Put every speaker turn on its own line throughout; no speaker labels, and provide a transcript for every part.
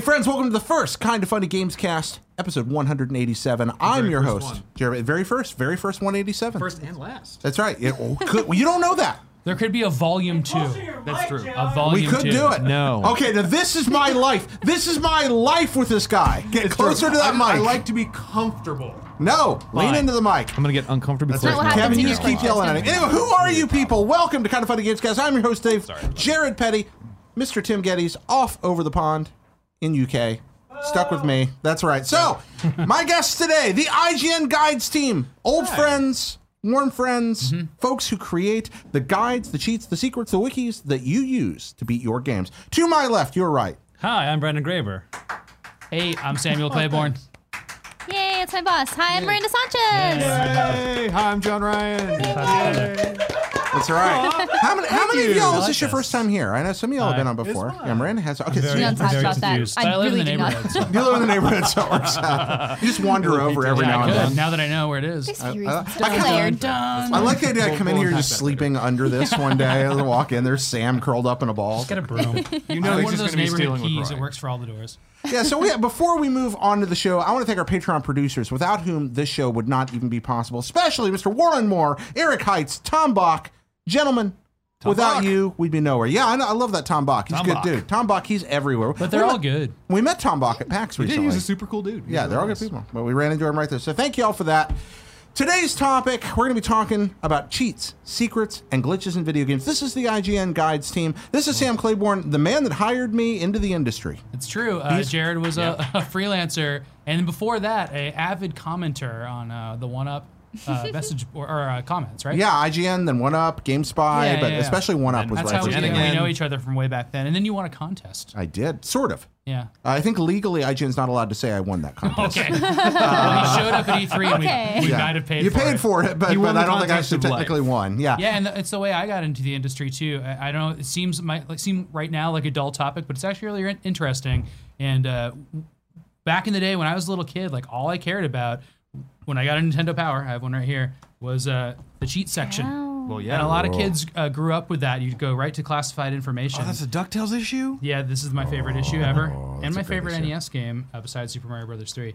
friends, welcome to the first Kind of Funny Games Cast, episode 187. I'm
very
your
first
host,
one.
Jeremy. Very first, very first 187.
First and last.
That's right. Yeah, oh, good. Well, you don't know that.
There could be a volume two.
That's true.
A
We
volume
could
two.
do it.
No.
Okay, now this is my life. This is my life with this guy. Get closer to that
I,
mic.
I like to be comfortable.
no, lean
Fine.
into the mic.
I'm gonna get uncomfortable.
That's
what
Kevin,
happens
you
in
just
your
keep yelling at it. Anyway, who are you people? Welcome to Kind of Funny Games Cast. I'm your host, Dave. Jared Petty, Mr. Tim Geddes, off over the pond in UK. Stuck with me. That's right. So, my guests today, the IGN Guides team, old friends, warm friends,
Mm-hmm.
folks who create the guides, the cheats, the secrets, the wikis that you use to beat your games. To my left, your right.
Hi, I'm Brandon Graber.
Hey, I'm Samuel Claiborne.
Yay, it's my boss. Hi, I'm Miranda Sanchez.
Hey, hi, I'm John Ryan.
That's right. how many, how many of y'all
I
is
like
this your
this.
first time here? I know some of y'all have been on
It's
before.
fine.
Yeah, Miranda has. Okay, so
We
you-
don't talk
very
about
confused.
that.
But I live in
really
the
do
neighborhood,
not.
You live in the neighborhood, so it works out. You just wander over every
Yeah,
now
I
and
could.
then.
Now that I know where it is.
Just curious.
I-
It's
I-
declared.
I like the idea. I come in
we'll
here
unpack
just
that later.
sleeping under this one day. I walk in, there's Sam curled up in a ball.
Get a broom.
You
I'm
know he's
one
just
of those
going to be
neighborhood
stealing
keys
with
that
Ryan.
works for all the doors.
yeah, so we, before we move on to the show, I want to thank our Patreon producers, without whom this show would not even be possible, especially Mr. Warren Moore, Eric Heitz, Tom Bach. Gentlemen, without
Bach.
you, we'd be nowhere. Yeah, I, know, I love that Tom Bach. He's
Tom
a good
Bach.
dude. Tom Bach, he's everywhere.
But they're all good.
We met Tom Bach at PAX
Yeah,
recently.
he's a super cool dude. He's
Yeah, they're all
really
good people. But we ran into him right there. So thank you all for that. Today's topic, we're going to be talking about cheats, secrets, and glitches in video games. This is the IGN Guides team. This is Sam Claiborne, the man that hired me into the industry.
It's true. Uh, Jared was a, a freelancer, and before that, a avid commenter on uh, the One Up uh, message or, or uh, comments, right?
Yeah, IGN, then One Up, GameSpy,
Yeah, yeah,
but
yeah.
especially One Up
And
was
That's
what
how
I
we, Uh,
first
And
we
came in.
again-
know each other from way back then. And then you won a contest.
I did, sort of.
Yeah.
I think legally, IGN's not allowed to say I won that contest.
Okay. Well, he showed up at E3, and
Okay.
we, we
Yeah.
might have paid
you
for
paid
it.
for it, but,
He won
but
the
I don't think I
contest
should
of life.
technically won.
Yeah, and it's the way I got into the industry too. I, I don't. It seems my like seem right now like a dull topic, but it's actually really in- interesting. And uh, back in the day when I was a little kid, like all I cared about when I got a Nintendo Power, I have one right here, was uh, the cheat section.
Wow.
Well, yeah.
And a lot of kids uh, grew up with that. You'd go right to classified information.
Oh, that's a Ducktales issue.
Yeah, this is my favorite issue ever, and my
Oh, a great
favorite
issue.
NES game uh, besides Super Mario Brothers three.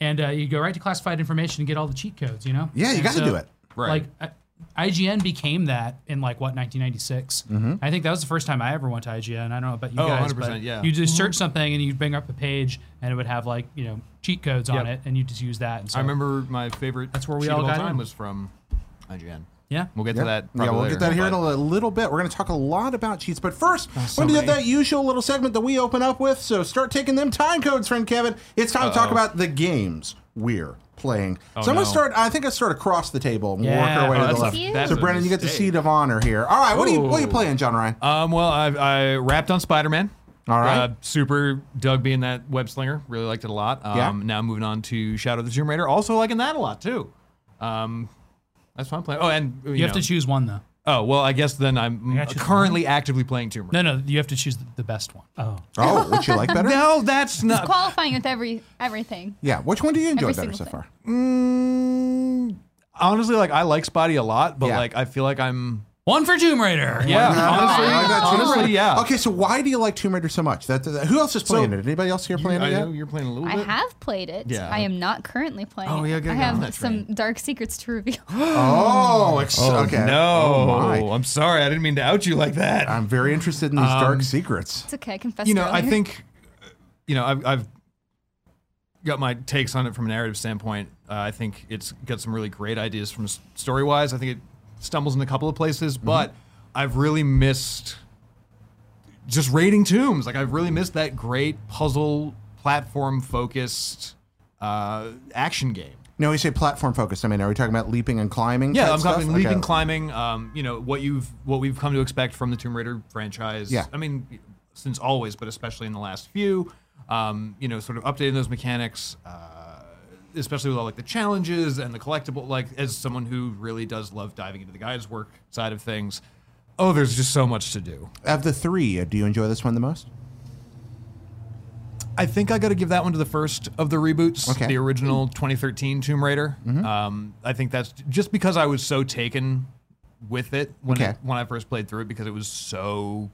And uh, you go right to classified information and get all the cheat codes. You know?
Yeah, you
And
gotta do it.
Right.
Like. uh, I IGN became that in like what 1996.
Mm-hmm.
I think that was the first time I ever went to IGN. I don't know about you
Oh,
guys,
100%,
but
yeah.
you
Mm-hmm.
just search something and you bring up a page and it would have like you know cheat codes
Yep.
on it, and you just use that. And so,
I remember my favorite.
That's where we
cheat
all
of all
got
time
in.
was from IGN.
Yeah.
We'll get
Yeah.
to that.
Yeah,
probably
we'll
later,
get that here in a
but-
li- little bit. We're going to talk a lot about cheats, but first, we're going to do
many.
that usual little segment that we open up with. So start taking them time codes, friend Kevin. It's time to talk about the games we're playing. so I'm going
no.
to start. I think I start across the table and work
Oh, Yeah.
our way
Oh,
to
that's
the
a-
left.
that's
so
a
Brendan, you get the
mistake.
seat of honor here. All right, what are you what are you
Ooh.
playing, John Ryan?
Um, well, I, I wrapped on Spider Man.
All right.
Uh, super dug being that web slinger. Really liked it a lot. Um,
Yeah.
Now moving on to Shadow of the Tomb Raider. Also liking that a lot, too. Um, that's what I'm playing. Oh, and you,
you have
know.
to choose one though.
Oh, well, I guess then I'm
got you.
currently actively playing Tomb Raider.
No, no, you have to choose the, the best one. Oh,
oh, which you like better?
No, that's not.
Qualifying with every everything.
Yeah, which one do you enjoy
Every
better
single
so
thing.
far?
Mm, honestly, like I like Spotty a lot, but
Yeah.
like I feel like I'm.
one for Tomb Raider.
I
Yeah,
like that too.
honestly, honestly, yeah.
Okay, so why do you like Tomb Raider so much? That, that- who else is playing it? Anybody else here
You,
playing
I
it?
know
Yet?
you're playing a little
I
bit.
have played it.
Yeah.
I am not currently playing.
Oh, yeah,
it.
get
I
on
have
that
some dark secrets to reveal.
Oh, ex- okay. Oh, my.
I'm sorry. I didn't mean to out you like that.
I'm very interested in these
Um,
dark secrets.
it's okay. I confessed.
you know, I
earlier.
think, you know, I've, I've got my takes on it from a narrative standpoint. Uh, I think it's got some really great ideas from story wise. I think it stumbles in a couple of places, but I've really missed just raiding tombs. Like I've really missed that great puzzle platform focused uh, action game.
No, you say platform focused. I mean, are we talking about leaping and climbing?
Yeah,
type
I'm
stuff?
talking leaping,
Okay.
climbing. Um, you know what you've what we've come to expect from the Tomb Raider franchise.
Yeah.
I mean, since always, but especially in the last few. Um, you know, sort of updating those mechanics, uh, especially with all like the challenges and the collectible. Like, as someone who really does love diving into the guides work side of things, oh, there's just so much to do.
Of the three, uh, do you enjoy this one the most?
I think I got to give that one to the first of the reboots,
Okay. Mm-hmm.
the original 2013 Tomb Raider. Um, I think that's just because I was so taken with it when
Okay.
it- when I first played through it because it was so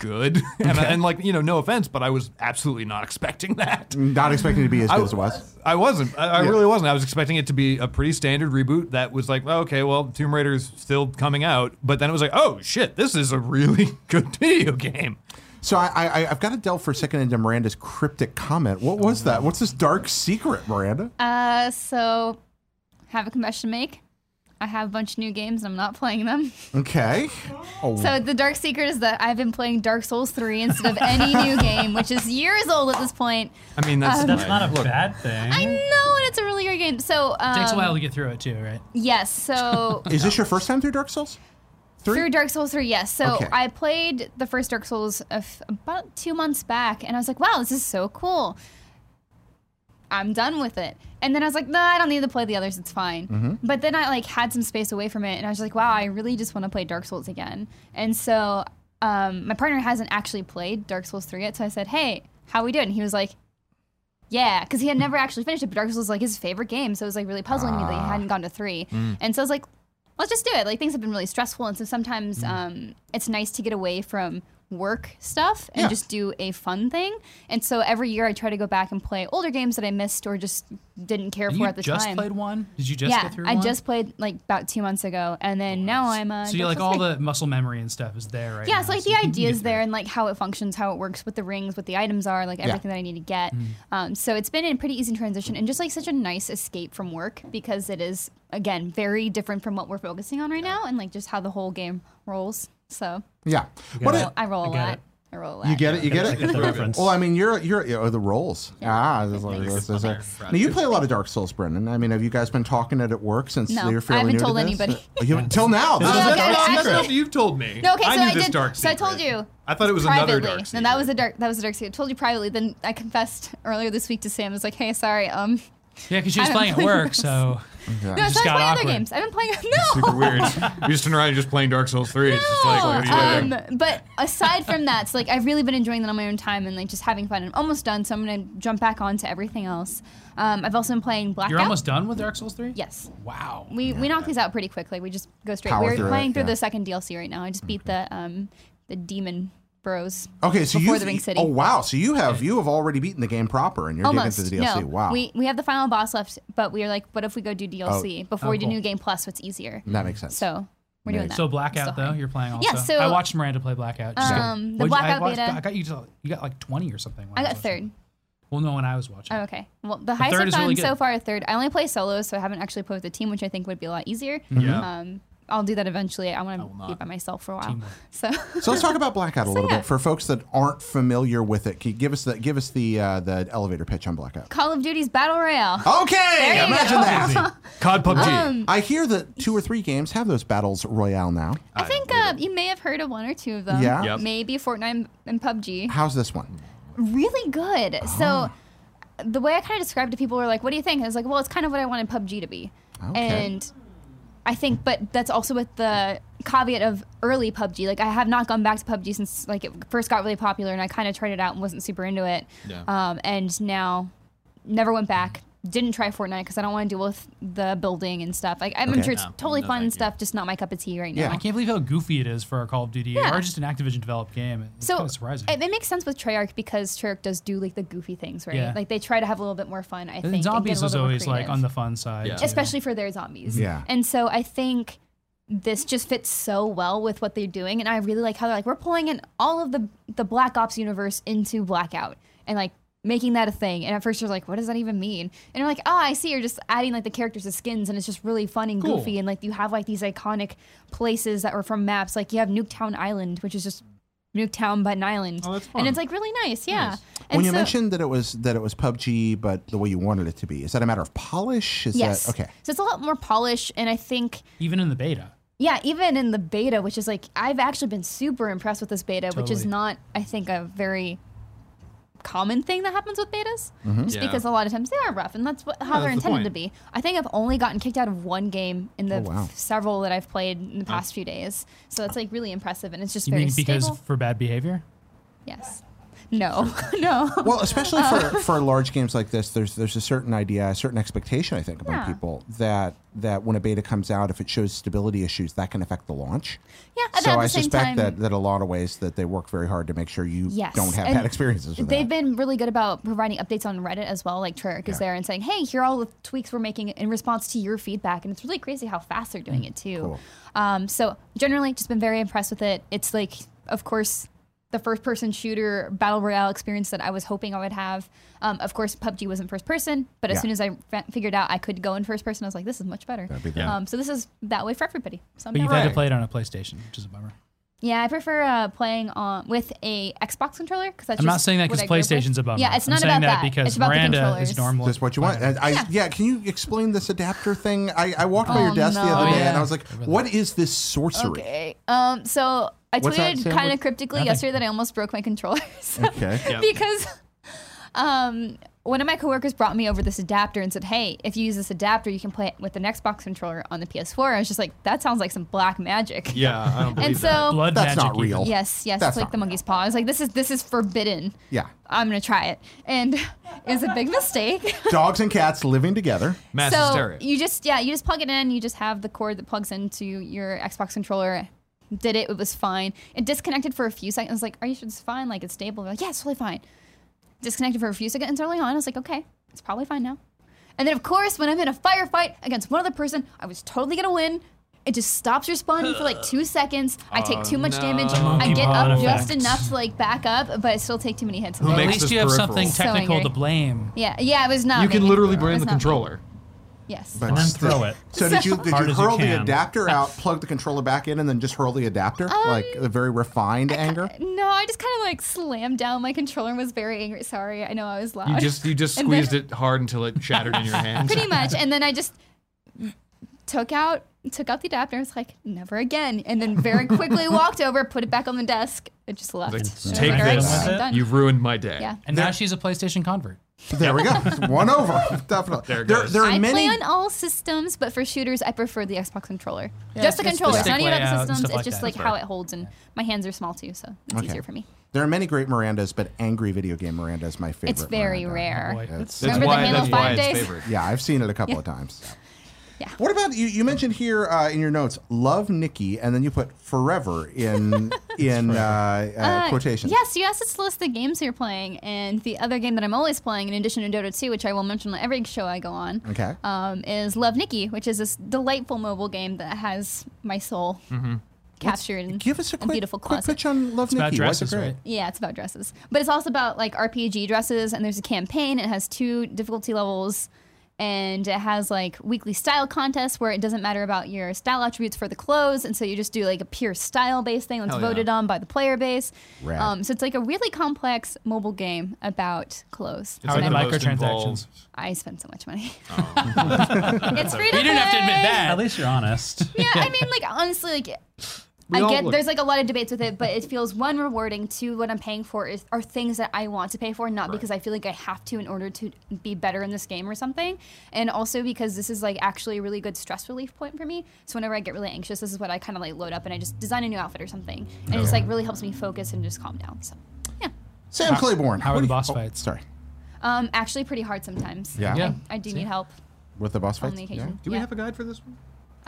good. and, I- and like you know, no offense, but I was absolutely not expecting that.
Not expecting it to be as good as it was.
I wasn't. I, I really wasn't. I was expecting it to be a pretty standard reboot that was like, well, okay, well, Tomb Raider's still coming out, but then it was like, oh shit, this is a really good video game.
So I, I, I've got to delve for a second into Miranda's cryptic comment. What was that? What's this dark secret, Miranda?
Uh, so have a confession to make. I have a bunch of new games and I'm not playing them.
Okay. Oh,
So the dark secret is that I've been playing Dark Souls 3 instead of any new game, which is years old at this point.
I mean, that's
Um, That's not a bad thing.
I know, and it's a really great game. So um,
Takes a while to get through it too, right?
Yes, so
is this your first time through Dark Souls? Three?
through Dark Souls 3, yes. So
Okay.
I played the first Dark Souls a f- about two months back, and I was like, wow, this is so cool. I'm done with it. And then I was like, no, I don't need to play the others. It's fine.
Mm-hmm.
But then I like had some space away from it, and I was like, wow, I really just want to play Dark Souls again. And so um, my partner hasn't actually played Dark Souls 3 yet, so I said, hey, how we doing? And he was like, yeah, because he had never actually finished it, but Dark Souls was like his favorite game, so it was like really puzzling me that
Ah.
he hadn't gone to three.
Hmm.
And so I was like, let's just do it. Like things have been really stressful, and so sometimes
Hmm.
um, it's nice to get away from work stuff and
Yeah.
just do a fun thing. And so every year I try to go back and play older games that I missed or just didn't care
And
for
you
at the
just
time.
played one. Did you just
yeah,
get through
I
one?
just played like about two months ago, and then now I'm. Uh,
So you
Dark
like
Souls
all
three.
the muscle memory and stuff is there, right?
Yeah,
now,
it's like
so
the
you can
ideas
get through
there
it.
and like how it functions, how it works, what the rings, what the items are, like everything that I need to get.
Mm-hmm.
Um, so it's been a pretty easy transition and just like such a nice escape from work because it is again very different from what we're focusing on right now and like just how the whole game rolls. So
Yeah. What
it.
it-
I roll a
I get
lot.
it.
I roll a lot.
you get it. You get
I
it.
get the reference.
Well, I mean, you're you're oh, the roles. Ah, there's a lot of
Thanks.
roles. There's a- Now, you play a lot of Dark Souls, Brendan. I mean, have you guys been talking it at work since
No,
you're
I
fairly
haven't
new to
told
this?
anybody.
Uh, You haven't till now. This
No,
is
okay,
it.
dark
that's
secret.
enough you've told me.
No, okay,
I
so
knew
I
this
did-
dark
so I told
secret.
you.
I thought it was another
privately.
dark secret.
No, that was a dark. That was a dark secret. I told you privately. Then I confessed earlier this week to Sam. I was like, "Hey, sorry. Um,
Yeah, because she was
I
playing
haven't
at
played
work,
this.
so
no, so I
got
play other
awkward.
games. I've been playing. No,
super weird. you just turn around, you're just playing Dark Souls 3. It's just like, what are you doing?
um, but aside from that, so like I've really been enjoying that on my own time and like just having fun. I'm almost done, so I'm gonna jump back onto everything else. Um, I've also been playing Blackout.
you're almost done with Dark Souls three.
yes.
Wow.
We we knock these out pretty quickly. We just go straight.
Power
We're
through it,
playing through
yeah.
the second DLC right now. I just beat the um the demon bros.
Okay, so
before
you.
the Ring City.
Oh wow, so you have you have already beaten the game proper, and you're
Almost.
digging into the DLC.
No,
Wow,
we we have the final boss left, but we are like, what if we go do DLC before
Oh,
we do
cool.
New Game Plus? What's easier?
that makes sense.
So we're doing that.
So
Still
Blackout though,
hard.
you're playing also.
Yeah, so-
I watched Miranda play Blackout. She's got-
Um, the
What'd you- I
Blackout
watched-
beta-
I got you. To, you got like twenty or something. when
I got
was watching.
third.
Well, no, when I was watching.
Oh, okay. Well, the highest
third
I've
is really
gotten so
good.
far a third. I only play solos, so I haven't actually played with a team, which I think would be a lot easier.
Mm-hmm.
Yeah.
Um, I'll do that eventually. I want
will
to be
not.
by myself for a while.
Teamwork.
So
So let's talk about Blackout a little
yeah.
bit for folks that aren't familiar with it. Can you give us the give us the uh, the elevator pitch on Blackout?
Call of Duty's Battle Royale. Oh,
Okay,
you
Oh, imagine
go.
that.
COD PUBG.
I hear that two or three games have those battles royale now.
I, think uh, you may have heard of one or two of them.
Yeah.
Yep.
Maybe Fortnite and PUBG.
How's this one?
Really good. So
Oh.
the way I kind of described it, people were like, "What do you think?" I was like, "Well, it's kind of what I wanted PUBG to be."
Okay.
And I think, but that's also with the caveat of early PUBG. Like, I have not gone back to PUBG since like it first got really popular, and I kind of tried it out and wasn't super into it.
Yeah.
Um, and now, never went back. Didn't try Fortnite because I don't want to deal with the building and stuff. Like, I'm
Okay.
sure it's
No,
totally
no,
fun
thank you.
stuff, just not my cup of tea right
Yeah.
now.
I can't believe how goofy it is for a Call of Duty
Yeah.
or just an Activision developed game. It's
So
kind of surprising.
It, it makes sense with Treyarch because Treyarch does do like the goofy things, right?
Yeah.
Like they try to have a little bit more fun. I think
and
and get a
zombies
little
is
bit more
always like
creative.
on the fun side,
Yeah.
too.
especially for their zombies.
Yeah.
And so I think this just fits so well with what they're doing, and I really like how they're like we're pulling in all of the the Black Ops universe into Blackout and like making that a thing. And at first you're like, what does that even mean? And you're like, oh, I see. You're just adding like the characters as skins, and it's just really fun and
Cool.
goofy, and like you have like these iconic places that were from maps. Like you have Nuketown Island, which is just Nuketown but an island,
Oh, that's
and
fun.
it's like really nice. Yeah. And
when you
so-
mentioned that it was that it was PUBG, but the way you wanted it to be, is that a matter of polish? Is
Yes.
that okay?
So it's a lot more polished, and I think
even in the beta.
Yeah, even in the beta, which is like I've actually been super impressed with this beta, which is
Totally.
not, I think, a very common thing that happens with betas, just
Mm-hmm.
Yeah.
because a lot of times they are rough, and that's what how
that's
they're
the
intended to
point.
be. I think I've only gotten kicked out of one game in the
Oh, wow.
f- several that I've played in the past few days, so that's like really impressive, and it's just
You
very
mean because
stable.
for bad behavior?
Yes. No, no.
Well, especially
Uh.
for, for large games like this, there's there's a certain idea, a certain expectation, I think, among
Yeah.
people that that when a beta comes out, if it shows stability issues, that can affect the launch.
Yeah, but
So
at the
I
same
suspect
time-
that that a lot of ways that they work very hard to make sure you
Yes,
don't have
and
bad experiences. With that.
They've been really good about providing updates on Reddit as well. Like Treyarch is there and saying, "Hey, here are all the tweaks we're making in response to your feedback," and it's really crazy how fast they're doing it too.
Mm, Cool.
Um, so generally, just been very impressed with it. It's like, of course, the first-person shooter battle royale experience that I was hoping I would have. Um, of course, PUBG wasn't first person, but as
Yeah.
soon as I fa- figured out I could go in first person, I was like, "This is much better."
That'd be great.
Um, so this is that way for everybody. So I'm
But
down
you've
with it.
had
Right.
to play it on a PlayStation, which is a bummer.
Yeah, I prefer uh, playing on with a Xbox controller because
I'm not saying that because PlayStation's a bummer.
Yeah, it's
I'm
not
saying
about
that
that.
because
it's about the
Miranda
controllers.
is normal.
That's what you want. And I, yeah.
Yeah.
Can you explain this adapter thing? I, I walked by
Oh,
your desk the
no.
other
Oh,
day and
yeah.
I was like, "What is this sorcery?"
Okay. Um. So I
What's that,
tweeted
Sam?
kind
What-
of cryptically
Nothing.
yesterday that I almost broke my controllers
Okay.
because um one of my coworkers brought me over this adapter and said, "Hey, if you use this adapter, you can play it with an Xbox controller on the PS4." I was just like, "That sounds like some black magic."
Yeah, I don't believe
And
that.
so
Blood
That's
magic
not
even.
real.
yes, yes,
That's
it's like
not
the
right.
monkey's paw. I was like, "This is this is forbidden."
Yeah.
I'm gonna try it, and it was a big mistake.
Dogs and cats living together.
Mass
so
hysteria.
you just yeah, you just plug it in. You just have the cord that plugs into your Xbox controller. Did it? It was fine. It disconnected for a few seconds. I was like, "Are you sure it's fine? Like it's stable?" They're like, "Yeah, it's totally fine." Disconnected for a few seconds early on. I was like, "Okay, it's probably fine now." And then of course, when I'm in a firefight against one other person, I was totally gonna win. It just stops responding for like two seconds. I take too much
Oh, no.
damage. I
Monkey
get
paw
up
effect.
just enough to like back up, but I still take too many hits.
Who
Well, at
makes
least
this
you have
peripheral?
something
So
technical
angry.
to blame.
yeah, yeah, it was not.
you can
me.
literally
It
blame
was
the
not me.
controller.
Yes.
But
And then
still.
throw it.
So did you did
Hard
you
as you
hurl the
can.
adapter out, plug the controller back in, and then just hurl the adapter like a very refined anger?
No, Um, I just kind of like slammed down my controller and was very angry. Sorry, I know I was loud.
You just you just
And then-
squeezed it hard until it shattered in your hands.
pretty much, and then I just took out took out the adapter. and was like, never again. And then very quickly walked over, put it back on the desk, and just left.
Like,
And I was
take
like, "All right,
this.
I'm done."
You've ruined my day.
yeah.
And now she's a PlayStation convert.
There we go. One over. Definitely.
There it
there,
goes.
there are
I
many.
play on all systems, but for shooters, I prefer the Xbox controller.
Yeah,
just the
it's just the
controller. It's
stick
not even
layout
about
and
the systems.
stuff
It's
like
just
that.
like
That's
how it holds, and my hands are small too, so it's
Okay.
easier for me.
There are many great Mirandas, but Angry Video Game Miranda is my favorite.
It's very
Miranda.
rare.
Boy, it's-
That's
Remember the
why
Halo
that's why
5
it's
days?
favorite.
Yeah, I've seen it a couple of times.
Yeah.
What about you? You mentioned here uh, in your notes, "Love Nikki," and then you put "forever" in in uh, uh,
Uh,
quotations.
Yes, you asked us to list the games you're playing, and the other game that I'm always playing, in addition to Dota 2, which I will mention on every show I go on,
Okay.
um, is Love Nikki, which is this delightful mobile game that has my soul captured in
Mm-hmm. Give us a quick,
beautiful
quick
closet.
pitch on "Love
It's about
Nikki." Why is it
dresses,
great?
right?
Yeah, it's about dresses, but it's also about like RPG dresses, and there's a campaign. It has two difficulty levels, and it has like weekly style contests where it doesn't matter about your style attributes for the clothes, and so you just do like a pure style based thing that's
Hell yeah.
voted on by the player base.
Rad.
Um, so it's like a really complex mobile game about clothes.
It's
How are
like
the
the most
microtransactions?
involved-
I spend so much money. it's free to
Oh. You didn't have to
play.
admit that. At least you're honest.
Yeah, I mean, like honestly, like
We all
I get
look-
there's like a lot of debates with it, but it feels one rewarding. Two, what I'm paying for is are things that I want to pay for, not because I feel like I have to in order to be better in this game or something, and also because this is like actually a really good stress relief point for me. So whenever I get really anxious, this is what I kind of like load up and I just design a new outfit or something, and it just like really helps me focus and just calm down. So. Yeah,
Sam Claiborne.
how are
what
the
do you- Oh,
boss fights?
Sorry,
um, actually pretty hard sometimes.
Yeah.
Yeah.
I, I do need help
with the boss
on
fights.
the
Yeah.
occasion.
Do we
Yeah.
have a guide for this one?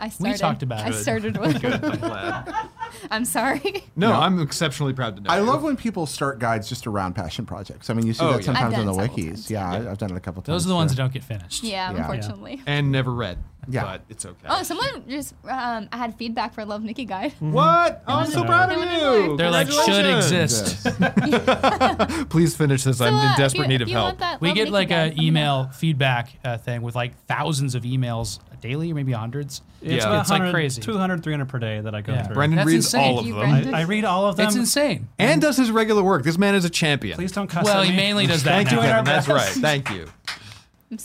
I started.
talked about
I
it.
started with.
I'm glad.
I'm sorry.
No, I'm exceptionally proud to know.
I
you.
love when people start guides just around passion projects. I mean, you see
Oh,
that
yeah.
sometimes
I've
on
done
the
it several
wikis.
times,
Yeah, I- I've done it a couple times.
Those are the ones
too.
that don't get finished.
Yeah,
Yeah.
unfortunately.
and never read.
Yeah.
but it's okay.
Oh, someone just um, I had feedback for Love Nikki Guide.
what? Oh, I'm so
No.
proud of
No one
you.
did.
They're like, should
Congratulations.
exist.
Please finish this. I'm
So, uh,
in
if
desperate
you-
need
if
of
you
help.
want that
We
Love
get
Nikki
like
Guide,
a
let me know.
email feedback uh, thing with like thousands of emails daily, or maybe hundreds.
Yeah.
It's, about
It's like
100
crazy.
200, 300 per day that I go
Yeah.
through.
Brendan
That's
reads
insane.
all of
You
them
read-
I, I read all of them.
It's insane.
and does his regular work. This man is a champion.
Please don't cuss
Well,
at
he
me.
mainly does that.
Thank you,
now.
Aaron. That's right. Thank you.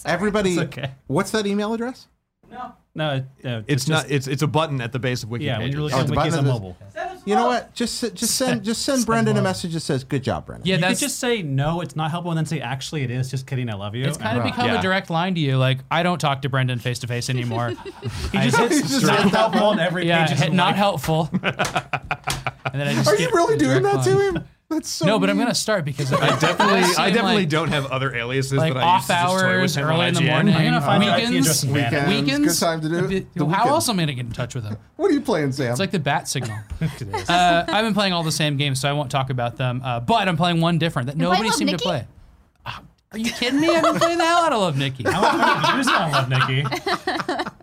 Everybody,
It's okay.
what's that email address?
No, it- no
It's,
just-
not. it's it's a button at the base of Wikipedia.
Yeah, when you're looking
Oh,
at
the
wikis
button
on
is-
mobile.
You know what? Just s- just send just send Brendan a
love.
message that says, "Good job, Brendan."
Yeah,
You could
that's
just say no, it's not helpful, and then say actually it is. Just kidding, I love you.
It's kind of
And-
become
Yeah.
a direct line to you. Like, I don't talk to Brendan face to face anymore.
he just hits
just
not
hit
helpful on every
yeah,
page.
hit- not helpful. and then I just
Are
get
you really doing that
direct
to
line.
him? That's so.
No, but I'm
mean.
gonna start because
I definitely, I definitely
like,
don't have other aliases
Like
that I
off
used to just toy
hours,
with him on
early in the
IGN.
morning,
I'm gonna find out if he
weekends,
addresses Bannon.
Weekends, good
weekends.
time to do it.
The
The weekend.
how else am I gonna get in touch with him?
What are you playing, Sam?
It's like the bat signal. uh, I've been playing all the same games, so I won't talk about them. Uh, but I'm playing one different that
playing
nobody
Love
seemed to
Nikki?
play. Ah, Are you kidding me? I've been playing the hell out of Love Nikki.
I was on Love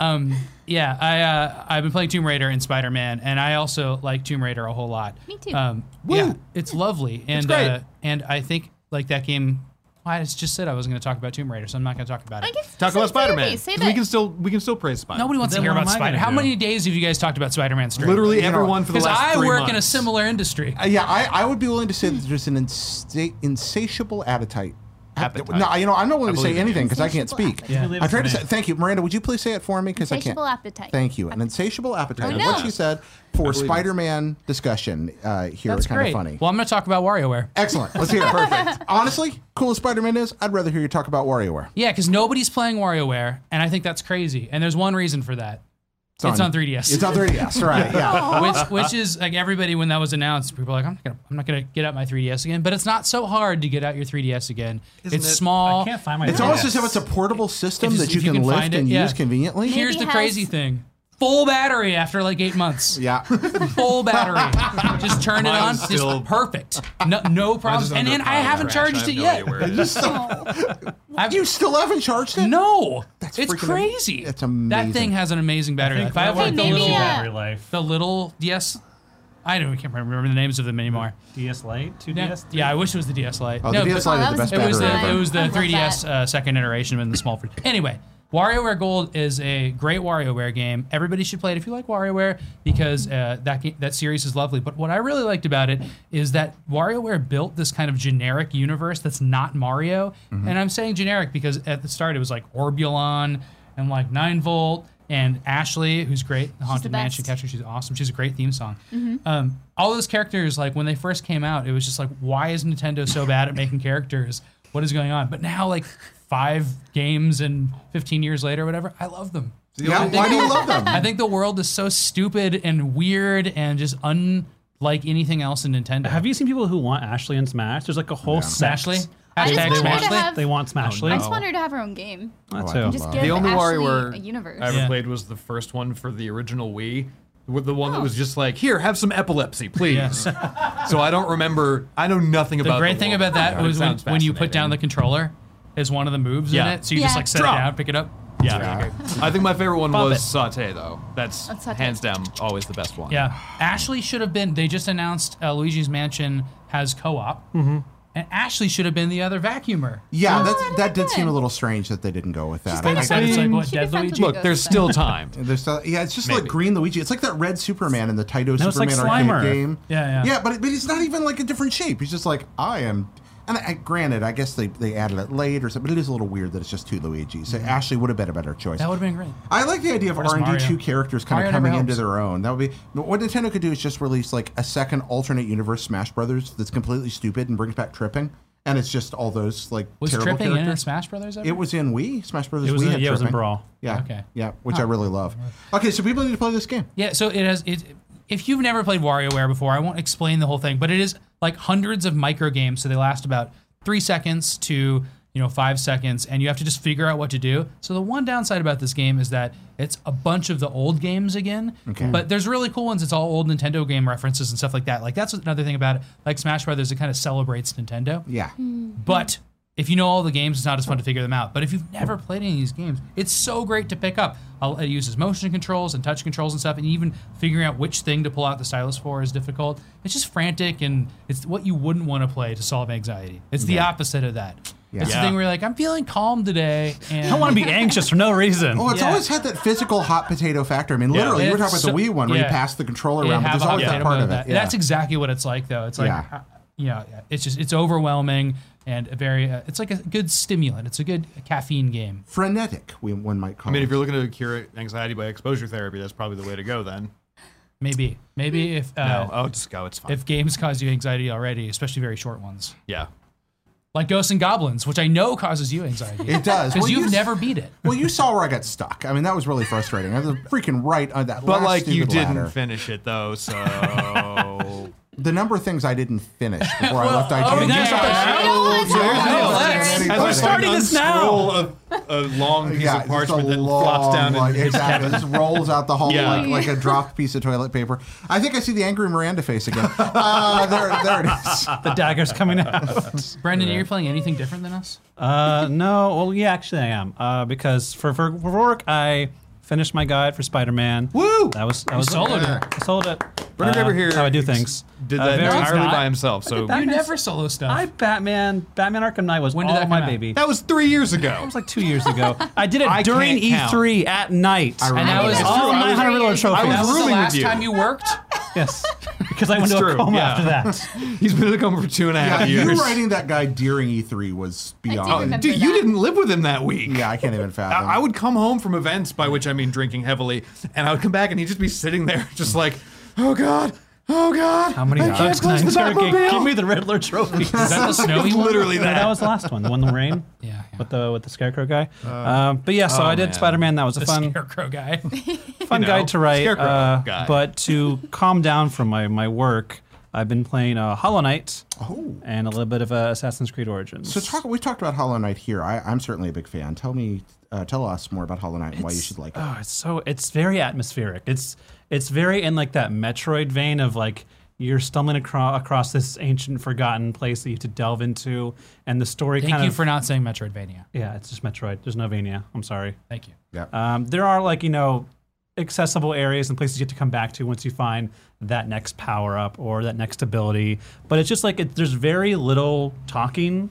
Nikki.
Yeah, I uh, I've been playing Tomb Raider and Spider Man, and I also like Tomb Raider a whole lot.
Me too.
Um, Yeah, it's lovely, and
great.
Uh, and I think like that game. Well, I just said I was going to talk about Tomb Raider, so I'm not going to talk about
I
it.
guess
Talk about
say- say it,
Spider Man.
Say
We
that.
can still, we can still praise Spider.
Nobody wants to
Then
hear
what
about
am I gonna
Spider. How
do?
many days have you guys talked about Spider Man straight?
Literally
You know,
everyone for the
because
last
I
three
work
months.
in a similar industry.
Uh, yeah, I, I would be willing to say that there's an insta- insatiable appetite.
Appetite.
No, you know I'm not willing to
believe
say
in you.
anything because I can't
Insatiable
speak.
appetite. Yeah.
You live
I tried to
for
say.
me.
Thank you, Miranda. Would you please say it for me? Because I can't.
Insatiable appetite.
Thank you. An insatiable appetite.
I
And what
know.
she said for Spider-Man discussion uh, here
That's
is kind
great.
of funny.
Well, I'm going to talk about WarioWare.
Excellent. Let's hear it. Perfect. Honestly, cool as Spider-Man is, I'd rather hear you talk about WarioWare.
Yeah, because nobody's playing WarioWare, and I think that's crazy. And there's one reason for that. It's, on, 3DS.
It's on 3DS, right? Yeah.
which which is like everybody when that was announced, people were like, I'm not gonna I'm not gonna get out my 3DS again. But it's not so hard to get out your 3DS again. it's
it-
small.
I can't find my.
It's almost as
DS.
if it's a portable system
If
that
if
you, can, lift
find it,
and
yeah.
use conveniently.
Here's the
Maybe
crazy
has-
thing: full battery after like eight months.
yeah.
Full battery. just turn it
Mine's
on.
still-
Just perfect. No, no
Mine's
problems.
just
And
under
then
a
I
pile of
haven't
trash.
charged
I have
it
no
yet.
idea where it is.
I've,
you still haven't charged it?
no, it's
freaking am-
crazy.
that's
That
amazing.
thing has an amazing
I
battery
think
life. I have like the
maybe,
little,
uh,
battery life.
the little DS. I don't. I can't remember the names of them anymore.
DS Lite, two
Yeah,
DS.
yeah, I wish it was the DS Lite.
Oh,
No,
the
but-
DS Lite is
Oh, that
the
was
best
a
It
battery
was
Battery
the,
ever.
life.
it was the
I love
3DS
that.
uh, second iteration in the small fridge. Anyway, WarioWare Gold is a great WarioWare game. Everybody should play it if you like WarioWare because uh, that ga- that series is lovely. But what I really liked about it is that WarioWare built this kind of generic universe that's not Mario.
Mm-hmm.
And I'm saying generic because at the start it was like Orbulon and like Nine Volt and Ashley, who's great, the Haunted Mansion
best.
Catcher. She's awesome. She's a great theme song. Um, all those characters, like when they first came out, it was just like, why is Nintendo so bad at making characters? What is going on? But now, like five games and 15 years later, whatever, I love them.
Yeah, why do you love them?
I think the world is so stupid and weird and just unlike anything else in Nintendo.
Have you seen people who want Ashley and Smash? There's like a whole sect.
Smashly?
I just
Hashtag
want her to
Smashly?
have-
They want Smashly.
I just want her to have her own game.
That
Oh, I
too.
love
Just
Wow.
give
The only
Ashley
WarioWare
a
I
universe.
ever
Yeah.
played was the first one for the original Wii. with The one that
Oh.
was just like, here, have some epilepsy, please. so I don't remember. I know nothing
The
about.
great thing
world.
about that
Yeah, it
was when,
sounds
when you put down the
fascinating.
controller is one of the moves
Yeah.
in it. So you just
Yeah.
like set
Drop.
it down, pick it up.
Yeah. I think my favorite one
Bump
was
it.
Saute though. That's
That's Oh, Saute.
hands down always the best one.
Yeah, Ashley should have been. They just announced uh, Luigi's Mansion has co-op, and Ashley should have been the other vacuumer.
Yeah, that's,
that'd
that
be
did seem a
good.
little strange that they didn't go with that.
kinda
I-
said it's like,
mean,
what,
she'd be
Dead
friends
Luigi?
with
Look, there's still time.
There's still, yeah, it's just like
Maybe.
green Luigi. It's like that red Superman in the Taito
No, it's like
Superman
Slimer.
arcade game.
Yeah, yeah.
Yeah, but it- but he's not even like a different shape. He's just like I am. And I, granted, I guess they, they added it late or something, but it is a little weird that it's just two Luigis. So Ashley would have been a better choice.
Mm-hmm. That would have been great.
I like the idea of
Where's
R and D
Mario?
two characters kind
Mario
of
never
coming into
helps.
their own. That would be what Nintendo could do is just release like a second alternate universe Smash Brothers that's completely stupid and brings back tripping, and it's just all those like
Was
terrible
tripping in
characters.
in Smash Brothers? Ever?
It was in Wii Smash Brothers.
It was
Wii
in-
had
yeah, it was in
tripping.
Brawl.
Yeah.
Okay.
Yeah, which I really love. Okay, so people need to play this game.
Yeah. So it has. It, if you've never played WarioWare before, I won't explain the whole thing, but it is like hundreds of micro games. So they last about three seconds to you know five seconds, and you have to just figure out what to do. So the one downside about this game is that it's a bunch of the old games again.
Okay.
But there's really cool ones. It's all old Nintendo game references and stuff like that. Like that's another thing about it. Like Smash Brothers, it kind of celebrates Nintendo.
Yeah.
But if you know all the games, it's not as fun to figure them out. But if you've never played any of these games, it's so great to pick up. I'll- It uses motion controls and touch controls and stuff, and even figuring out which thing to pull out the stylus for is difficult. It's just frantic, and it's what you wouldn't want to play to solve anxiety. It's the opposite of that.
Yeah.
It's
Yeah.
the thing where you're like, I'm feeling calm today, and
I want to be anxious for no reason.
Oh, it's
Yeah.
always had that physical hot potato factor. I mean,
Yeah.
literally, you were talking about
It's
the
so-
Wii one where you
yeah.
pass the controller
Yeah,
around, but
have
there's
a hot
always that
potato
part
about
of it.
that.
Yeah.
That's exactly what it's like, though. It's like,
Yeah.
uh, yeah, yeah, it's just it's overwhelming and a very. Uh, it's like a good stimulant. It's a good caffeine game.
frenetic. We, one might call.
I mean, if
it.
you're looking to cure anxiety by exposure therapy, that's probably the way to go. Then
Maybe,
Hmm.
maybe if uh,
no, I'll just go. It's fine.
if games cause you anxiety already, especially very short ones
yeah,
like Ghosts and Goblins, which I know causes you anxiety
it does
because
Well,
you've
you-
never beat it.
Well, you saw where I got stuck. I mean, that was really frustrating. I was freaking right on that.
but
last
like you
stupid
didn't
ladder.
finish it though, so
the number of things I didn't finish before I left IT.
oh,
yeah.
Here's the deal. Let's-
We don't wanna talk about this, Jared.
as
We're
I
starting this
unscroll A, a long piece
Yeah,
of
just a
parchment that
long,
flops down
like,
and hits
exactly.
Kevin.
Just rolls out the hall
Yeah.
like, like a dropped piece of toilet paper. I think I see the angry Miranda face again. Uh, there, there it is.
The dagger's coming out.
Brendan, are you playing anything different than us?
Uh, no, well, yeah, actually, I am. Uh, because for, for, for work, I finished my guide for Spider Man.
Woo!
That was, that was
soloed
it.
I sold it.
Brendan
Uh,
over here
How I do
ex-
things.
Did
Uh,
that
very-
entirely
not.
by himself. So
that.
You
You
never
never
solo stuff.
I Batman, Batman Arkham Knight was
When did
all
that
my
come out?
baby.
that was three years ago.
was like two years ago. I did it
I
during
can't count.
E3 at night.
I
and that
remember
was
that.
all
It's true. I was
900
reading-
Reload
I
trophies.
was
that was the
ruling with
last
you.
time you worked.
yes. Because I went
It's
to a
true,
coma
yeah.
after that.
He's been in the coma for two and a half
Yeah,
years.
you writing that guy during E3 was
do
beyond.
remember
Dude,
that.
you didn't live with him that week.
yeah, I can't even fathom.
I, I would come home from events, by which I mean drinking heavily, and I would come back and he'd just be sitting there, just like, oh god, oh god.
How many
I can't
times can I
close the
interrogate-
Batmobile."
Give me the Riddler trophy.
Is that the snowy one?
Literally
No, that
that.
was the last one, the one in the rain.
Yeah, yeah.
With the with the scarecrow guy.
Uh,
um, but yeah, so I did
man.
Spider Man. That was a
oh, The
fun
scarecrow guy.
fun
you know,
guide to write.
scarecrow
uh,
guy.
But to calm down from my my work, I've been playing uh, Hollow Knight and a little bit of uh, Assassin's Creed Origins.
Oh. So talk. We talked about Hollow Knight here. I, I'm certainly a big fan. Tell me, uh, tell us more about Hollow Knight and why you should like
uh,
it.
Oh, it's so it's very atmospheric. It's it's very in like that Metroid vein of like you're stumbling across across this ancient forgotten place that you have to delve into, and the story
Thank
kind
you
of
for not saying Metroidvania.
yeah, it's just Metroid. There's no Vania. I'm sorry.
Thank you.
Yeah.
Um, there are like you know accessible areas and places you have to come back to once you find that next power up or that next ability. But it's just like it, there's very little talking.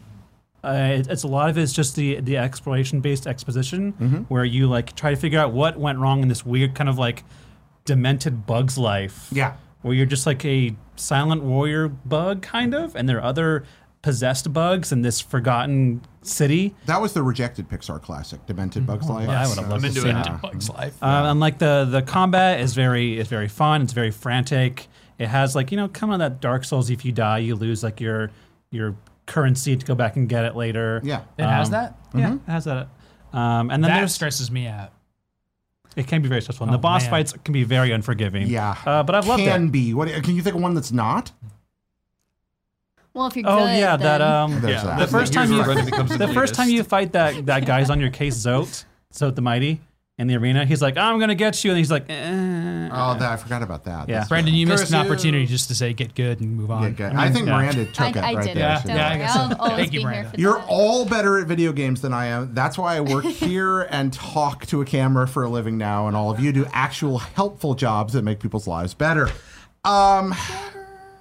Uh, it- it's a lot of it's just the the exploration based exposition
Mm-hmm.
where you like try to figure out what went wrong in this weird kind of like demented bug's life.
Yeah.
Where you're just like a silent warrior bug kind of and there are other possessed bugs in this forgotten city.
that was the rejected Pixar classic, Demented Bugs Life.
Mm-hmm.
I would have loved
I'm
to
into
see
it.
that.
Bug's life.
Um, and like the the combat is very is very fun. It's very frantic. It has like you know kind of that Dark Souls. If you die, you lose like your your currency to go back and get it later. Um,
Yeah. Mm-hmm.
It has that?
Yeah, it has that. Um, and then
That
mm-hmm. there's
stresses me out.
it can be very stressful. And
Oh,
the boss
man.
fights can be very unforgiving.
Yeah.
uh, but I've loved
Can
it.
be. What? Can you think of one that's not?
Well, if you're good.
Oh yeah, that
then-
um,
There's that.
the
That's
first
Here's
time you
where Resident comes in
the first time you
latest.
fight that that guy's on your case, Zote, Zote the Mighty, in the arena, he's like, I'm gonna get you, and he's like, eh.
Oh, that I forgot about that.
Yeah.
That's-
Brendan, you missed
Curse
an
you.
opportunity just to say get good and move on.
Yeah, good. I think
yeah.
Miranda took
I,
it
I
right
did.
there. She
Yeah,
it. Don't
did.
yeah, I
worry.
guess so.
I'll always
Thank you,
be here
Miranda.
for
You're
that.
all better at video games than I am. That's why I work here and talk to a camera for a living now, and all of you do actual helpful jobs that make people's lives better. Um,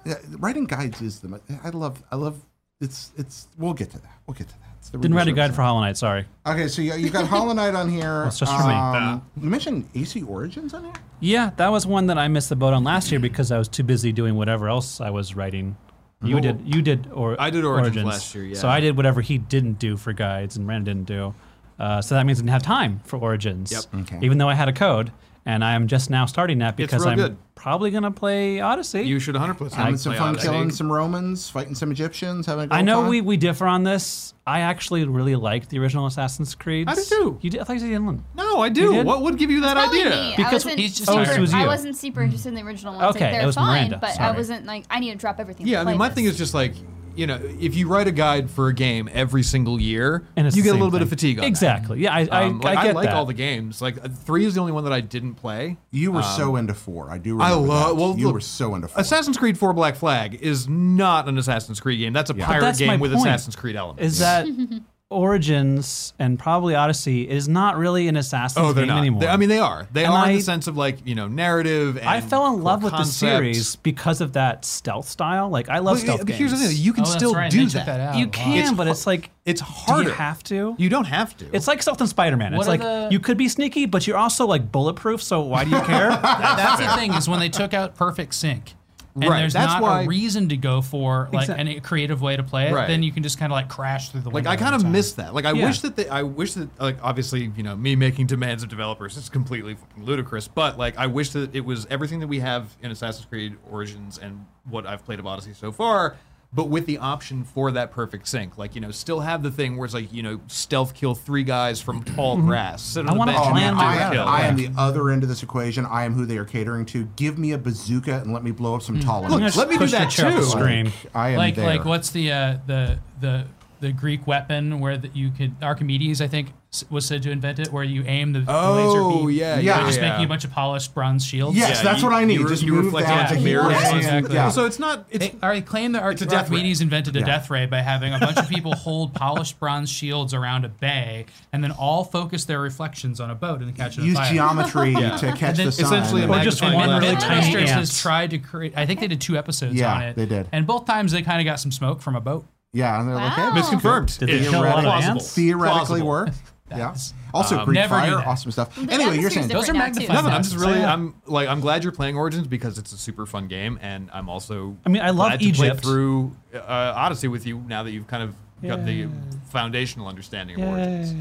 yeah, writing guides is the. mo- I love. I love. It's. It's. We'll get to that. We'll get to that. It's the
Didn't write a
research.
guide for Hollow Knight. Sorry.
Okay, so you, you've got Hollow Knight on here.
It's just for me.
Um, you mentioned AC Origins on here.
Yeah, that was one that I missed the boat on last year because I was too busy doing whatever else I was writing. You did, you did, or
Oh. I did Origins last year,
So
yeah.
I did whatever he didn't do for guides and Brandon didn't do. Uh, so that means I didn't have time for Origins.
Yep.
Okay.
Even though I had a code, and I am just now starting that because
real
I'm
good.
probably gonna play Odyssey.
You should 100 percent.
Having some fun, killing some Romans, fighting some Egyptians, having. A good
I know
time.
we, we differ on this. I actually really liked the original Assassin's Creed.
I do too.
You did? I thought you didn't.
No, I do.
did?
What would give you that
Probably
idea?
me. I
Because
wasn't
he's just
super,
tired. Oh, it was you.
I wasn't super interested in the original ones.
Okay,
like, they're
it was
fine,
Miranda.
but I
Sorry.
wasn't like I need to drop everything.
Yeah, I
to
mean,
play
my
this.
thing is just like, you know, if you write a guide for a game every single year,
And it's
you
the
get a
same
little bit of
thing.
fatigue on that.
Exactly. Yeah, I,
Um,
I,
like,
I get
like
that.
all the games. Like uh, three is the only one that I didn't play.
You were so into four. I do.
I
Remember
love.
That.
Well,
you
look,
were so into four.
Assassin's Creed 4 Black Flag is not an Assassin's Creed game. That's a pirate
that's my
game with
point.
Assassin's Creed elements.
is that Origins and probably Odyssey is not really an Assassin's
oh, they're
game
not.
anymore.
They- I mean, they are. They
And
are in
I-
the sense of like you know narrative. And
I fell in
core
love with
concepts.
the series because of that stealth style. Like I love
But,
stealth
but here's the
games.
thing: you can
Oh, that's
still
right, they
do
took
that.
that out.
you
Wow.
can,
It's
but it's like
It's
do
harder.
you have to?
You don't have to.
it's like stealth in Spider-Man.
What
It's
are
like
the-
you could be sneaky, but you're also like bulletproof. So why do you care?
That's the thing is when they took out Perfect Sync. And
Right,
there's
that's
not
why-
a reason to go for like
Exact-
any creative way to play it.
Right.
Then you can just kind of like crash through the.
Like
window
I kind
every
of
time.
miss that. Like I
Yeah.
wish that they, I wish that like obviously you know me making demands of developers is completely fucking ludicrous. But like I wish that it was everything that we have in Assassin's Creed Origins and what I've played of Odyssey so far but with the option for that perfect sync. Like, you know, still have the thing where it's like, you know, stealth kill three guys from tall grass. Sit on
I
the
wanna
bench and
plan
have
my
to
route.
I,
kill.
am, I am the other end of this equation. I am who they are catering to. Give me a bazooka and let me blow up some tall ones.
I'm gonna
let me do
push your
that
chair off the
too.
Screen.
I am
like
there.
like what's the uh, the the the Greek weapon where that you could Archimedes I think s- was said to invent it where you aim the, the laser
Oh,
beam.
yeah,
Yeah.
yeah.
By just
yeah.
making a bunch of polished bronze shields.
Yes,
Yeah,
that's
you-
what I need.
you re-
just
you
move
reflect
that
off
to
the
here
mirror.
and-
Exactly.
yeah.
So it's not, it's,
They, or they claim that Arch-
a death ray.
Archimedes invented a death ray by having a bunch of people hold polished bronze shields around a bay and then all focus their reflections on a boat and catch it on
Use
fire.
geometry
Yeah.
to catch
then
the sun.
essentially
and-
Or just
magnifying glass.
one really
And
tiny
Ministers
ant.
has tried to create. I think they did two episodes
Yeah,
on it.
they did.
and both times they kind of got some smoke from a boat.
yeah, and they're like, hey,
Wow.
Miss Confer-
confirmed.
Did they
It's
kill a lot of
plausible.
ants?
theoretically
Plausible.
work. yeah. Also, Greek
Never do
fire,
that.
awesome stuff.
The
anyway, you're
atmosphere's
saying
different
Those are
now,
magnified.
too.
Nothing.
Yeah.
I'm just really.
Yeah.
I'm like. I'm glad you're playing Origins because it's a super fun game, and I'm also.
I mean, I love
glad to play
Egypt.
through uh, Odyssey with you now that you've kind of got the foundational understanding of Origins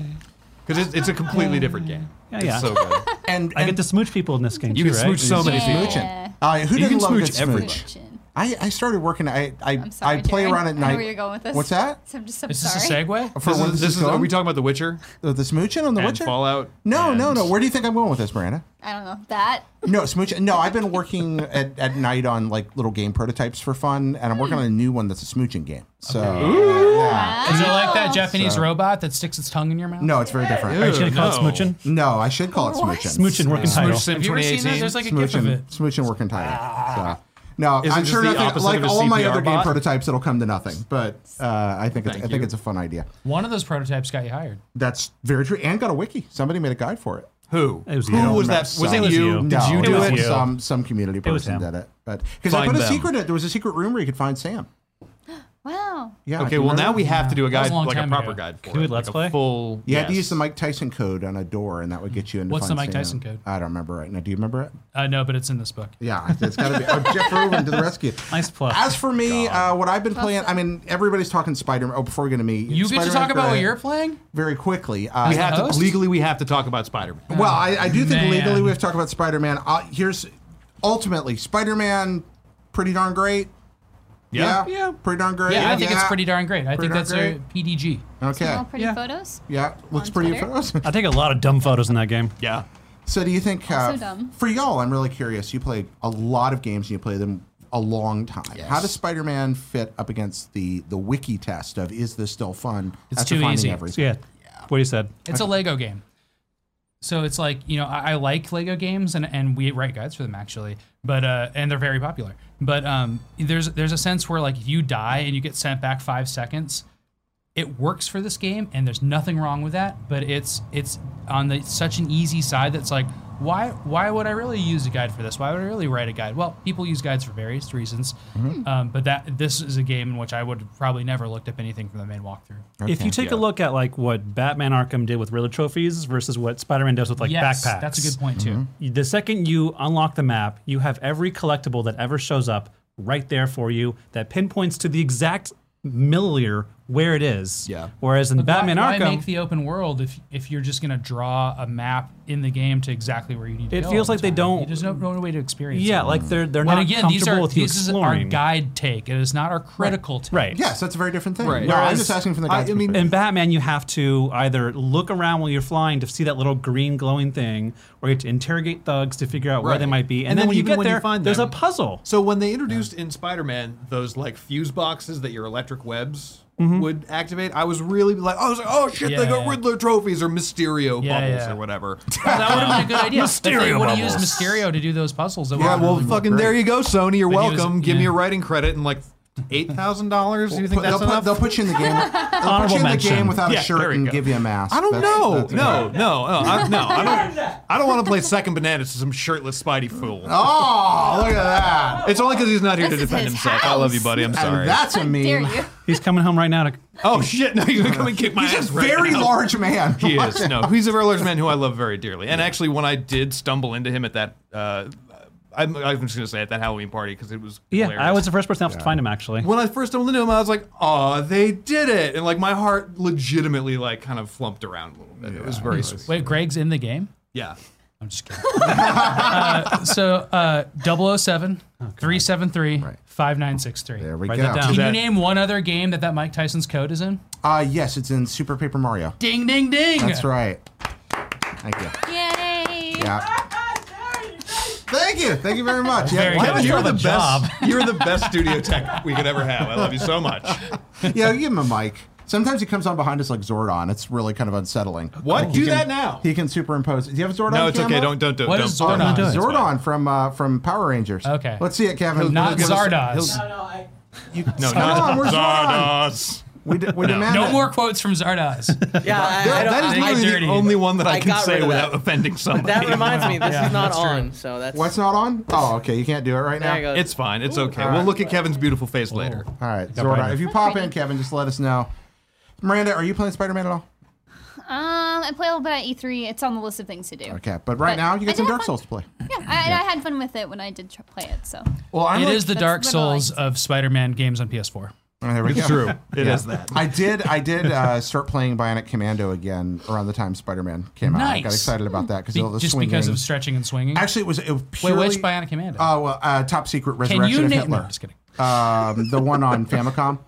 because it's, it's a completely different game.
Yeah,
it's
yeah.
so good.
And,
I get to smooch people in this game.
You
too,
can
right?
smooch so many
Yeah.
people.
smooching. All right, who
You
doesn't
can
love
smooch
a good
everything.
smooch? I, I started working. I I,
I'm sorry,
I play
Jared.
around at
I
night.
know where you're going with this.
What's that?
So I'm just. I'm
Is
sorry.
this a segue?
For
This
when
is, this is,
going?
are we talking about The Witcher
the, the smooching on the
and
Witcher?
Fallout?
No,
and-
no, no. Where do you think I'm going with this, Miranda?
I don't know that.
No, smooch. No, I've been working at, at night on like little game prototypes for fun, and I'm working on a new one that's a smooching game. So, yeah.
Is it like that
Wow.
Japanese
So-
robot that sticks its tongue in your mouth?
no, it's very different.
Are you gonna
Ew,
call
no.
it smooching?
No, I should call it
What?
smooching.
Smooching working
Smooching,
title.
Smooch Sim
Have you ever seen
2018.
that? There's like a gif of it.
smooching, smooching working title. So, no,
Is it
I'm
just
sure
the
nothing.
opposite
Like
of a
all my
CPR
other game
bot?
prototypes, it'll come to nothing. But uh, I think it's, I
Thank
think
you.
it's a fun idea.
One of those prototypes got you hired.
That's very true. And got a wiki. Somebody made a guide for it.
Who?
It was
Who
you.
was that?
That's
Was
some-
it you?
you.
Did
No,
you do
was
it?
you.
Some some community
was
person
him.
did it, but because I
Find
put a
them.
secret. in it. There was a secret room where you could find Sam.
Wow.
Yeah.
Okay,
do you
well now
remember?
we have to do a
That was
guide,
a long
like a
time
proper
ago.
guide for
we
it,
let's
like
play?
a full.
You had to
yes.
use the Mike Tyson code on a door, and that would get you into.
What's
find
the Mike
Sam.
Tyson code?
I don't remember right now. Do you remember it?
Uh, no, but it's in this book.
Yeah, it's got to be. Oh, Jeff Rubin to the rescue.
Nice plus.
As for me, uh, what I've been playing, I mean, everybody's talking Spider. Oh, before we get to me,
You get to talk about what you're playing?
very quickly. Uh,
We have to
host?
legally. We have to talk about Spider Man.
Well, I, I do think
Man.
legally we have to talk about Spider Man. Uh, here's ultimately Spider Man, pretty darn great. Yeah, pretty darn great.
Yeah, I think it's pretty darn great. I
Pretty
think
darn
that's a PDG.
Some
Okay.
all pretty
Yeah.
photos.
Yeah, looks
On
pretty
Twitter.
photos.
I take a lot of dumb photos in that game.
Yeah.
So do you think
Also
uh,
dumb.
for y'all? I'm really curious. You play a lot of games and you play them a long time. How does Spider-Man fit up against the the wiki test of is this still fun?
It's
after
too
finding
easy.
everything?
Yeah. What you said.
It's a Lego game. So it's like, you know, I, I like Lego games and, and we write guides for them actually. But uh and they're very popular. But um there's there's a sense where like if you die and you get sent back five seconds, it works for this game and there's nothing wrong with that, but it's it's on the such an easy side that's like why why would I really use a guide for this? Why would I really write a guide? Well, people use guides for various reasons.
Mm-hmm.
Um, but that this is a game in which I would have probably never looked up anything from the main walkthrough.
If you take a look at like what Batman Arkham did with Riddler trophies versus what Spider-Man does with like
yes,
backpacks, Mm-hmm.
that's a good point too.
The second you unlock the map, you have every collectible that ever shows up right there for you that pinpoints to the exact milliliter where it is.
Yeah.
Whereas in Batman
why,
Arkham,
Why make the open world if if you're just gonna draw a map in the game to exactly where you need to
It
go?
feels
all
like
the
they
time?
don't-
You just don't know a way to experience.
yeah,
it.
like they're they're
But
not
again,
comfortable
these are
with you
this is our
exploring.
guide take. It is not our critical take.
Right.
Yes, that's a very different thing.
Right.
No, I'm
Whereas-
just asking from the
I-
guys.
I mean-
In Batman, you have to either look around while you're flying to see that little green glowing thing, or you have to interrogate thugs to figure out where
Right.
they might be. And,
And
then,
then
when you
even
get
when you
there,
find
there's a
them-
puzzle.
So when they introduced in Spider Man those like fuse boxes that your electric webs would activate, I was really like, I was like, oh shit, they
Yeah,
got
yeah.
Riddler trophies or Mysterio
Yeah,
bubbles
yeah.
or whatever.
That would have been a good idea. Mysterio they would have used
bubbles.
Mysterio to do those puzzles.
yeah, well, fucking there you go, Sony. You're
But he was-
welcome. Give me
yeah.
a writing credit and like eight thousand dollars. Do you think
they'll,
that's enough?
put, they'll put you in the game. They'll put
Honorable
you in the
mention.
game without
Yeah,
a
there
shirt
we
and
go.
give you a mask.
I don't
That's-
know.
that's-
no, no, no, I, no. I don't. I don't want to play second bananas to some shirtless Spidey fool.
Oh, look at that!
It's only because he's not here
This
to
is
defend
his
himself. I
house.
love you, buddy. I'm sorry.
And that's a meme.
Dare you?
He's coming home right now to
oh shit! No, he's gonna come and kick my ass.
He's a
right
very
now.
large man.
He is. No, he's a very large man who I love very dearly. And actually, when I did stumble into him at that, uh, I'm, I'm just gonna say at that Halloween party because it was.
Yeah, I
hilarious.
was the first person out to find him actually.
When I first stumbled into him, I was like, "Oh, they did it!" And like my heart legitimately like kind of flumped around a little bit. It was very sweet.
Wait, Greg's in the game.
Yeah.
I'm just kidding. uh, so uh, 007, 373, 5963.
There we
Write
go.
that down.
Can you
That-
name one other game that that Mike Tyson's code is in?
Uh, yes, it's in Super Paper Mario.
Ding, ding, ding.
That's right. Thank you.
Yay!
Yeah. Thank you. Thank you very much.
Very
Yeah,
good.
why
You
You're
have
the
a job.
best. You're the best studio tech we could ever have. I love you so much.
would- yeah, give him a mic. Sometimes he comes on behind us like Zordon. It's really kind of unsettling.
What?
He
Do
can-
that now.
He can superimpose. Do you have a Zordon?
No, it's
cam
okay.
up?
Don't don't don't.
What
don't,
is
don't-
Zordon?
it's fine.
Zordon from uh, from Power Rangers.
Okay.
Let's see it, Kevin.
Not
Give us-
Zardoz.
No,
Zordon,
not
we're Zordon.
Zardoz.
We, d- we demand
No
it.
more quotes from Zardoz.
Yeah, I, I don't,
that is
I-
literally
You're
dirty.
the only one that I,
I
can
got
say
rid of that.
without offending somebody.
that reminds me, this is not
that's true.
on. So that's
What's not on? Oh, okay. You can't do it right now.
there it goes.
it's fine. It's okay. We'll look at Kevin's beautiful face later.
All right,
Got Brandon.
Zordon. If you pop in, Kevin, just let us know. Miranda, are you playing Spider Man at all?
Um, I play a little bit at E3. It's on the list of things to do.
Okay, but right
But
now you got
I did
some
have
Dark
fun.
Souls to play.
Yeah, I, and I had fun with it when I did tr- play it. So
Well, I'm
It
like-
is the
That's
Dark
literally-
Souls of Spider-Man games on PS4.
Oh, there we go.
True. It is
Yeah.
that.
I did. I did uh, start playing Bionic Commando again around the time Spider Man came out. I got
Nice.
excited about that because
Be-
all the
just
swinging.
because of stretching and swinging.
Actually, it was it was
Wait,
purely.
which Bionic Commando?
Oh, well, uh, top secret
Can
resurrection
you
of
name? No,
Hitler.
just kidding.
um, the one on Famicom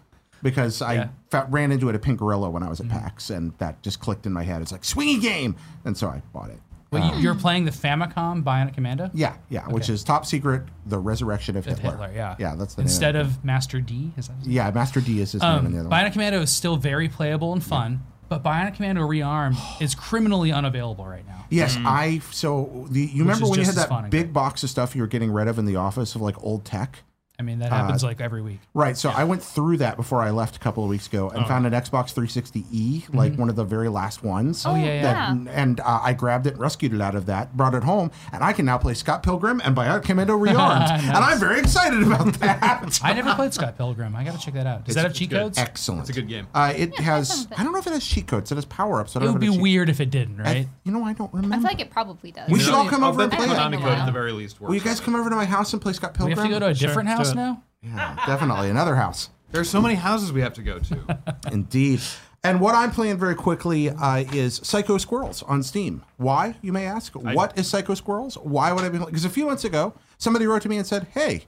because I
Yeah. Mm.
fa- ran into it at Pink Gorilla when I was at PAX, and that just clicked in my head. It's like swingy game, and so I bought it.
Well, you- you're playing the Famicom Bionic Commando.
Uh, Yeah, yeah, which is top secret: the resurrection of Hitler.
Hitler, yeah.
yeah, that's the
Instead
name.
of Master D, is that? his name?
yeah, Master D is his name.
Um,
in the other one.
Bionic Commando is still very playable and fun, but Bionic Commando Rearmed is criminally unavailable right now.
Yes, I so the you remember
Mm. is
when you had
just as
that
fun, I
big
guess.
box of stuff you were getting rid of in the office of like old tech.
I mean, that
Uh,
happens like every week.
Right, so I went through that before I left a couple of weeks ago
Oh.
and found an Xbox 360e, like one of the very last ones. Oh
Mm-hmm. yeah,
That,
yeah.
And uh, I grabbed it, rescued it out of that, brought it home, and I can now play Scott Pilgrim and Bionic Commando Rearmed, and I'm very excited about that.
I never played Scott Pilgrim. I got to check that out. Does that have cheat
good.
codes? It
Excellent.
It's a good game.
Uh, it has.
something.
I don't know if it has cheat codes. It has power ups. It
would be weird if it didn't, right?
You know, I don't
I
remember.
feel like it probably does.
we should all
No,
come
I'll
over and
bet
play
the
it.
Konami
Konami
Yeah.
code at the very least works.
Will you guys come over to my house and play Scott
we
Pilgrim?
have to go to a different
do
house
it.
now.
Yeah, definitely another house.
There's so many houses we have to go to. Oh,
Indeed. And what I'm playing very quickly uh, is Psycho Squirrels on Steam. Why, you may ask? what is Psycho Squirrels? Why would I be playing? Because a few months ago, somebody wrote to me and said, "Hey,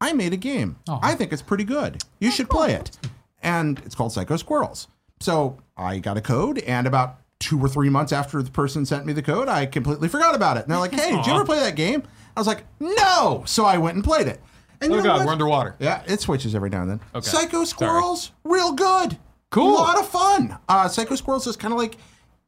I made a game.
Oh.
I think it's pretty good. You should play it." And it's called Psycho Squirrels. So I got a code, and about two or three months after the person sent me the code, I completely forgot about it. And they're like, "Hey, did you ever play that game?" I was like, "No." So I went and played it. And
Oh
you know
god,
what?
we're underwater.
Yeah, it switches every now and then. Psycho Squirrels, real good.
Cool.
A lot of fun. Uh, Psycho Squirrels is kind of like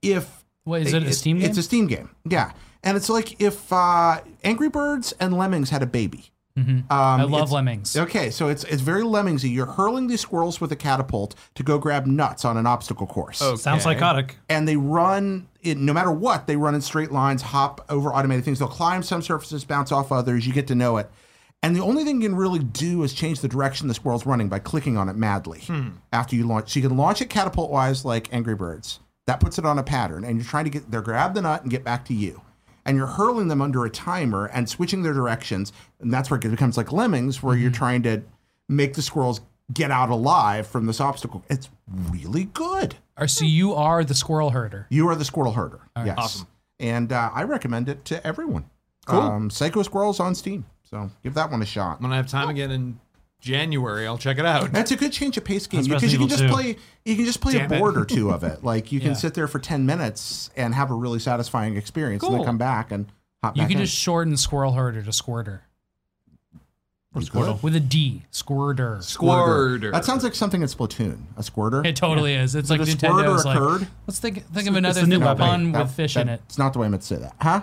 if.
Wait, is it a Steam
It's
game?
a Steam game. Yeah. And it's like if uh, Angry Birds and Lemmings had a baby.
I love
Um, it's-
lemmings.
Okay, so it's it's very Lemmingsy. You're hurling these squirrels with a catapult to go grab nuts on an obstacle course.
Oh,
Sounds psychotic.
And they run in no matter what, they run in straight lines, hop over automated things. They'll climb some surfaces, bounce off others. You get to know it. And the only thing you can really do is change the direction the squirrel's running by clicking on it madly after you launch. So you can launch it catapult wise like Angry Birds. That puts it on a pattern, and you're trying to get there, grab the nut and get back to you. And you're hurling them under a timer and switching their directions. And that's where it becomes like lemmings, where you're trying to make the squirrels get out alive from this obstacle. It's really good.
Or
Hmm.
so you are the squirrel herder.
You are the squirrel herder. Yes.
Awesome.
And uh, I recommend it to everyone. Cool. Um, Psycho Squirrels on Steam. So give that one a shot.
When I have time again in January, I'll check it out.
That's a good change of pace game
That's
because you can
Resident
just
Evil
play you can just play
Damn
a
it.
board or two of it. Like you can
Yeah.
sit there for ten minutes and have a really satisfying experience, and then
Cool.
come back and hop
You
back
can
in.
just shorten squirrel herder to squirter
You could.
with a D. Squirter.
Squirter.
That sounds like something in Splatoon. A squirter.
It totally is. It's like
a squirter
Nintendo's
a
like.
curd?
Let's think think of
it's
another
a new
thing
weapon.
pun
That-
with fish in
that-
it.
It's not the way I meant to say that, huh?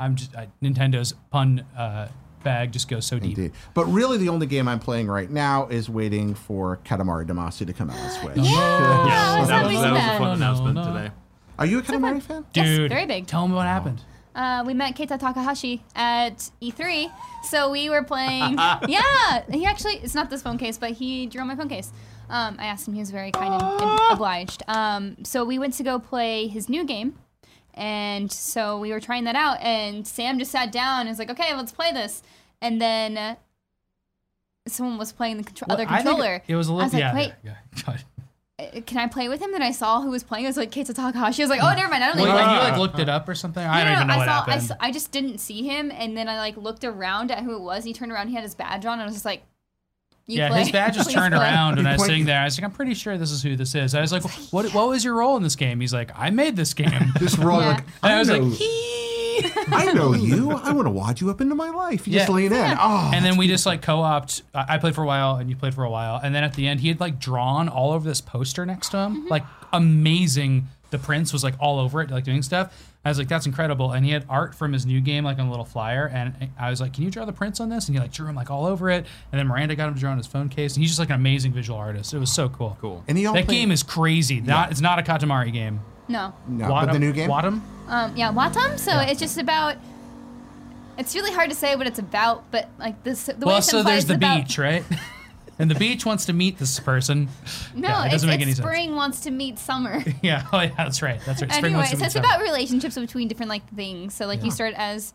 I'm just I, Nintendo's pun uh, bag just goes so deep.
Indeed. But really, the only game I'm playing right now is waiting for Katamari Damacy to come out on Switch.
Yeah, I
that, was,
was having
that was a
that.
fun announcement
No, no.
today.
Are you a Katamari fan?
Yes,
Dude,
very big.
Tell him what happened.
Uh, we met Keita Takahashi at E3, so we were playing. yeah, he actually, it's not this phone case, but he drew on my phone case. Um, I asked him, he was very kind and, and
Ah.
obliged. Um, so we went to go play his new game, and so we were trying that out, and Sam just sat down and was like, okay, let's play this. And then uh, someone was playing the contro- other
Well, I think
controller.
It was a
I
little.
was like,
yeah,
wait,
yeah, yeah. God.
uh, can I play with him? Then I saw who was playing. It was like Keita Takahashi. I was like, oh, never mind. I don't
Like,
think
like,
I
you like looked it up or something. I don't
No, no,
even know
I
what
saw, I,
happened.
s- I just didn't see him, and then I like looked around at who it was. And he turned around. He had his badge on, and I was just like, you
yeah,
play.
his badge just
Please
turned
play."
around, and I was
point-
sitting there. I was like, I'm pretty sure this is who this is. I was like, what What was your role in this game? He's like, I made this game.
This role,
Yeah.
like,
And I was
know,
like, "Hee."
I know you. I want to wad you up into my life. You just
Yeah.
lean in. Oh,
and then we just like co-opt. I I played for a while, and you played for a while, and then at the end, he had like drawn all over this poster next to him, like amazing. The prince was like all over it, like doing stuff. I was like, "That's incredible!" And he had art from his new game, like on a little flyer, and I was like, "Can you draw the prince on this?" And he like drew him like all over it. And then Miranda got him to draw on his phone case, and he's just like an amazing visual artist. It was so cool.
Cool.
And he all
that
played-
game is crazy. Not it's not a Katamari game.
No,
no,
Wad-
but the new game.
Wadum?
um, yeah, Watam. So it's just about. It's really hard to say what it's about, but like this, the way
Well,
it's
so
implied
there's
is
the
about,
beach, right? and the beach wants to meet this person.
No,
Yeah, it
it's,
doesn't make
it's
any sense.
spring wants to meet summer.
Yeah, oh yeah, that's right. That's right. Spring
anyway,
wants
so
to meet
it's
summer.
about relationships between different like things. So like you start as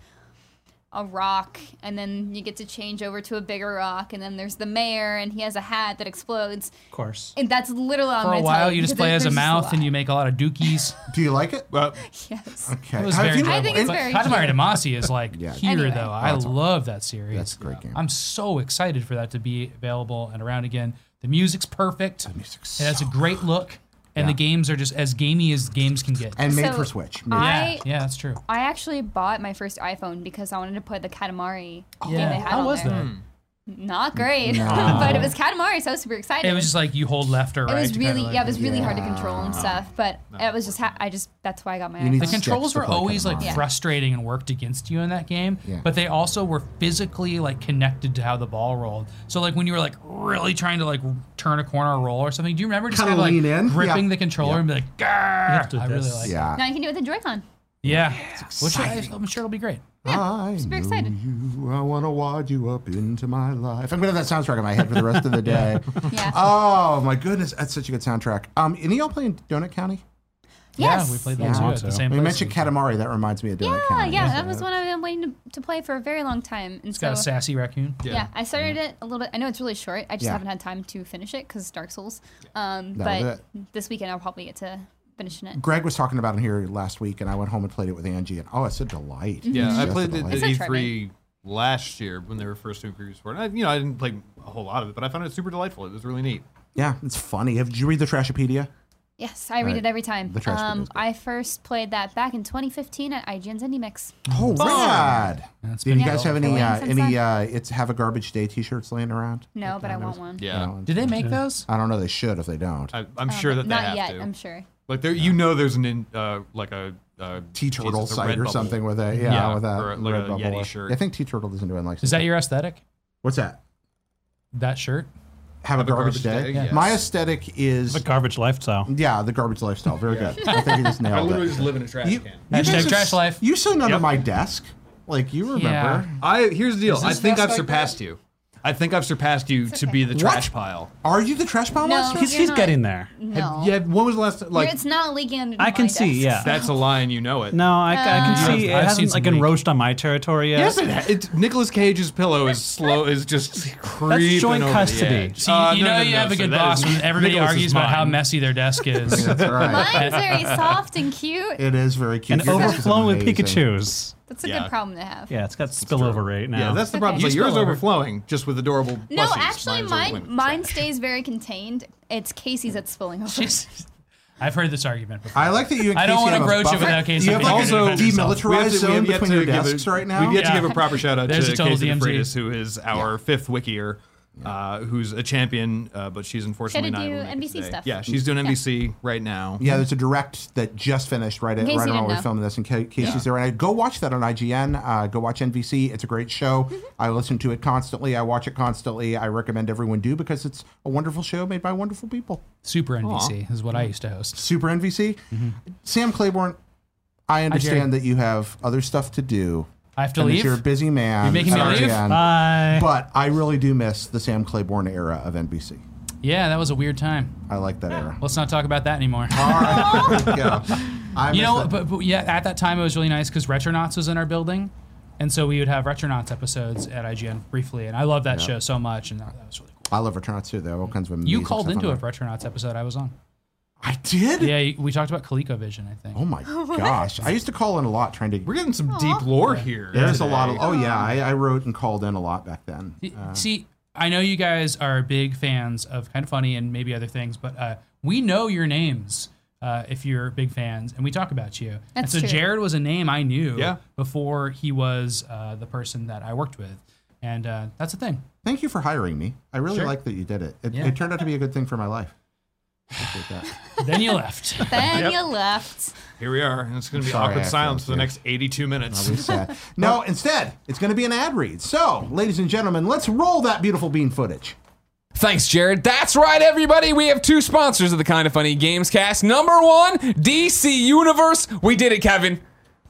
a rock, and then you get to change over to a bigger rock, and then there's the mayor, and he has a hat that explodes,
Of course.
and that's literally all I'm
for a
gonna
while.
tell
You just
because
play as a
there's just
mouth
lot.
and you make a lot of dookies.
Do you like it?
Well,
Yes.
Okay.
It was
Have
very
you-
I think it's
and-
very
Katamari
cute.
Damacy is like
Yeah.
here
Anyway.
though. I
that's a-
love that series.
That's a great game.
I'm so excited for that to be available and around again. The music's perfect. The
music's
it has a great look, and the games are just as gamey as games can get.
and made
So,
for Switch.
I-
yeah, yeah, that's true.
I actually bought my first iPhone because I wanted to put the Katamari game
Oh, yeah,
they had
how
on
was
there.
Hmm.
that?
Not great, but it was Katamari, so I was super excited.
It was just like you hold left or
It
right.
was
to kinda,
really
like-
yeah, it was really hard to control and stuff, but it was just ha- I just that's why I got my
You need
iPhone.
to-
the controls
Steps to
were
play
always like
Katamari.
Yeah.
frustrating and worked against you in that game
Yeah.
but they also were physically like connected to how the ball rolled so like when you were like really trying to like turn a corner or roll or something do you remember just
Kinda
kind of like
lean in?
gripping
Yeah.
the controller and be like "Grr,
do
i really
this.
like
yeah.
Now you can do it with a Joy-Con.
yeah, Which I, am sure it'll be great
I
super
know
excited.
You, I want to wad you up into my life. I'm gonna have that soundtrack in my head for the rest of the day.
Yeah.
Oh my goodness, that's such a good soundtrack. Um, any of y'all playing Donut County?
yes.
yeah we played
Yeah.
that too at
So.
the same
We
place.
mentioned Katamari. That reminds me of Donut
Yeah,
County.
yeah, that was one I've been waiting to, to play for a very long time. And
it's
so,
got a sassy raccoon
yeah. I started it a little bit. I know it's really short. I just
Yeah.
haven't had time to finish it because Dark Souls. Um,
That was
but this weekend I'll probably get to finishing it.
Greg was talking about it here last week, and I went home and played it with Angie, and oh, it's a delight.
Yeah,
It's
I
just
Mm-hmm.
a
played it
delight.
at
It's a
E3
trip,
last year when they were first doing previews for it. And I, you know, I didn't play a whole lot of it, but I found it super delightful. It was really neat.
Yeah, it's funny. Have did you read the Trashopedia?
Yes, I read
Right.
it every time.
The trash
um,
video's good.
I first played that back in 2015 at IGN's Indie Mix.
Oh, rad!
That's
Do you
been
guys have any
going
uh,
since
any
then.
uh, it's have a garbage day T-shirts laying around?
No, but I want one.
Yeah,
No,
did they make those
I don't know. They should if they don't.
I, I'm sure that they
Um, Not
have
yet,
to.
I'm sure.
Like there, you know, there's an in, uh, like a, uh
T Turtle
Jesus, a
site or
Redbubble.
something with a yeah,
Yeah,
with a
or like
red
a
bubble.
Yeti
or-
shirt.
I think T Turtle doesn't do it like
is that your aesthetic
what's that?
that shirt
Have, a
Have a
garbage,
garbage
day.
day, yes.
My aesthetic is
The garbage lifestyle.
yeah, the garbage lifestyle. Very good. I think you just
I
nailed
literally
it.
just live in a trash can.
Hashtag
guys have
trash
s-
life.
You sit under
Yep.
my desk, like you remember.
Yeah.
I here's the deal. I
this
think
just
I've
like
surpassed you. I think I've surpassed you to
okay.
be the trash pile.
Are you the trash pile
No.
monster?
He's,
you're
he's
not-
getting there.
No.
Yeah. When was the last like
it's not leaking under
I
my
can
desk.
see, yeah.
that's a line? You know it.
No, I, I can
Uh,
see it
I've seen
hasn't
some
like been
leak.
roached on my territory yet.
Yes, it, it. Nicholas Cage's pillow is slow. Is just creeping
joint
over the
custody.
edge.
so you,
Uh,
you
no,
know
no,
you
no,
have a
so
good
that
boss
is-
when everybody
Nicholas is
argues about how
mine.
messy their desk is
That's right.
Mine's very soft and cute.
It is very cute.
and
Your desk is
overflowing with
amazing.
Pikachu's.
That's a
Yeah.
good problem to have.
Yeah, it's got spillover rate now.
Yeah, that's the
Okay.
problem.
You
So yours
spill over.
overflowing just with adorable.
No,
plushies.
actually,
Mine's
mine
overflowing.
mine stays very contained. It's Casey's that's spilling over.
Jeez. I've heard this argument before.
I like that you. and
I don't
Casey
wanna
have a
broach it
buffer.
without Casey
You have like
Also,
a
defending
himself.
We have
demilitarized
to- we
zone
have yet
between
to
your
give a-
desks right now.
We've yet
Yeah.
to give a proper shout out
There's
to
a total
Casey
DMZ.
DeFreitas, who is our fifth wikier, uh, who's a champion, uh, but she's unfortunately
Gotta
not
do
able to make it
NBC
today.
stuff.
Yeah, she's doing NBC right now.
Yeah, there's a direct that just finished right at,
case
right
you
around
didn't
we're
know.
filming this. In ca- case she's there, and I go watch that on IGN. Uh, go watch NVC. It's a great show. I listen to it constantly. I watch it constantly. I recommend everyone do because it's a wonderful show made by wonderful people.
Super NBC is what I used to host.
Super NVC.
Mm-hmm.
Sam Claiborne, I understand that you have other stuff to do.
I have to
and that
leave?
You're a busy man.
You're making
at
me leave?
IGN,
Bye.
But I really do miss the Sam Claiborne era of NBC.
Yeah, that was a weird time.
I like that era.
Let's not talk about that anymore.
All right, there you go. I miss
You know,
that.
but, but yeah, at that time it was really nice because Retronauts was in our building, and so we would have Retronauts episodes at IGN briefly, and I love that show so much, and that, that was really cool.
I love Returnouts too. There are all kinds of amazing
You called
stuff on
into
there.
a Retronauts episode I was on.
I did.
Yeah, you- we talked about ColecoVision, I think.
Oh my gosh! I used to call in a lot trying to.
We're getting some deep lore here.
There's a
today.
lot of. Oh yeah, I, I wrote and called in a lot back then.
Y- See, I know you guys are big fans of kind of funny and maybe other things, but uh, we know your names uh, if you're big fans, and we talk about you. and
That's
so
true.
Jared was a name I knew
Yeah.
before he was uh, the person that I worked with, and uh, that's a thing.
Thank you for hiring me. I really
Sure.
like that you did it. It,
Yeah.
it turned out to be a good thing for my life. Appreciate that.
then you left.
Then you left.
Here we are, and it's going to be
Sorry, I
awkward
have to
silence for the
answer.
next 82 minutes.
That'll be sad. no, instead, it's going to be an ad read. So, ladies and gentlemen, let's roll that beautiful bean footage.
Thanks, Jared. That's right, everybody. We have two sponsors of the Kind of Funny Games cast. Number one, DC Universe. We did it, Kevin.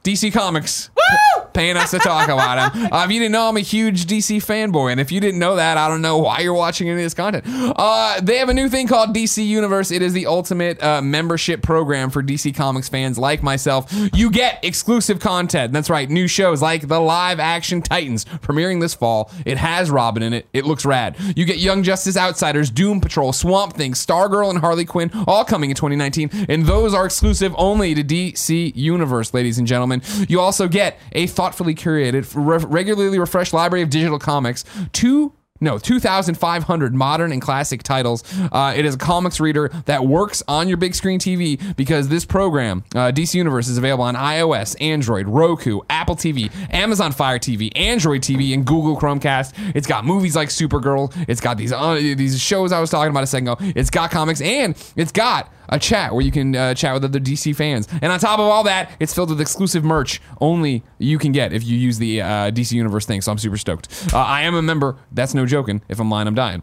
DC Comics. Woo! Paying us to talk about them. Uh, if you didn't know, I'm a huge DC fanboy, and if you didn't know that, I don't know why you're watching any of this content. Uh, they have a new thing called DC Universe. It is the ultimate uh, membership program for DC Comics fans like myself. You get exclusive content. That's right, new shows like the live action Titans premiering this fall. It has Robin in it. It looks rad. You get Young Justice Outsiders, Doom Patrol, Swamp Thing, Stargirl, and Harley Quinn, all coming in 2019. And those are exclusive only to DC Universe, ladies and gentlemen. You also get a thoughtfully curated, re- regularly refreshed library of digital comics, two no, 2,500 modern and classic titles. Uh, it is a comics reader that works on your big screen TV because this program, uh, DC Universe, is available on iOS, Android, Roku, Apple TV, Amazon Fire TV, Android TV, and Google Chromecast. It's got movies like Supergirl. It's got these uh, these shows I was talking about a second ago. It's got comics and it's got a chat where you can uh, chat with other DC fans. And on top of all that, it's filled with exclusive merch only you can get if you use the uh, DC Universe thing. So I'm super stoked. Uh, I am a member. That's no joking. If I'm lying, I'm dying.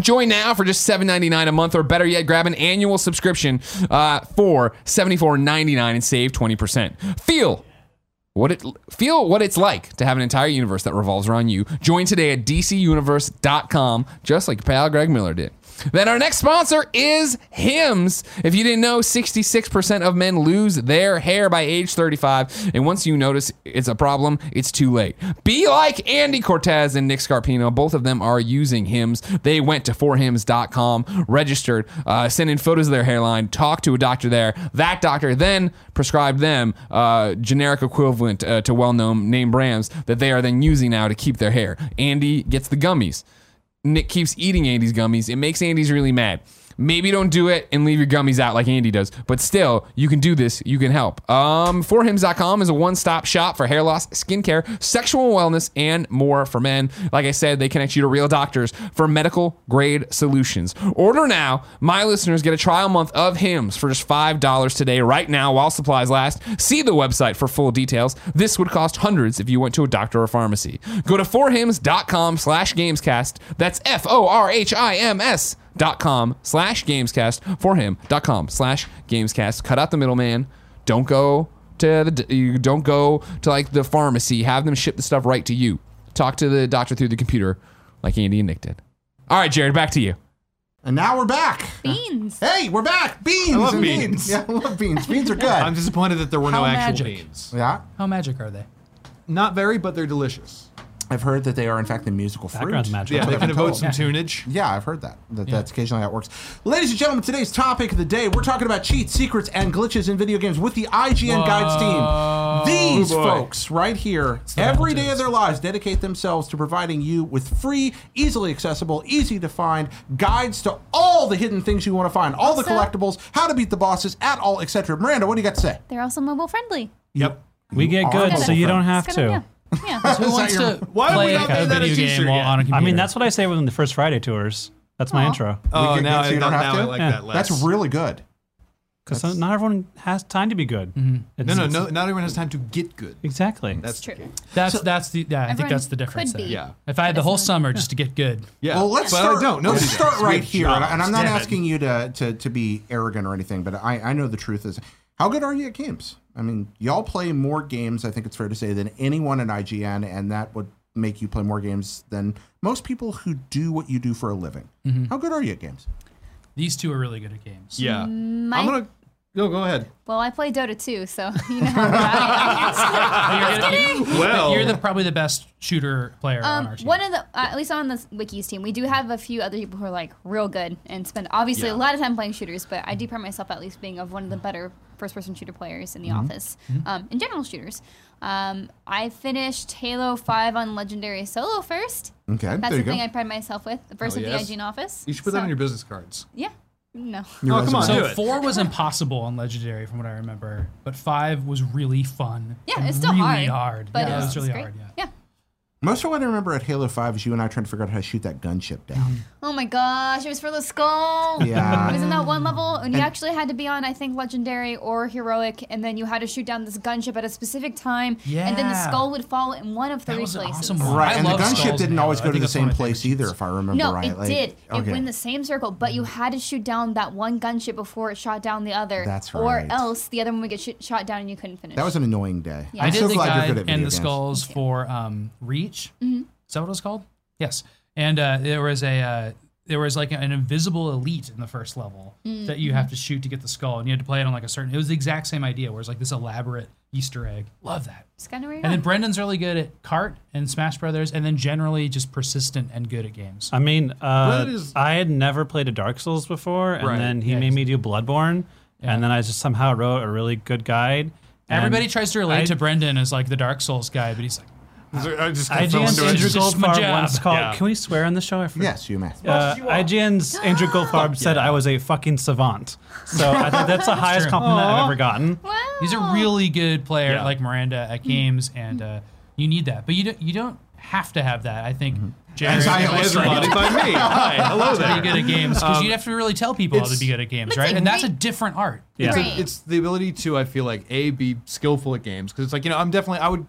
Join now for just $7.99 a month, or better yet, grab an annual subscription uh, for $74.99 and save 20%. Feel what it feel what it's like to have an entire universe that revolves around you. Join today at dcuniverse.com, just like pal Greg Miller did. Then our next sponsor is Hims. If you didn't know, 66% of men lose their hair by age 35, and once you notice it's a problem, it's too late. Be like Andy Cortez and Nick Scarpino. Both of them are using Hims. They went to forhims.com, registered, uh, sent in photos of their hairline, talked to a doctor there. That doctor then prescribed them uh, generic equivalent uh, to well-known name brands that they are then using now to keep their hair. Andy gets the gummies. Nick keeps eating Andy's gummies. It makes Andy's really mad. Maybe don't do it and leave your gummies out like Andy does, but still, you can do this. You can help. Um, forhims.com is a one stop shop for hair loss, skincare, sexual wellness, and more for men. Like I said, they connect you to real doctors for medical grade solutions. Order now. My listeners get a trial month of Hims for just $5 today, right now, while supplies last. See the website for full details. This would cost hundreds if you went to a doctor or pharmacy. Go to forhims.com slash gamescast. That's F O R H I M S dot com slash gamescast. Forhim.com slash gamescast. Cut out the middleman. Don't go to the you don't go to like the pharmacy. Have them ship the stuff right to you. Talk to the doctor through the computer like Andy and Nick did. All right, Jared, back to you.
And now we're back.
Beans.
Hey, we're back. Beans.
love
and
beans.
Yeah, I love beans. Beans are good.
I'm disappointed that there were no
How
actual
magic.
beans.
yeah.
How magic are they?
Not very, but they're delicious.
I've heard that they are, in fact, the musical fruit.
Background's magical.
Yeah,
That's
they
what
can
I've been
evoke
told.
some tunage.
Yeah, I've heard that. that That's occasionally how it works. Ladies and gentlemen, today's topic of the day, we're talking about cheats, secrets, and glitches in video games with the IGN Guides team. These
boy.
folks right here, every day of their lives, dedicate themselves to providing you with free, easily accessible, easy to find guides to all the hidden things you want to find, all the
Also-
collectibles, how to beat the bosses, at all, etc. Miranda, what do you got to say?
They're also mobile friendly.
Yep.
We get
are
good, so
mobile
you don't have
It's
to.
gonna- Yeah. yeah.
Who wants
your-
to
Why have we
play
not made
a
that a
video
teaser
game while
yet?
on a computer?
I mean, that's what I say when the first Friday tours. That's my
Aw.
intro.
Oh,
get
now,
good, so
I,
you don't
now,
have to?
I like
Yeah.
that less.
That's really good.
Because not everyone has time to be good.
No,
It's-
no,
it's-
no. Not everyone has time to get good.
Exactly.
It's true.
Mm-hmm. that's that's the yeah. I think
Everyone
that's the difference.
could
there.
be.
Yeah.
If I had the whole summer just to get good,
Yeah.
Well, let's
but
start.
I don't. Nobody
let's
does.
start
We
right
have
here, and, I- and I'm not
jobs.
asking you to, to to be arrogant or anything, but I I know the truth is, how good are you at games? I mean, y'all play more games. I think it's fair to say than anyone in IGN, and that would make you play more games than most people who do what you
Mm-hmm.
do for a living. How good are you at games?
these two are really good at games.
Yeah.
My
I'm gonna No, go ahead.
Well, I play Dota too, so you know. how bad I am.
You're, you-
Well,
you're the, probably the best shooter player on our
um,
team.
one of the, uh, at least on the wikis team, we do have a few other people who are like real good and spend obviously
Yeah.
a lot of time playing shooters. But I do pride myself at least being of one of the better first-person shooter players in the
Mm-hmm.
office, um, in general shooters. Um, I finished Halo Five on Legendary solo first.
Mm.
Okay,
That's
there you
the thing
go.
I pride myself with.
Oh,
The first
Hell
of
yes.
the IGN office.
you should put
So-
that on your business cards.
Yeah. No.
Your
Oh, come on.
resume.
do
so
it.
four was impossible on legendary, from what I remember, but five was really fun.
Yeah,
and
it's still
really
hard,
hard.
but
yeah,
it's-
it was really
it's great.
hard. Yeah.
Yeah.
Most of what I remember at Halo 5 is you and I trying to figure out how to shoot that gunship down.
Mm-hmm.
Oh my gosh, it was for the skull.
Yeah.
It was in that one level, and you actually had to be on, I think, legendary or heroic, and then you had to shoot down this gunship at a specific time, and then the
Yeah.
skull would fall in one of three
That was an
places.
awesome one.
Right,
I
and the
love
gunship
skulls
didn't
in
always go
Halo. I
to
think
the
that's one
same
of my
place
favorite
either,
shoots.
if I remember
No,
right.
it
Like,
did. It
okay.
went the same circle, but you had to shoot down that one gunship before it shot down the other.
That's
Or
right.
else the other one would get sh- shot down and you couldn't finish.
That was an annoying day.
Yeah.
I'm
I did
so
the
glad you're
guide
good at video
and the
games.
skulls for um, Reach.
Mm-hmm.
Is that what it was called? Yes. And uh, there was a uh, there was like an invisible elite in the first level
Mm,
that you
mm-hmm.
have to shoot to get the skull, and you had to play it on like a certain. It was the exact same idea, where it's like this elaborate Easter egg. Love that.
It's kind of weird.
And then Brendan's really good at Cart and Smash Brothers, and then generally just persistent and good at games.
I mean, uh,
Blood is-
I had never played a Dark Souls before, and
Right.
then he
Yeah,
made me do Bloodborne, and then I just somehow wrote a really good guide. and
Everybody tries to relate
I-
to Brendan as like the Dark Souls guy, but he's like,
I just
IGN's
into it.
Andrew
It's just my
Goldfarb
job.
once called.
Yeah.
Can we swear on the show? I forgot.
Yes, you may.
Uh, IGN's Andrew Goldfarb said I was a fucking savant. So I think that's the highest
true.
compliment I've ever gotten.
wow.
He's a
Oh.
really good player,
Yeah.
like Miranda at games, and uh, you need that. But you don't you don't have to have that. I think
Mm-hmm.
Jared
As I
and
am
myself
surrounded
by me. Hi, hello
are
there.
pretty good at games because you'd have to really tell people how to
Um, it's-
be good at games,
That's
right?
like
and that's a
me-
different art.
Yeah.
Right.
It's the ability to, I feel like, a be skillful at games because it's like you know I'm definitely I would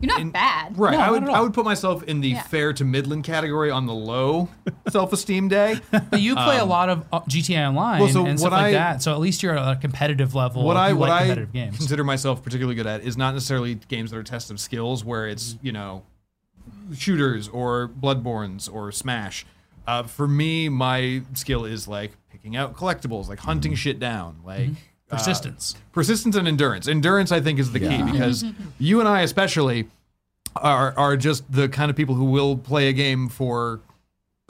You're not
in-
bad.
Right.
No,
I
not
would
at all.
I would put myself in the
Yeah.
fair to midland category on the low self-esteem day.
But you play a lot of uh, GTA Online
Um, well, so
and stuff
what
like
I-
that, so at least you're at a competitive level.
What
if
I
you
what
like
I
competitive games.
consider myself particularly good at is not necessarily games that are tests of skills where it's, you know, shooters or bloodborns or smash. Uh, for me, my skill is like picking out collectibles, like hunting
Mm-hmm.
shit down, like uh,
Persistence.
persistence and endurance. Endurance, I think, is the key because you and I, especially, are are just the kind of people who will play a game for.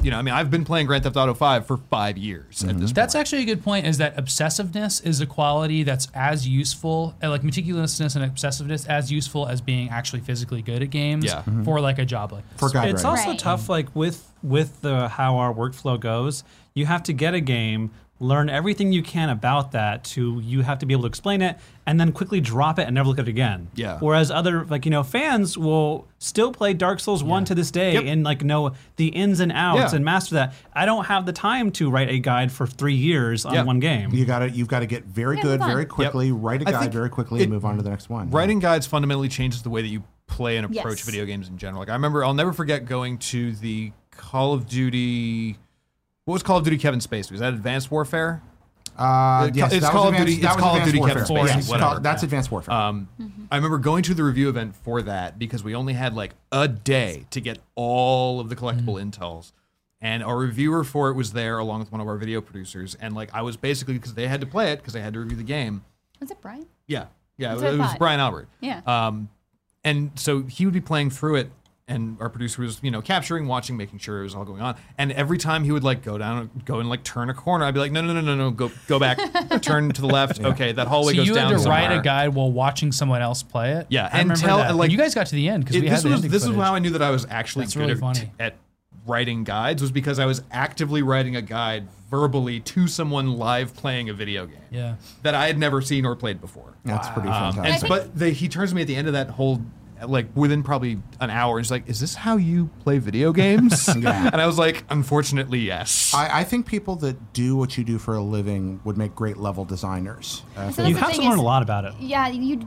You know, I mean, I've been playing Grand Theft Auto Five for five years at this
Mm-hmm. That's
point.
actually a good point. Is that obsessiveness is a quality that's as useful, uh, like meticulousness and obsessiveness, as useful as being actually physically good at games
Yeah.
for like a job like this.
For God,
It's
right.
also
Right.
tough, like with with the how our workflow goes. You have to get a game, learn everything you can about that. To you have to be able to explain it, and then quickly drop it and never look at it again.
Yeah.
Whereas other like you know fans will still play Dark Souls one to this day
Yep.
and like know the ins and outs
Yeah.
and master that. I don't have the time to write a guide for three years on
Yeah.
one game.
You got to you've got to get very
Yeah,
good
move on.
very quickly, write a
I
guide
think
very quickly and
it-
move on to the next one.
Writing guides fundamentally changes the way that you play and approach
Yes.
video games in general. Like I remember, I'll never forget going to the Call of Duty. What was Call of Duty Kevin Spacey? Was that Advanced Warfare?
Uh,
It-
yes,
it's
that was
Call of
Advanced-
Duty-
that
it's
was
Call of
Advanced
Duty
Warfare.
Kevin Spacey,
Yes, it's
whatever.
called- that's Advanced Warfare.
Um, I remember going to the review event for that because we only had like a day to get all of the collectible intels. And our reviewer for it was there along with one of our video producers. And like I was basically because they had to play it because they had to review the game.
Was it Brian?
Yeah. Yeah. It
That's
was,
what I
it was
thought.
Brian Albert.
Yeah.
Um, and so he would be playing through it, and our producer was, you know, capturing, watching, making sure it was all going on. And every time he would like go down, go and like turn a corner, I'd be like, no, no, no, no, no, go, go back, turn to the left. Okay, that hallway
So
goes
you
down.
had to write
somewhere.
a guide while watching someone else play it.
Yeah,
I
and
remember
tell-
that.
like-
And you guys got to the end because
It-
we
this
had the
was
ending
this
footage.
is how I knew that I was actually
That's
good
really
at,
funny.
at writing guides was because I was actively writing a guide verbally to someone live playing a video game
Yeah.
that I had never seen or played before.
that's pretty
Um,
fantastic.
and
I
but they, he turns to me at the end of that whole, like within probably an hour, and he's like, "Is this how you play video games?" And I was like, "Unfortunately, yes."
I, I think people that do what you do for a living would make great level designers. Uh,
So
if
That's
You
the
have to
thing
learn
is-
a lot about it.
yeah, you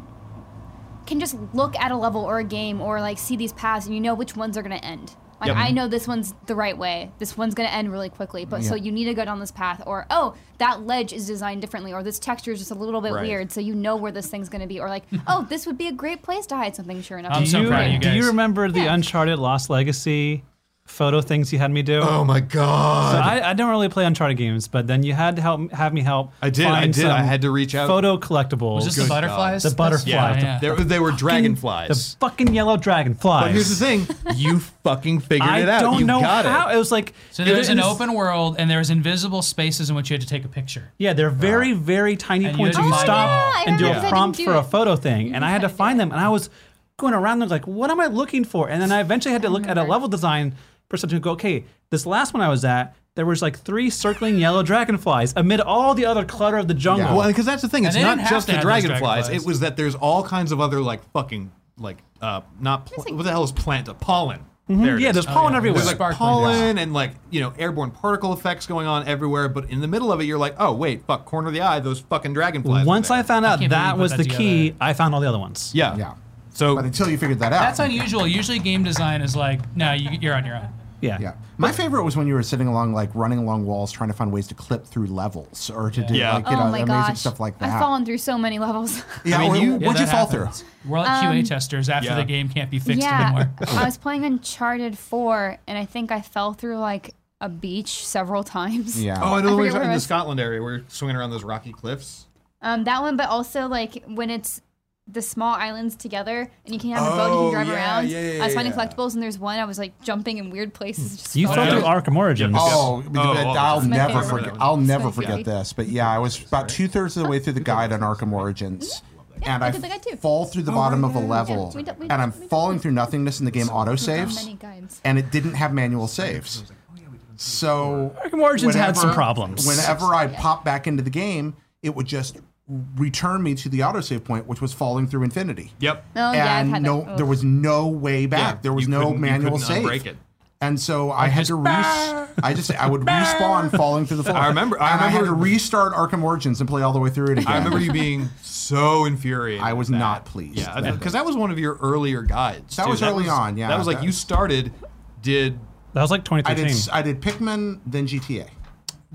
can just look at a level or a game or like see these paths and you know which ones are going to end. Like
Yep.
I know this one's the right way. This one's going to end really quickly, but so
Yeah.
you need to go down this path or oh, that ledge is designed differently or this texture is just a little bit
Right.
weird, so you know where this thing's going to be or like oh, this would be a great place to hide something sure enough.
I'm so
Do you-
proud of you
Do
guys.
you remember the
Yeah.
Uncharted Lost Legacy photo things you had me do.
Oh my god.
So I, I don't really play Uncharted games, but then you had to help have me help.
I did, I
Find
did.
some
I had to reach out.
Photo collectibles.
Was this the
Good
butterflies?
God.
That's-
The butterfly.
yeah,
The-
yeah.
They, were- they were
the
dragonflies.
fucking yellow dragonflies.
but here's the thing: you fucking figured
I
it out.
don't
you
know
got
how. It.
It.
was like
So there's an
it's-
open world, and there's invisible spaces in which you had to take a picture.
Yeah,
Oh.
they're very, very tiny
And you
points.
had
where
to find
You stop
them. Yeah, I
and do
remember
a
they
prompt
didn't do
for a
it.
photo thing, and I had to
didn't do it.
find them, and I was going around them like, what am I looking for? And then I eventually had to look at a
remember.
level design person to go, okay, this last one I was at, there was like three circling yellow dragonflies amid all the other clutter of the jungle.
Oh.
Well, because that's the thing. It's
they
not
didn't have
just
to
the
have those
dragonflies.
dragonflies.
It was that there's all kinds of other like fucking like uh not pl-
like-
what the hell is plant a pollen. There it
yeah,
is. Oh,
there's pollen
Mm-hmm. yeah.
everywhere.
There's like
Sparkling
pollen and like you know airborne particle effects going on everywhere, but in the middle of it, you're like, oh wait, fuck, corner of the eye, those fucking dragonflies. are
Once
there.
I found out
can't believe you
that
put
was
that
the key,
together.
I found all the other ones.
yeah,
Yeah.
So
But until you figured that out.
That's unusual. Usually, game design is like, no, you, you're on your own.
Yeah.
Yeah. My favorite was when you were sitting along, like running along walls, trying to find ways to clip through levels or to do
Yeah.
like, you
Oh
know,
my
amazing
gosh.
stuff like that.
I've fallen through so many levels.
yeah,
I mean,
or-
you-
what'd
Yeah,
you
that
fall
happens.
through?
We're like QA testers after
yeah.
the game can't be fixed
yeah,
anymore.
I was playing Uncharted 4, and I think I fell through like a beach several times.
Yeah.
Oh, I know
I
we were
forget where
in
I
the
was.
Scotland area. We're swinging around those rocky cliffs.
Um, that one, but also like when it's the small islands together and you can have a boat, you
Oh,
can drive
yeah,
around.
yeah, yeah,
I was finding
yeah.
collectibles, and there's one I was like jumping in weird places. Just
You
fell
fell
down.
through Arkham Origins.
Oh,
Oh, oh,
I'll
that's
my
never
favorite.
forget. I'll never
my
forget
favorite.
this. But yeah, I was about two thirds of the way through the guide on Arkham Origins, and
I
I
did the guide too.
fall through the bottom of a level,
we don't- we
and I'm
don't- we
falling through nothingness, and the game auto saves,
many guides.
and it didn't have manual saves. So
Arkham Origins had some problems.
Whenever I popped back into the game, it would just return me to the autosave point, which was falling through infinity.
Yep.
Oh yeah, I've
and
had
no,
that. Ugh.
there was no way back.
Yeah,
there was
you
no
couldn't- you
manual
couldn't
save.
unbreak it.
And so I had to re- I just I would respawn falling through the floor.
I remember- I
And I had to
remember-
restart Arkham Origins and play all the way through it again.
I remember you being so infuriated.
I was
with that.
not pleased.
Yeah, because that was one of your earlier guides.
That
too.
was early on, yeah.
that was like
That-
you started. Did
that was like
I
2013.
did I did Pikmin then GTA.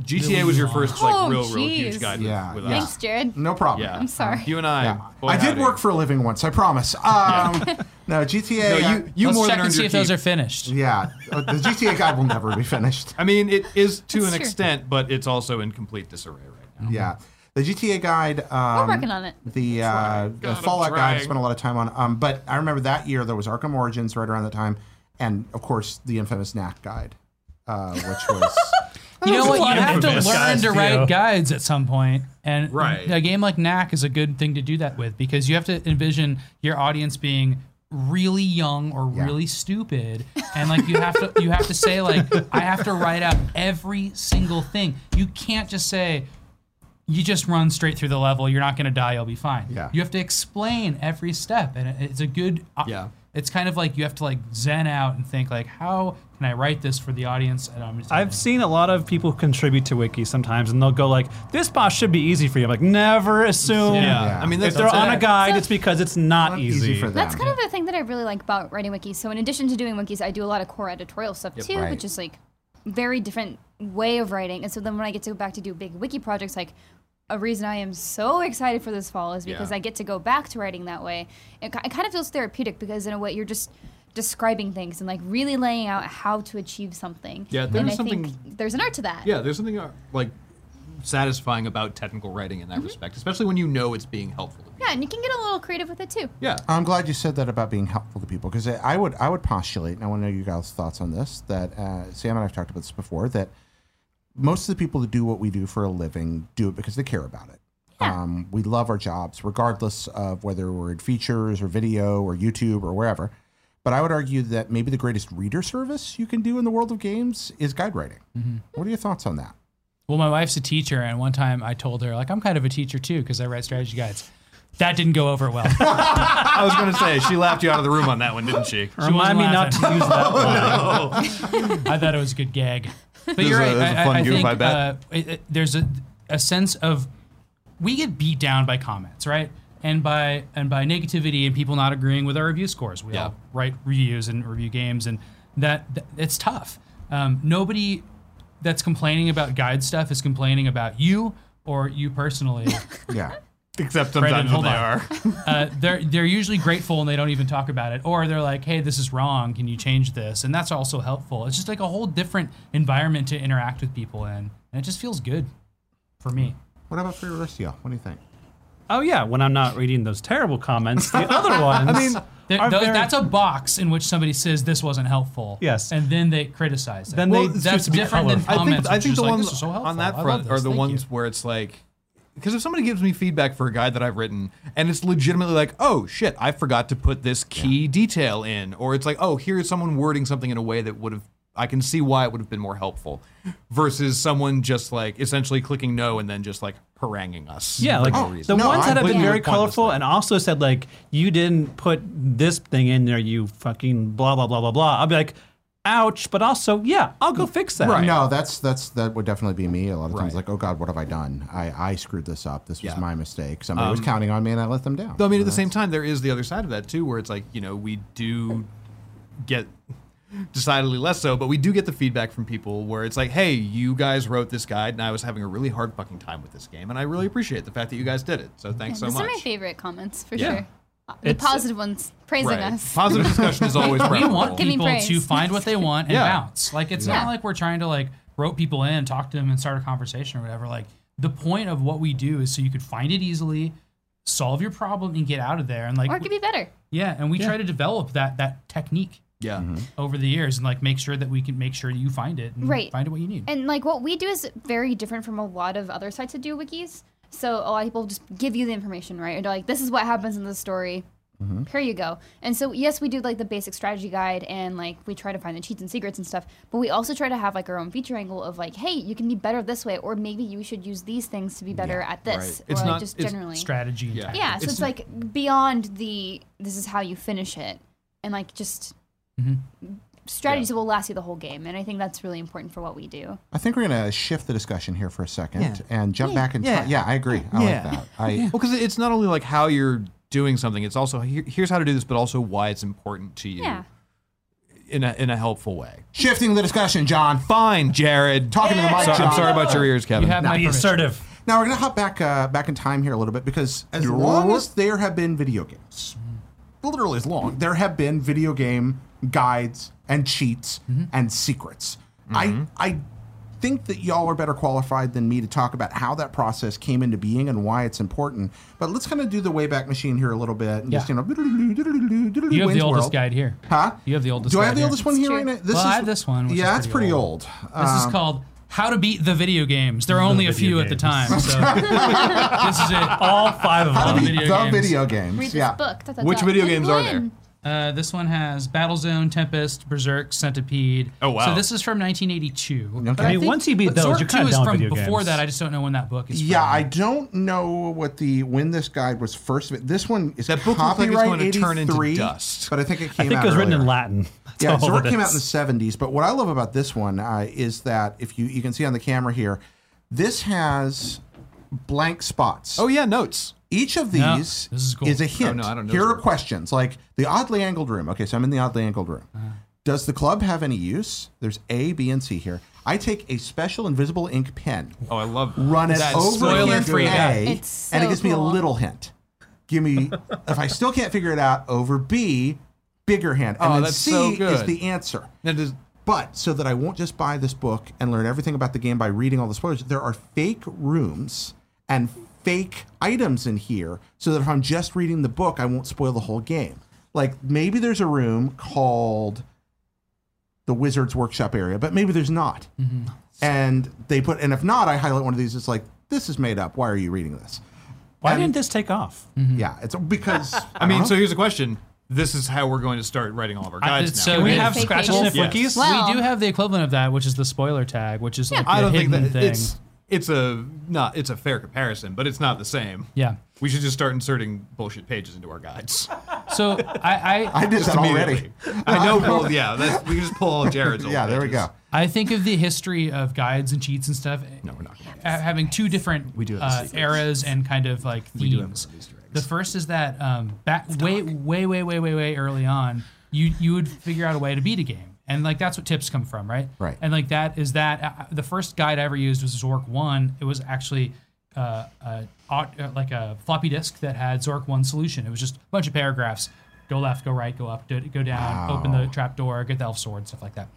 GTA was your first like
Oh,
real, real huge
jeez.
guide
Yeah,
with, with
yeah.
Thanks,
us?
Jared.
No problem.
Yeah,
I'm sorry.
You and I.
Yeah.
boy,
I did
howdy.
work for a living once. I promise. Um, No GTA.
No,
I-
you you
Let's
more
check
than
and
earned
see
your
if those
keep.
are finished.
yeah, uh, the GTA guide will never be finished.
I mean, it is to an
true.
extent, but it's also in complete disarray right now.
Yeah. Uh-huh. The GTA guide. Um,
working on it.
The, uh, the
God, I'm
Fallout guide I
trying.
spent a lot of time on. Um, but I remember that year there was Arkham Origins right around the time, and of course the infamous Knack guide, uh, which was
You know what? You have to
infamous
learn
guys
to
do.
write guides at some point, and
Right.
a game like Knack is a good thing to do that with because you have to envision your audience being really young or really stupid, and like you have to you have to say like I have to write out every single thing. You can't just say. You just run straight through the level. You're not going to die. You'll be fine.
Yeah.
You have to explain every step, and it- it's a good. uh,
Yeah.
It's kind of like you have to like zen out and think like, how can I write this for the audience? And I'm just
I've seen a lot of people who contribute to wiki sometimes, and they'll go like, "This boss should be easy for you." I'm like, never assume.
Yeah.
Yeah.
I mean,
If
that's,
they're
that's
on
it.
a guide, it's because it's not easy.
easy for them.
That's kind of the thing that I really like about writing wikis. So in addition to doing wikis, I do a lot of core editorial stuff too,
Right.
which is like very different way of writing. And so then when I get to go back to do big wiki projects, like a reason I am so excited for this fall is because
Yeah.
I get to go back to writing that way. It, ki- it kind of feels therapeutic because in a way you're just describing things and like really laying out how to achieve something.
Yeah,
and
there's
I
something-
think there's an art to that.
Yeah, there's something uh, like satisfying about technical writing in that
Mm-hmm.
respect, especially when you know it's being helpful. To people.
Yeah, and you can get a little creative with it too.
Yeah.
I'm glad you said that about being helpful to people because I would I would postulate, and I want to know you guys' thoughts on this. That uh, Sam and I've talked about this before. That most of the people that do what we do for a living do it because they care about it. Um, we love our jobs, regardless of whether we're in features or video or YouTube or wherever. But I would argue that maybe the greatest reader service you can do in the world of games is guide writing. What are your thoughts on that?
Well, my wife's a teacher, and one time I told her, like, I'm kind of a teacher too because I write strategy guides. That didn't go over well. She
I was going to say, she laughed you out of the room on that one, didn't she?
wasn't
Remind me not to
laughing. Oh,
use that one.
I thought it was a good gag. But
This
you're
is
right.
a- this is a
I- I-
fun
I
goof,
think,
I bet.
Uh, it- it- there's a, a sense of we get beat down by comments, right? And by and by negativity and people not agreeing with our review scores. We
Yeah.
all write reviews and review games, and that, that it's tough. Um, nobody that's complaining about guide stuff is complaining about you or you personally.
Yeah.
Except
Brandon,
sometimes
hold
they are.
on. uh, they're they're usually grateful and they don't even talk about it, or they're like, "Hey, this is wrong. Can you change this?" And that's also helpful. It's just like a whole different environment to interact with people in, and it just feels good for me.
What about for the rest of y'all? What do you think?
Oh yeah, when I'm not reading those terrible comments, the other ones. I mean,
Th-
are
tho-
very-
that's a box in which somebody says this wasn't helpful.
Yes.
and then they criticize it.
Then they- Well, it's
that's
just to be
different than
colorful. I
I
comments.
think, I
which
think
is
the
like,
ones
"This is so helpful.
on
I
that
love
front are
this.
the
Thank
ones
you."
where it's like, because if somebody gives me feedback for a guide that I've written and it's legitimately like, oh shit, I forgot to put this key detail in, or it's like, oh, here's someone wording something in a way that would have, I can see why it would have been more helpful, versus someone just like essentially clicking no and then just like haranguing us.
Yeah,
for
like
Oh, no
the
reason.
No,
ones
I
that have been
completely
very
pointless
colorful
thing.
and also said like you didn't put this thing in there, you fucking blah blah blah blah blah. I'll be like, ouch, but also yeah, I'll go fix that.
Right.
No, that's that's that would definitely be me. A lot of times,
Right.
like, oh god, what have I done? I I screwed this up. This was
Yeah.
my mistake. Somebody was counting on me, and I let them down.
Though, I mean, at the same time, there is the other side of that too, where it's like you know we do get decidedly less so, but we do get the feedback from people where it's like, hey, you guys wrote this guide, and I was having a really hard fucking time with this game, and I really appreciate the fact that you guys did it. So thanks so
Those are my
much.
favorite comments for
Yeah.
sure. Uh, The
It's-
positive ones praising
Right.
us.
Positive discussion is always
we
preferable.
want
Give me
people
praise.
to find what they want and
Yeah.
bounce. Like it's
Yeah.
not like we're trying to like rope people in, talk to them, and start a conversation or whatever. Like the point of what we do is so you could find it easily, solve your problem, and get out of there. And like
Or it could be better.
yeah, and we try to develop that that technique
yeah.
over the years and like make sure that we can make sure that you find it and
Right.
find what you need.
And like what we do is very different from a lot of other sites that do wikis. So a lot of people just give you the information, right? And they're like, this is what happens in this story. Here you go. And so yes, we do like the basic strategy guide and like we try to find the cheats and secrets and stuff, but we also try to have like our own feature angle of like, hey, you can be better this way, or maybe you should use these things to be better at this.
right. It's
or like
not-
just
it's
generally
Strategy. and
Yeah.
tactics.
Yeah, so it's,
It's-
like beyond the this is how you finish it, and like just
Mm-hmm.
strategies that will last you the whole game, and I think that's really important for what we do.
I think we're gonna shift the discussion here for a second and jump back and yeah. yeah, I agree. I
Yeah.
like that. I
Well, because it's not only like how you're doing something; it's also here, here's how to do this, but also why it's important to you
Yeah,
in a in a helpful way.
shifting the discussion, John.
Fine, Jared.
Talking to the mic,
Sorry-
John.
I'm sorry about your ears,
You
Kevin.
have my
Be
permission.
assertive.
Now we're gonna hop back uh, back in time here a little bit because as long as there have been video games, literally as long there have been video game guides and cheats
Mm-hmm.
and secrets. I I think that y'all are better qualified than me to talk about how that process came into being and why it's important. But let's kind of do the Wayback Machine here a little bit and just you
Yeah.
know.
You
Wayne's
have the oldest
World.
guide here.
Huh?
You have the oldest
Do I
guide
have the
here.
oldest one here right now? This
Well, I have this one, which
yeah,
is
it's
pretty
pretty old.
old. This
Um,
is called How to Beat the Video Games. There are only a
Video
few at the
Games.
time. So this is it.
All five of
How
them.
to
the
video games.
video games.
read this
yeah.
book. da, da,
Which
da.
video
And
games are there?
win.
Uh, this one has Battlezone, Tempest, Berserk, Centipede.
Oh, wow.
So this is from 1982.
Okay.
I mean, once you beat
But Zork
those, you're
2
kind of
is
done
from
with video
before
games.
that. I just don't know when that book is.
Yeah,
from.
I don't know what the when this guide was first. This one is
That book looks like
copyright
it's going to turn into
83,
dust.
but I think it came
I think
out
it was written in
earlier.
Latin. That's
Yeah,
all
Zork
it
came out
is.
in the '70s. But what I love about this one uh, is that if you you can see on the camera here, this has blank spots.
Oh yeah, notes.
Each of
Yeah,
these
this is cool.
a hint.
Oh, no, I don't know
Here are
Zork.
questions like the oddly angled room. Okay, so I'm in the oddly angled room.
Uh-huh.
Does the club have any use? There's A, B, and C here. I take a special invisible ink pen
Oh, I love
run it
That's
over
spoiler
hint
free.
A,
Yeah.
It's so
and it gives me a
cool.
little hint. Give me if I still can't figure it out over B, bigger hand, and
Oh,
then
that's
C
so
is
good.
the answer.
Now, does-
But so that I won't just buy this book and learn everything about the game by reading all the spoilers, there are fake rooms and fake items in here so that if I'm just reading the book, I won't spoil the whole game. Like maybe there's a room called the Wizard's Workshop area, but maybe there's not.
Mm-hmm.
And they put, and if not, I highlight one of these. It's like, this is made up. Why are you reading this?
Why
and-
didn't this take off?
Mm.
Yeah, it's because
Mm-hmm. I mean, so here's a question. This is how we're going to start writing all of our guides
it's
now.
so-
We
Fake
have
pages.
scratch and sniff
Yes.
wikis.
Well-
we do have the equivalent of that, which is the spoiler tag, which is like
I
the
don't think
hidden
that
thing.
it's it's a not it's a fair comparison, but it's not the same.
yeah.
We should just start inserting bullshit pages into our guides.
So I, I
I did
Just
that already.
immediately. I know. Well, yeah, that's, we can just pull all Jared's. old
Yeah, there we
pages.
go.
I think of the history of guides and cheats and stuff.
No, we're not. Gonna.
ha- having two different
do have
uh,
Easter eggs.
eras and kind of like
do have
themes.
one of Easter eggs.
The first is that um, back way, way, way, way, way, way early on, you you would figure out a way to beat a game, and like that's what tips come from, right?
Right.
uh, And like that is that uh, the first guide I ever used was Zork One. It was actually uh, a, aut- uh, like a floppy disk that had Zork One solution. It was just a bunch of paragraphs. Go left, go right, go up, do, go down, open the trap door, get the elf sword, stuff like that.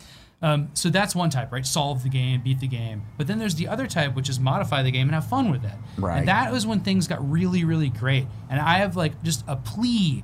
Um, so that's one type, right? Solve the game, beat the game. But then there's the other type, which is modify the game and have fun with it.
Right.
And that was when things got really, really great. And I have like just a plea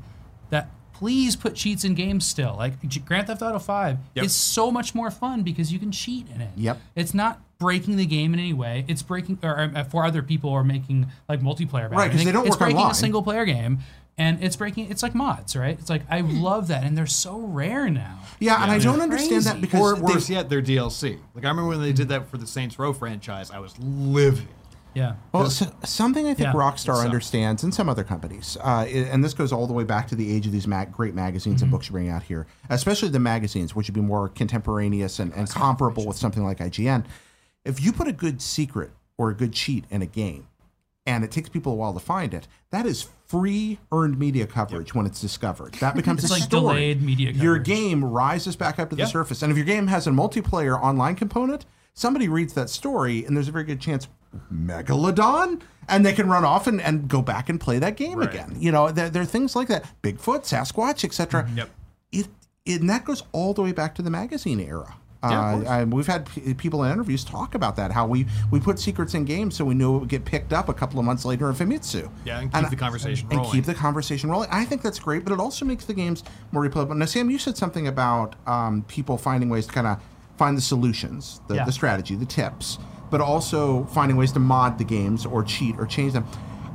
that please put cheats in games still. Like G- Grand Theft Auto 5 is so much more fun because you can cheat in it.
Yep.
It's not breaking the game in any way. It's breaking or, um, for other people or making like multiplayer. better.
Right, 'cause they don't
it's
work
breaking
online.
a single player game. And it's breaking. It's like mods, right? It's like I love that, and they're so rare now.
Yeah, and I don't understand that
Crazy.
because
Or
they-
worse yet, their DLC. Like I remember when they did that for the Saints Row franchise, I was livid.
Yeah.
Well, so, something I think
Yeah,
Rockstar understands, and some other companies, uh, i- and this goes all the way back to the age of these mag- great magazines and books you bring out here, especially the magazines, which would be more contemporaneous and, and comparable with something like IGN. If you put a good secret or a good cheat in a game, and it takes people a while to find it, that is free earned media coverage when it's discovered. That becomes
It's
a
like
story.
delayed media
Your
coverage.
game rises back up to
Yeah.
the surface. And if your game has a multiplayer online component, somebody reads that story and there's a very good chance Megalodon and they can run off and, and go back and play that game again. You know, there, there are things like that. Bigfoot, Sasquatch, etc.
Mm-hmm. Yep.
It, it and that goes all the way back to the magazine era.
Yeah, of
Uh, I, we've had p- people in interviews talk about that how we, we put secrets in games so we knew it would get picked up a couple of months later in Famitsu
Yeah, and keep the conversation
and
rolling.
keep the conversation rolling. I think that's great, but it also makes the games more replayable. Now, Sam, you said something about um, people finding ways to kind of find the solutions, the,
Yeah.
the strategy, the tips, but also finding ways to mod the games or cheat or change them.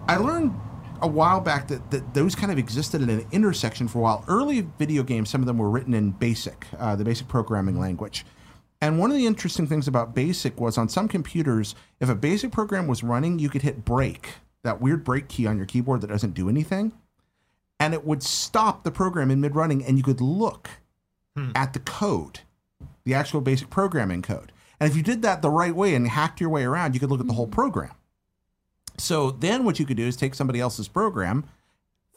I learned a while back that, that those kind of existed at an intersection for a while. Early video games, some of them were written in BASIC, uh, the basic programming language. And one of the interesting things about BASIC was on some computers, if a BASIC program was running, you could hit break, that weird break key on your keyboard that doesn't do anything, and it would stop the program in mid running, and you could look at the code, the actual BASIC programming code. And if you did that the right way and hacked your way around, you could look at the whole program. So then what you could do is take somebody else's program,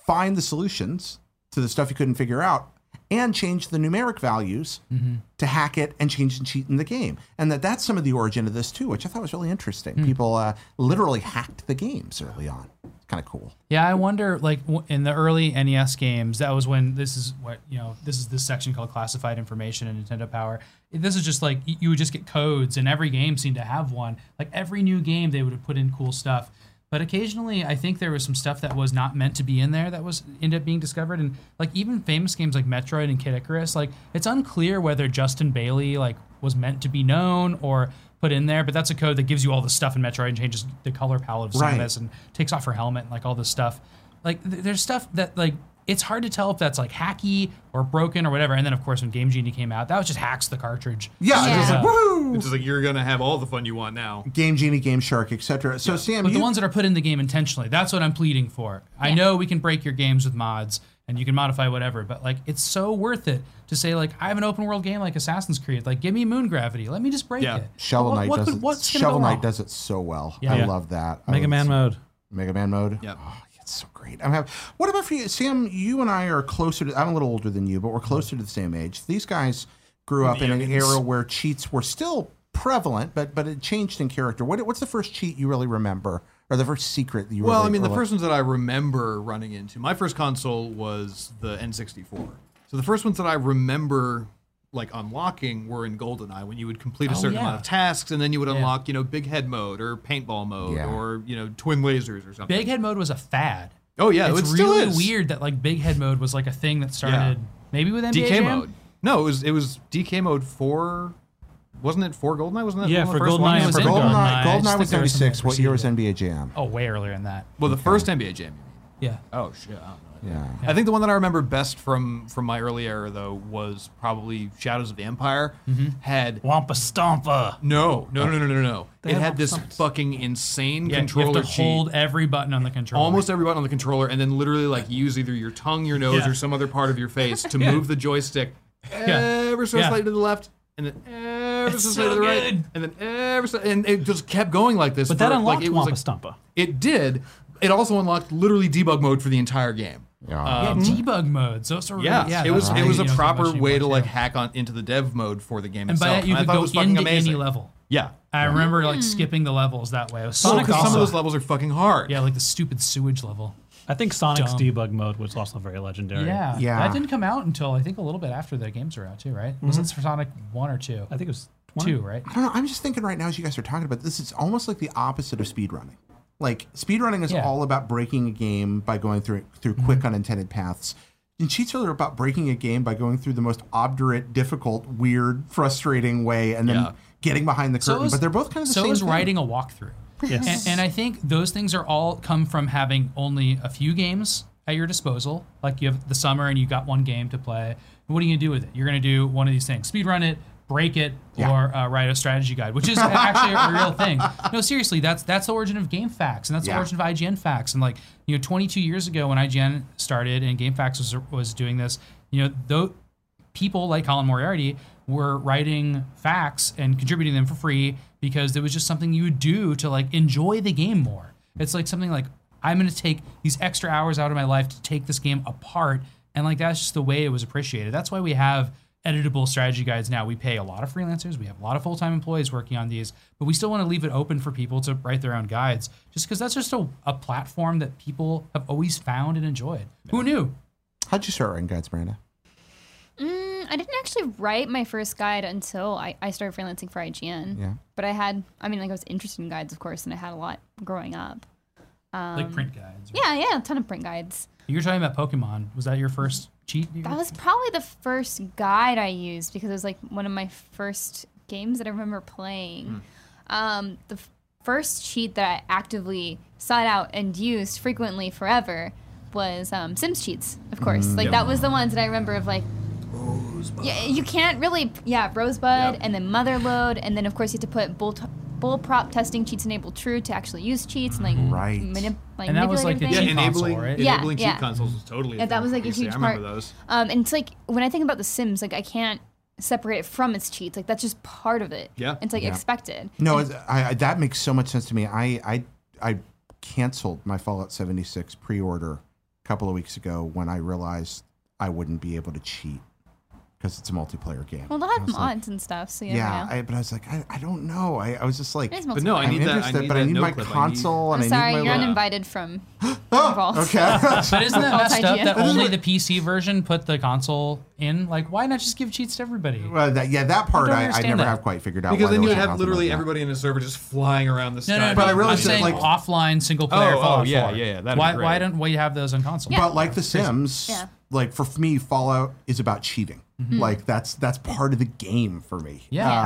find the solutions to the stuff you couldn't figure out, and change the numeric values
Mm-hmm.
to hack it and change and cheat in the game. And that that's some of the origin of this too, which I thought was really interesting.
Mm.
People uh, literally hacked the games early on. It's kind of cool.
Yeah, I wonder, like w- in the early NES games, that was when this is what you know. This is this section called classified information in Nintendo Power. This is just like y- you would just get codes, and every game seemed to have one. Like every new game, they would have put in cool stuff. But occasionally, I think there was some stuff that was not meant to be in there that was end up being discovered. And like even famous games like Metroid and Kid Icarus, like it's unclear whether Justin Bailey like was meant to be known or put in there. But that's a code that gives you all the stuff in Metroid and changes the color palette of
Right.
Samus and takes off her helmet and like all this stuff. Like th- there's stuff that like it's hard to tell if that's like hacky or broken or whatever. And then of course when Game Genie came out, that was just hacks the cartridge.
Yeah,
Yeah.
it's just like woohoo!
It's just like you're gonna have all the fun you want now.
Game Genie, Game Shark, etc. So Sam,
But
you,
the ones that are put in the game intentionally, that's what I'm pleading for. I know we can break your games with mods and you can modify whatever, but like it's so worth it to say like I have an open world game like Assassin's Creed, like give me Moon Gravity, let me just break
Yeah.
it.
Shovel
What-
Knight
what
does
could-
it.
what's gonna
Shovel
go
Knight
wrong?
does it so well.
Yeah.
I
Yeah.
love that. I
Mega
love
Man
it.
mode.
Mega Man mode.
Yep.
Oh, it's so great. I'm happy. What about for you, Sam? You and I are closer to. I'm a little older than you,
Mm-hmm.
but we're closer to the same age. These guys grew up in an era where cheats were still prevalent, but but it changed in character. What, what's the first cheat you really remember, or the first secret that you?
Well,
really
I mean, the
were
first ones that I remember running into. My first console was the N64. So the first ones that I remember like unlocking were in GoldenEye when you would complete a certain
Oh, yeah.
amount of tasks and then you would unlock, you know, big head mode or paintball mode
Yeah.
or, you know, twin lasers or something.
Big head mode was a fad.
Oh yeah,
it's
it still
really
is.
weird that like big head mode was like a thing that started maybe with NBA
DK
Jam?
mode. No, it was it was DK mode for wasn't it for GoldenEye? Wasn't that
Yeah,
one of the
for
first
GoldenEye
ones?
and
Was
for
it-
Golden-
GoldenEye,
GoldenEye, I just
GoldenEye
think
was
there was some
96. What year was NBA Jam?
Oh, way earlier than that.
Well, the first NBA Jam. you mean.
Yeah.
Oh shit, I don't know.
Yeah.
I think the one that I remember best from from my early era though was probably Shadows of the Empire.
Mm-hmm.
Had
Wampa Stompa.
no,
Oh.
no, no, no, no, no. It
had
had this
something.
fucking insane
yeah you
controller
have to
cheat.
hold every button on the controller.
Almost every button on the controller, and then literally like use either your tongue, your nose,
Yeah.
or some other part of your face to move the joystick ever so
Yeah.
slightly to the left, and then ever
It's
so
so
slightly to the right,
good.
and then ever so, and it just kept going like this.
But that
for,
unlocked
like, it was,
Wampa
like-
Stompa.
It did. It also unlocked literally debug mode for the entire game.
Yeah.
yeah, debug modes. Those are
Um, Yeah,
really, yeah
it was
that's
it was a
something you don't think much
proper way
anymore,
to like
too.
hack on into the dev mode for the game
and by
itself.
that you
and I
could
thought it
go
was fucking
into
amazing.
any level.
Yeah.
I remember
Hmm.
like skipping the levels that way. It was
Well,
Sonic
Sonic
'cause some
also-
of those levels are fucking hard.
Yeah, like the stupid sewage level.
I think Sonic's
Dumb.
debug mode was also very legendary.
Yeah.
Yeah.
That didn't come out until I think a little bit after the games were out too, right? Was it
Mm-hmm.
for Sonic one or two?
I think it was one.
Two, right?
I don't know. I'm just thinking right now as you guys are talking about this, it's almost like the opposite of speedrunning. Like speedrunning is
Yeah. Mm-hmm.
all about breaking a game by going through through quick unintended paths. And cheats are about breaking a game by going through the most obdurate, difficult, weird, frustrating way and then
Yeah.
getting behind the curtain.
is-
but they're both kind of the
so
same
is
thing.
writing a walkthrough.
Yes.
And, and I think those things are all come from having only a few games at your disposal. Like you have the summer and you got one game to play. What are you gonna do with it? You're gonna do one of these things: speed run it, break it,
Yeah.
or uh, write a strategy guide, which is actually a real thing. No, seriously, that's that's the origin of Game Facts, and that's
Yeah.
the origin of IGN Facts. And like you know, 22 years ago when IGN started and Game Facts was was doing this, you know, though people like Colin Moriarty were writing facts and contributing them for free because it was just something you would do to like enjoy the game more. It's like something like I'm going to take these extra hours out of my life to take this game apart and like that's just the way it was appreciated. That's why we have editable strategy guides now. We pay a lot of freelancers, we have a lot of full-time employees working on these, but we still want to leave it open for people to write their own guides just because that's just a, a platform that people have always found and enjoyed. Who knew?
How'd you start writing guides, Miranda?
Mm, I didn't actually write my first guide until I, I started freelancing for IGN.
Yeah.
But I had, I mean, like I was interested in guides, of course, and I had a lot growing up. Um,
like print guides.
Yeah, yeah, a ton of print guides.
You were talking about Pokemon. Was that your first cheat? you-
That was probably the first guide I used because it was like one of my first games that I remember playing. Um, the f- first cheat that I actively sought out and used frequently forever was um, Sims cheats, of course. Like that was the ones that I remember of like. Yeah, you can't really. Yeah, Rosebud and then Motherload, and then of course you have to put bull, t- bull prop testing cheats enable true to actually use cheats and like
Right.
manip- like
And that was,
manipulating
like, the
things.
Yeah,
Cheat
enabling
console, right?
Yeah,
enabling
yeah.
cheat consoles was totally.
Yeah, that was like a
obviously.
huge
I remember
part.
those.
Um, and it's like when I think about The Sims, like I can't separate it from its cheats. Like that's just part of it.
Yeah.
It's like
Yeah.
expected.
No, it's, I, I, that makes so much sense to me. I, I, I canceled my Fallout 76 pre order a couple of weeks ago when I realized I wouldn't be able to cheat because it's a multiplayer game.
Well, they'll have
Honestly.
mods and stuff, so you never
yeah,
know.
I, but I was like, I, I don't know. I, I was just like,
It is
But no, I
multiplayer.
I'm
need that- I
interested,
need
but I
that
need my
notebook. I need-
console
I'm
and I
sorry,
need my
you're
little-
uninvited from
Oh,
Vault.
okay.
But isn't that messed up
idea.
that only the PC version put the console in? Like, why not just give cheats to everybody?
well, that, yeah, that part
don't
I, I
understand
never
that.
have quite figured out.
Because
why
then
there
you
was a
would have
console
literally
like that.
everybody in the server just flying around the
No,
sky.
no, no.
But I
am
realized that,
saying
like-
offline single player
Oh,
Fallout
oh, yeah,
4.
yeah, that'd be
Why,
great.
why don't we have those on console?
But like The Sims,
Yeah.
like for me, Fallout is about cheating.
Mm-hmm.
Like that's that's part of the game for me.
Yeah,
Uh,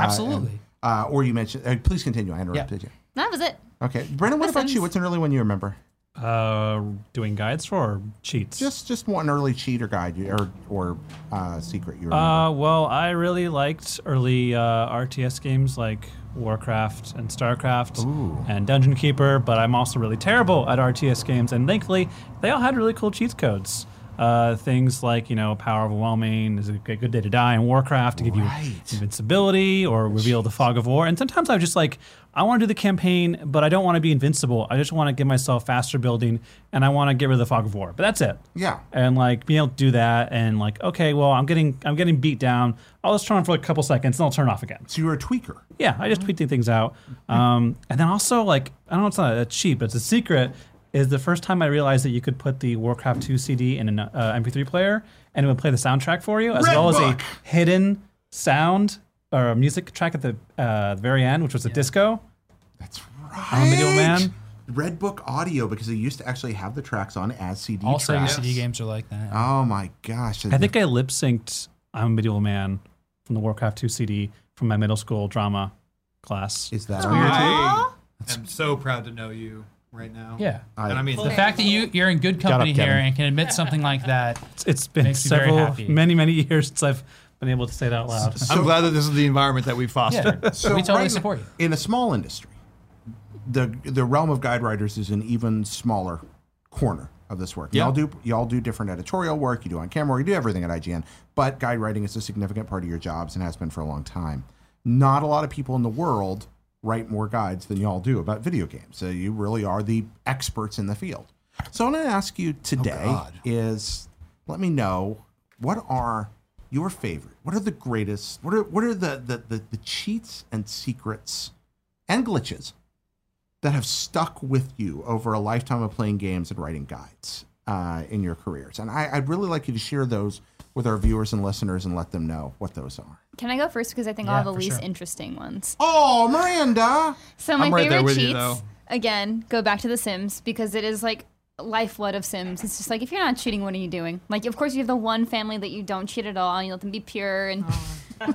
and,
absolutely.
uh, or you mentioned. Uh, please continue. I interrupted you.
that was it.
Okay, Brendan. What
The
about you?
Sims.
What's an early one you remember?
Uh, doing guides for cheats.
Just just one early cheat or guide you, or or uh, secret you remember.
Uh, well, I really liked early uh, RTS games like Warcraft and StarCraft and Dungeon Keeper, but I'm also really terrible at RTS games, and thankfully, they all had really cool cheat codes. Uh, things like you know, power overwhelming is a g- good day to die in Warcraft to give you
Right.
invincibility or reveal the fog of war. And sometimes I'm just like, I want to do the campaign, but I don't want to be invincible. I just want to give myself faster building, and I want to get rid of the fog of war. But that's it
yeah.
and like being able to do that and like okay well i'm getting i'm getting beat down i'll just turn on for like a couple seconds and i'll turn off again
So you're a tweaker.
yeah i just
Mm-hmm.
tweet these things out um, and then also like i don't know it's not a cheat but it's a secret is the first time i realized that you could put the warcraft 2 cd in an uh, mp3 player and it would play the soundtrack for you as
Red
well
Book!
as a hidden sound or a music track at the uh, very end which was a disco
That's right.
Video Man.
Red Book Audio because they used to actually have the tracks on as CD
Also, your
tracks.
CD games are like that.
Oh my gosh!
I think I lip synced "I'm a Medieval Man" from the Warcraft 2 CD from my middle school drama class.
is that
I am so proud to know you right now.
yeah.
I-
and I mean
the fact that you, you're in good company here
Kevin.
and can admit something like that.
It's- it's been
Makes me very
several,
happy.
many, many years since I've been able to say it out loud.
I'm glad that this is the environment that we
Yeah.
fostered.
So
we totally
right
support
now-
you.
In a small industry, the the realm of guide writers is an even smaller corner of this work.
Yeah.
Y'all do y'all do different editorial work. You do on camera. You do everything at IGN. But guide writing is a significant part of your jobs and has been for a long time. Not a lot of people in the world write more guides than y'all do about video games. So you really are the experts in the field. So what I'm going to ask you today
God.
is, let me know what are your favorite? What are the greatest? What are what are the the, the, the cheats and secrets and glitches that have stuck with you over a lifetime of playing games and writing guides uh, in your careers? And I, I'd really like you to share those with our viewers and listeners and let them know what those are.
Can I go first because I think I'll
Yeah,
have the
for
least
sure.
interesting ones.
Oh, Miranda!
So my
I'm right there
favorite
with you,
cheats
though.
again go back to The Sims because it is like lifeblood of Sims. It's just like if you're not cheating, what are you doing? Like of course you have the one family that you don't cheat at all and you let them be pure and.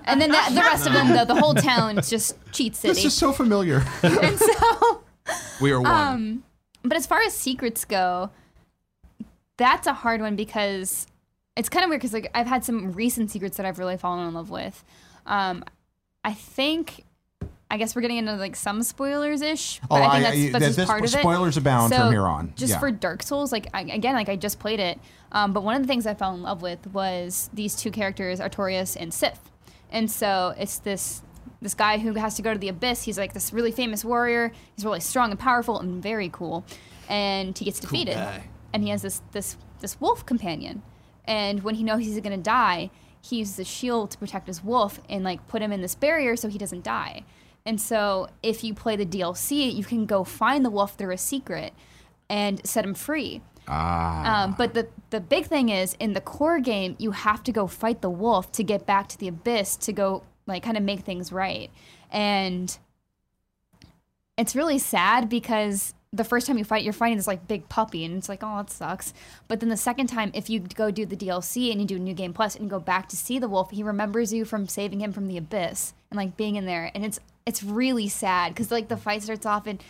And then that, the rest of them, though, the whole town is just cheat city.
This is so familiar.
and so,
We are one.
Um, but as far as secrets go, that's a hard one because it's kind of weird because like I've had some recent secrets that I've really fallen in love with. Um, I think, I guess we're getting into like some spoilers ish. But I think that's,
Oh, I-
that's just
this-
part of it.
spoilers abound
So,
from here on.
Just
Yeah.
for Dark Souls, like I, again, like I just played it, um, but one of the things I fell in love with was these two characters, Artorias and Sif, and so it's this this guy who has to go to the abyss. He's like this really famous warrior. He's really strong and powerful and very cool, and he gets defeated,
guy.
and he has this this this wolf companion, and when he knows he's gonna die. He uses a shield to protect his wolf and like put him in this barrier so he doesn't die. And so, if you play the DLC, you can go find the wolf through a secret and set him free. Ah. Um, but the the big thing is in the core game, you have to go fight the wolf to get back to the abyss to go like kind of make things right. And it's really sad because the first time you fight, you're fighting this like big puppy, and it's like, oh, that sucks. But then the second time, if you go do the DLC and you do New Game Plus and you go back to see the wolf, he remembers you from saving him from the abyss and like being in there, and it's it's really sad because like the fight starts off and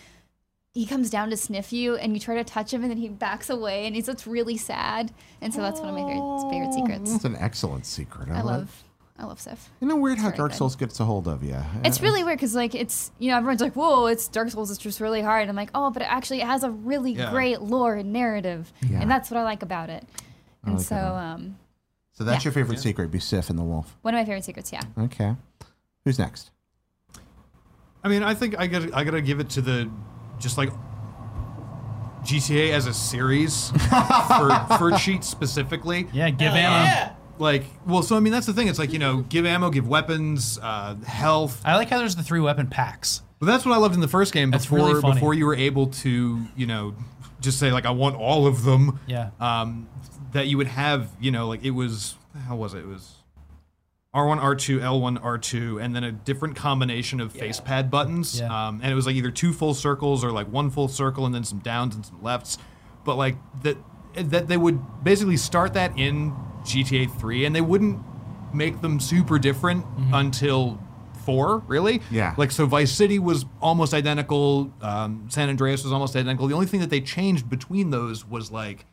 he comes down to sniff you, and you try to touch him, and then he backs away, and it's it's really sad. And so that's one of my favorite, favorite secrets.
That's an excellent secret.
I love I love Sif.
Isn't it weird how
very
Dark
good.
Souls gets a hold of Uh, you?
It's really weird because like it's you know everyone's like whoa it's Dark Souls it's just really hard I'm like oh but it actually has a really
Yeah.
great lore and narrative
Yeah.
and that's what I like about it and
like
so
that a lot.
um
So that's your favorite secret, be Sif and the Wolf.
one of my favorite secrets yeah
Okay. Who's next?
I mean, I think I got I gotta give it to the just like GTA as a series for, for cheats specifically.
Yeah, give ammo.
Like, well, so I mean, that's the thing. It's like you know, give ammo, give weapons, uh, health.
I like how there's the three weapon packs.
But that's what I loved in the first game.
That's
Before
really funny.
before you were able to you know just say like I want all of them.
Yeah.
Um, that you would have you know like it was how was it it was. R1, R2, L1, R2, and then a different combination of face pad buttons.
Yeah.
Um, and it was like either two full circles or like one full circle and then some downs and some lefts. But like that, that they would basically start that in GTA 3 and they wouldn't make them super different
Mm-hmm.
until 4, really.
Yeah.
Like so Vice City was almost identical, um, San Andreas was almost identical. The only thing that they changed between those was like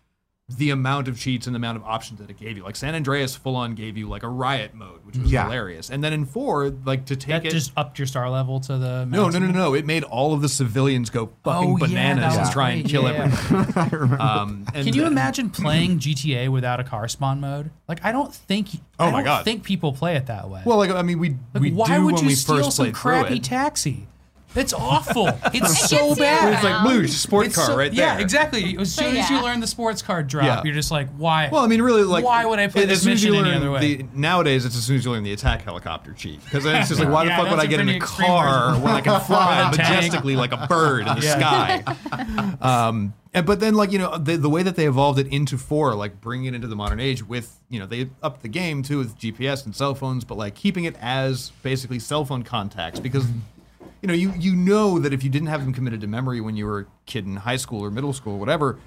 the amount of cheats and the amount of options that it gave you. Like San Andreas full on gave you like a riot mode, which was
Yeah.
hilarious. And then in 4, like to take
That
it
just upped your star level to the
no,
maximum.
no, no, no. It made all of the civilians go fucking
Oh, yeah,
bananas
that
and
was
try and
great,
kill
yeah.
everyone. Um, and
Can you imagine playing GTA without a car spawn mode? Like, I don't think.
Oh
I
my
don't
God.
Think people play it that way.
Well, like I mean, we
like,
we
why
do
would
when
you
we
steal
first
some
play
crappy
through it.
taxi? It's awful. It's
gets
so
you
bad.
it's like
around.
blue sport
It's
car
so-
right there.
Yeah, exactly. As soon as you
yeah.
learn the sports car drop,
Yeah.
you're just like, why?
Well, I mean, really, like
why would I play
as
this
soon as
mission
you
any
learn
other way?
The, nowadays, it's as soon as you learn the attack helicopter cheat because it's just like, why the
Yeah,
fuck would
that's
I
a
get in
pretty
a
extreme
car when I can fly
Tank.
majestically like a bird in the
Yeah.
sky? Um, and, but then, like you know, the, the way that they evolved it into four, like bringing it into the modern age with you know they upped the game too with GPS and cell phones, but like keeping it as basically cell phone contacts because you know you you know that if you didn't have them committed to memory when you were a kid in high school or middle school or whatever.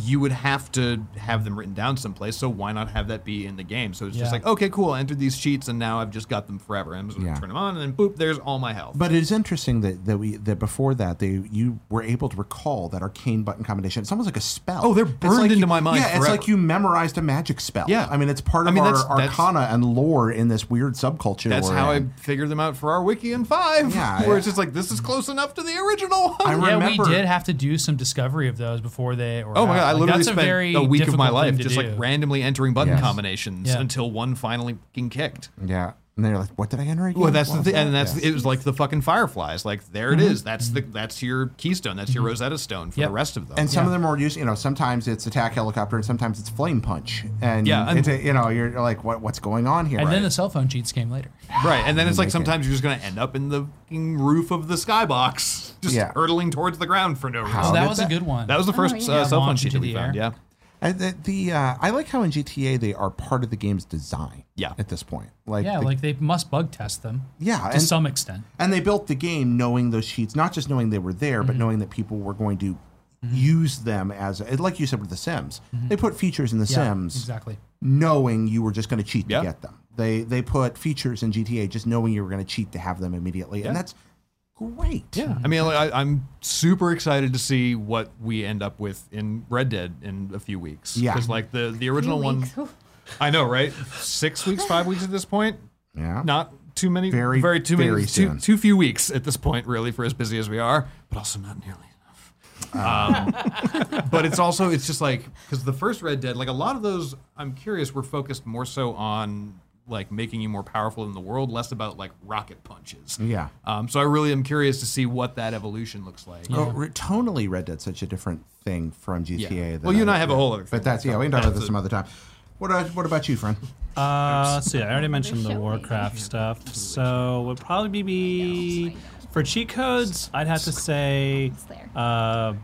You would have to have them written down someplace, so why not have that be in the game? So it's just
Yeah.
like, okay, cool, I entered these cheats, and now I've just got them forever. I'm just gonna
Yeah.
turn them on, and then boop, there's all my health.
But it's interesting that, that we that before that they you were able to recall that arcane button combination. It's almost like a spell.
Oh, they're
It's
burned
like
into
you-
my mind
Yeah, it's
forever.
like you memorized a magic spell.
Yeah.
I mean, it's part
I
of
mean,
our
that's- that's-
arcana and lore in this weird subculture.
That's
we're
how I
in.
figured them out for our wiki in five.
Yeah,
where
yeah.
it's just like this is close enough to the original. One.
I
yeah,
remember.
we did have to do some discovery of those before they. Or
oh my god! I literally
that's
spent
a, very
a, week of my
difficult thing
life
to
just
do.
like randomly entering button
Yes.
combinations
Yeah.
until one finally fucking kicked.
Yeah. And they're like, "What did I enter again?"
Well, that's the
What
thing,
was
and
that?
that's
Yeah.
it was like the fucking fireflies. Like there it is. That's the that's your keystone. That's your Rosetta Stone for
Yep.
the rest of them.
And some of them are used, you know, sometimes it's attack helicopter and sometimes it's flame punch. And,
Yeah, and-
it's a- you know, you're like, what, what's going on here?
And then the cell phone cheats came later.
right, and then it's like
Like it.
sometimes you're just gonna end up in the fucking roof of the skybox, just
Yeah.
hurtling towards the ground for no reason.
How
So that
did
was a
that-
good one.
That was the first
yeah.
uh, cell phone
Launch
sheet
into
that we
the
found.
air.
Yeah,
And the, the uh, I like how in GTA they are part of the game's design.
Yeah.
At this point, like,
yeah,
the-
like they must bug test them
yeah,
to
and,
some extent.
and they built the game knowing those sheets, not just knowing they were there,
Mm-hmm.
but knowing that people were going to use them as, like you said with the Sims,
Mm-hmm.
they put features in the
Yeah,
Sims
Exactly.
knowing you were just going to cheat
Yeah.
to get them. They they put features in GTA just knowing you were going to cheat to have them immediately, and that's great.
yeah. I mean, like, I, I'm super excited to see what we end up with in Red Dead in a few weeks.
Yeah.
because like the the original one,
Weeks. Ooh.
I know, right? Six weeks, five weeks at this point.
Yeah.
Not too many,
Very,
very, too
very
many, too,
soon.
too few weeks at this point, really, for as busy as we are, but also not nearly enough. Um, but it's also it's just like because the first Red Dead, like a lot of those, I'm curious, were focused more so on like making you more powerful in the world, less about like rocket punches.
Yeah.
Um, so I really am curious to see what that evolution looks like.
Oh, re- tonally, Red Dead's such a different thing from GTA.
Yeah.
than
Well, you and I have a whole other.
But
thing.
that's yeah. We can talk about this some other time. What uh, What about you, friend?
Uh, so yeah, I already mentioned the
showing.
Warcraft stuff. So would probably be for cheat codes. I'd have to say
there.
uh,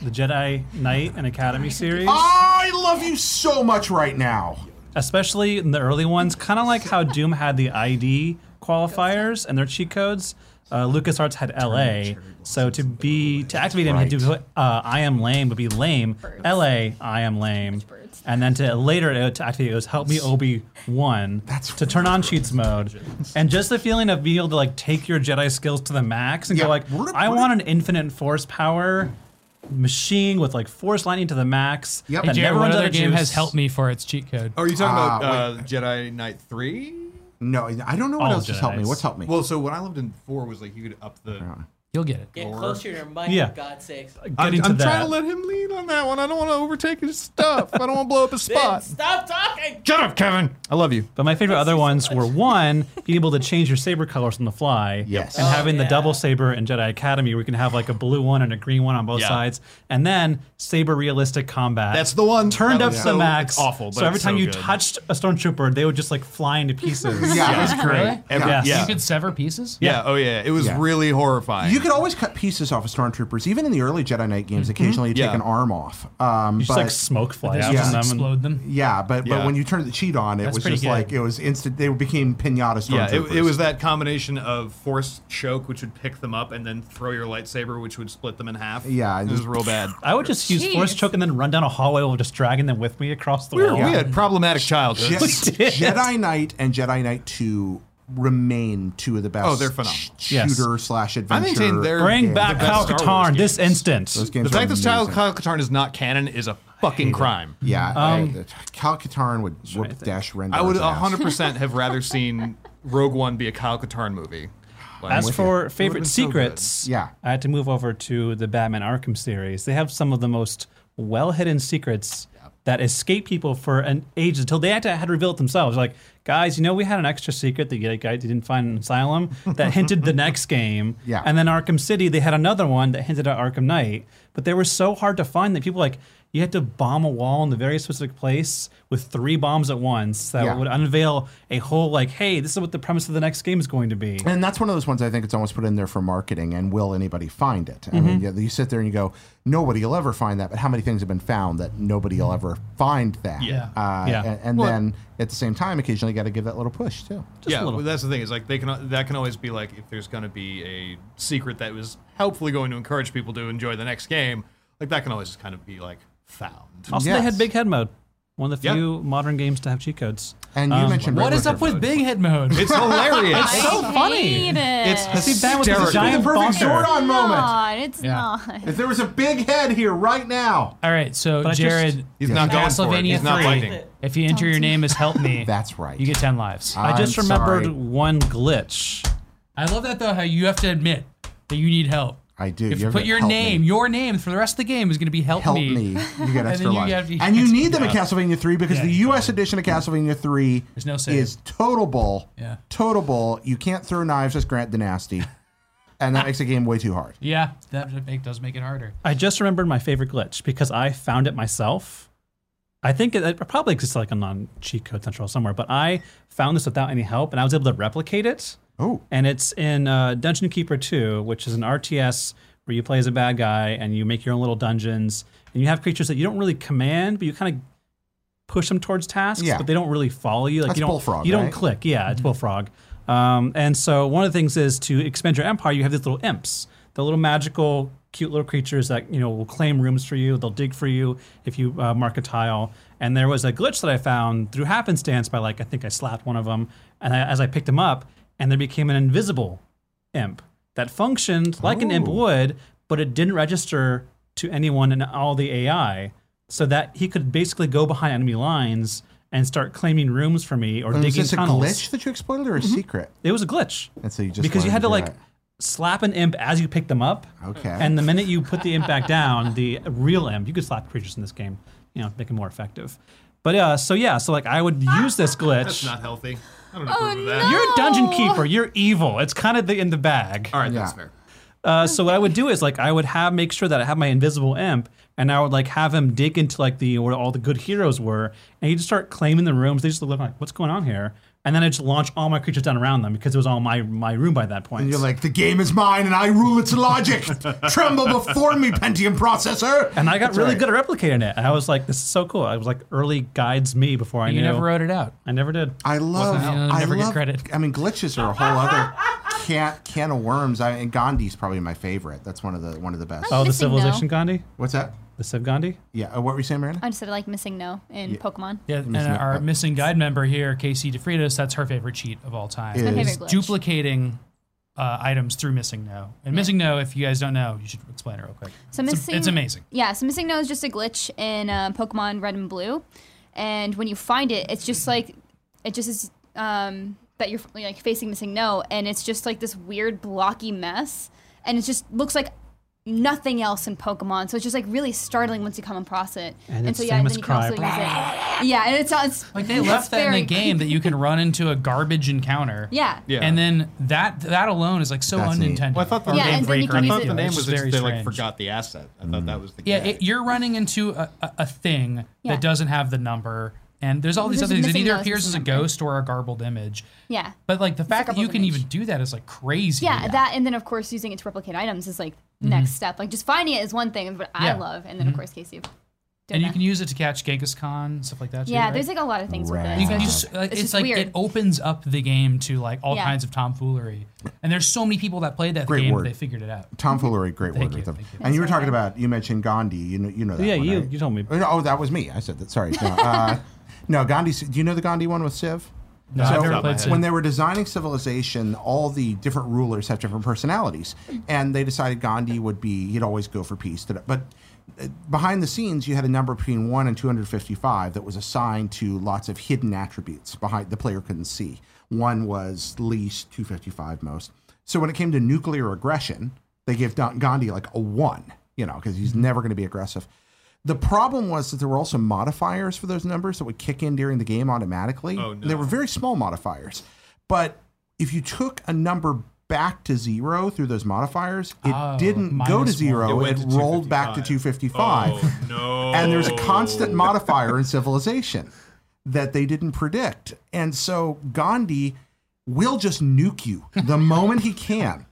the Jedi Knight and Academy series,
I love you so much right now.
especially in the early ones. Kind of like how Doom had the ID qualifiers and their cheat codes. Uh, LucasArts had LA, so to be to activate him, you had to put uh, I am lame would be lame. LA, I am lame,
birds.
and then to later to activate it was help me Obi one to turn on cheats mode, and just the feeling of being able to like take your Jedi skills to the max and
Yeah.
go like I want an infinite force power machine with like force lightning to the max.
Yep.
that
Hey,
Jared,
never
what
runs out
other
of
game has
juice.
helped me for its cheat code?
Oh, are you talking about
Ah,
uh, Jedi Knight Three?
No, I don't know what
All
else has helped me.
Jedis.
What's helped me?
Well, so when I lived in four was like you could up the.
You'll get it.
Get
Or-
closer to your mic,
Yeah.
for God's sakes.
Get into that.
let him lead on that one. I don't want to overtake his stuff. I don't want to blow up his
Ben, stop talking!
Shut up, Kevin. I love you.
But my favorite other ones were one, being able to change your saber colors on the fly.
Yes.
And
Oh,
having the
yeah.
double saber in Jedi Academy where you can have like a blue one and a green one on both
Yeah.
sides. And then saber realistic combat.
That's the one.
Turned
That
up
was
to
so-
the max.
it's awful, but
so every
it's
time
so
you
good.
touched a stormtrooper, they would just like fly into pieces.
yeah, it was
Really?
great.
Every-
Yes.
yeah.
You could sever pieces?
yeah. Oh yeah. It was
Yeah.
really horrifying.
You could always cut pieces off of stormtroopers, even in the early Jedi Knight games. Occasionally, you
Mm-hmm. Yeah.
take an arm off. Um,
You just
but
like smoke fly
Just
out
Yeah.
from them. and-
explode them.
yeah, but
Yeah.
but when you turned the cheat on, it
That's
was
pretty
just
good.
like it was instant. They became pinata stormtroopers.
yeah. It, it was that combination of force choke, which would pick them up, and then throw your lightsaber, which would split them in half.
Yeah,
It
and
was
just-
real bad.
I would just use force
Jeez.
choke and then run down a hallway while just dragging them with me across the
We, were,
wall.
we had problematic
Je-
childhoods.
Jedi Knight and Jedi Knight Two remain two of the best.
Oh, they're phenomenal.
sh-
Yes.
shooter slash
I
adventure.
maintain they're
Bring
the
back
best
Kyle
Star Wars
Katarn this
games.
instant.
Those games
The
are
fact that Kyle,
amazing.
Kyle Katarn is not canon is a fucking crime.
yeah,
Um,
I, Kyle Katarn would whoop dash render.
I would
his ass.
100% have rather seen Rogue One be a Kyle Katarn movie. Like-
As for
been
favorite
so good.
secrets,
Yeah.
I had to move over to the Batman Arkham series. They have some of the most well-hidden secrets that escape people for an age until they had to had to reveal it themselves. Like, guys, you know, we had an extra secret that you guys didn't find in Asylum that hinted the next game.
Yeah.
And then Arkham City, they had another one that hinted at Arkham Knight, but they were so hard to find that people like you had to bomb a wall in the very specific place with three bombs at once that
Yeah.
would unveil a whole like, hey, this is what the premise of the next game is going to be.
And that's one of those ones I think it's almost put in there for marketing. And will anybody find it? I mean, you, you sit there and you go, nobody will ever find that. But how many things have been found that nobody will ever find that?
Yeah.
Uh,
Yeah.
And, and
Well-
then at the same time, occasionally you got to give that little push too.
Just
yeah,
a little.
well, that's the thing is like they can that can always be like if there's going to be a secret that was helpfully going to encourage people to enjoy the next game, like that can always just kind of be like found.
Also,
Yes.
they had Big Head mode, one of the
Yeah.
few modern games to have cheat codes.
And you
Um,
mentioned
What
Red
is up
Record.
with big head mode?
It's hilarious.
so funny.
Hate it.
it's
Ben with his
hysterical.
giant
perfect
bonker.
sword on moment.
not. It's not.
If there was a big head here right now,
All right, so
But I just-
Jared,
He's not going for it.
Castlevania
He's not
three.
fighting.
if you enter your name as help me,
that's right.
you get 10 lives.
I just
I'm
remembered
sorry.
one glitch.
I love that though, how you have to admit that you need help.
I do.
If you
have
put
that
your
help
name,
me.
your name for the rest of the game is going to be help,
help
me.
me, you get
And
extra
then you
lives.
have- you
and you
get-
need them in Castlevania 3 because
Yeah,
the
you
US edition of Castlevania 3
There's no save.
is total bull.
Yeah.
Total bull. You can't throw knives as Grant Dynasty. and that makes the game way too hard.
Yeah, that make, does make it harder.
I just remembered my favorite glitch because I found it myself. I think it, it probably exists like a non cheat code central somewhere, but I found this without any help and I was able to replicate it.
Oh.
And it's in uh, Dungeon Keeper 2, which is an RTS where you play as a bad guy and you make your own little dungeons and you have creatures that you don't really command, but you kind of push them towards tasks,
Yeah.
but they don't really follow you. Like
That's
you don't,
Bullfrog,
You don't
right?
click. Yeah, it's Bullfrog. Um, and so one of the things is to expand your empire. You have these little imps, the little magical, cute little creatures that you know will claim rooms for you. They'll dig for you if you uh, mark a tile. And there was a glitch that I found through happenstance by like I think I slapped one of them, and I, as I picked him up, and there became an invisible imp that functioned like an imp
Oh.
would, but it didn't register to anyone in all the AI, so that he could basically go behind enemy lines and start claiming rooms for me or
And is
digging
this a
tunnels.
glitch that you exploited or a
Mm-hmm.
secret?
It was a glitch
And so you just
because you
learned
had to
do
like
that.
slap an imp as you picked them up.
Okay.
And the minute you put the imp back down, the real imp, you could slap creatures in this game, you know, make it more effective. But uh, so yeah, so like I would use this glitch.
That's not healthy. I don't approve of that.
You're a dungeon
No.
keeper. You're evil. It's kind of the, in the bag.
All right, that's
Yeah.
fair.
Uh, so what I would do is like I would have make sure that I have my invisible imp, and I would like have him dig into like the where all the good heroes were, and he'd just start claiming the rooms. They just look like, what's going on here? And then I just launch all my creatures down around them because it was all my my room by that point.
And you're like, the game is mine and I rule its logic. Tremble before me, Pentium processor.
and I got
That's
really
right.
good at replicating it. And I was like, this is so cool. I was like, early guides me before I
You
knew.
never wrote it out.
I never did.
I love.
Wasn't out.
I
Never get
love-
credit.
I mean, glitches are a whole other can can of worms. I, and Gandhi's probably my favorite. That's one of the one of the best.
Oh, the
missing
civilization
now.
Gandhi,
What's that?
the Civ Gandhi.
Yeah. Uh, what were you saying, Miranda?
I just said like missing no in Pokemon.
Yeah, and
missing it.
our missing guide member here, Casey DeFritas, that's her favorite cheat of all time.
Is-
My
It's
favorite glitch.
Duplicating uh, items through missing no. And missing no, if you guys don't know, you should explain it real quick.
So
It's-
missing,
it's amazing.
Yeah, so missing no is just a glitch in uh, Pokemon Red and Blue, and when you find it, it's just like it just is um, that you're like facing missing no, and it's just like this weird blocky mess, and it just looks like nothing else in Pokemon. So it's just like really startling once you come across it.
And its
so yeah, then
famous
you can
cry,
also use it. Yeah, and it sounds
Like they left that in the game that you can run into a garbage encounter.
Yeah.
Yeah.
And then that that alone is like so
That's neat.
unintended.
Well, I thought the
Yeah,
name,
and then you
I
can
thought
use
the
it-
name
It's
was
very
just they like
strange.
forgot the asset. I thought that was the
Yeah,
gag.
it, you're running into a, a, a thing
Yeah.
that doesn't have the number, and there's all these
There's
other things. It
missing
either
ghosts
appears as a
and something.
ghost or a garbled image.
Yeah.
But like the fact that you
garbled
can
image.
even do that is like crazy.
Yeah, that and then of course using it to replicate items is like next step. Like just finding it is one thing, but I
Yeah.
love, and then of course Casey. doing
and you
that.
can use it to catch Genghis Khan stuff like that. Too,
Yeah,
right?
there's like a lot of things with
Rad.
it.
You
so
can
it's
just-
just-
like,
it's
it's,
just
like
weird.
it opens up the game to like all
Yeah.
kinds of tomfoolery, and there's so many people that played that
Great
game
word.
they figured it out.
Tomfoolery, great
Thank
word.
you,
with them.
thank you.
And you were talking about you mentioned Gandhi. You know, you know that.
yeah,
one,
you
right?
you told me.
Oh, no, oh, that was me. I said that. Sorry. No, uh, no Gandhi. Do you know the Gandhi one with Civ?
No, I've
off
never
the top of my
played
head.
Civ.
when they were designing civilization, all the different rulers have different personalities, and they decided Gandhi would be he'd always go for peace. But uh, behind the scenes, you had a number between one and two hundred fifty-five that was assigned to lots of hidden attributes behind the player couldn't see. One was least two fifty-five most. So when it came to nuclear aggression, they gave Don- Gandhi like a one, you know, because
Mm-hmm.
he's never going to be aggressive. The problem was that there were also modifiers for those numbers that would kick in during the game automatically.
Oh, no.
They were very small modifiers. But if you took a number back to zero through those modifiers, it
Oh,
didn't go to
minus
zero.
one. It
It,
went to
rolled back to 255.
Oh, no.
And there's a constant modifier in civilization that they didn't predict. And so Gandhi will just nuke you the moment he can.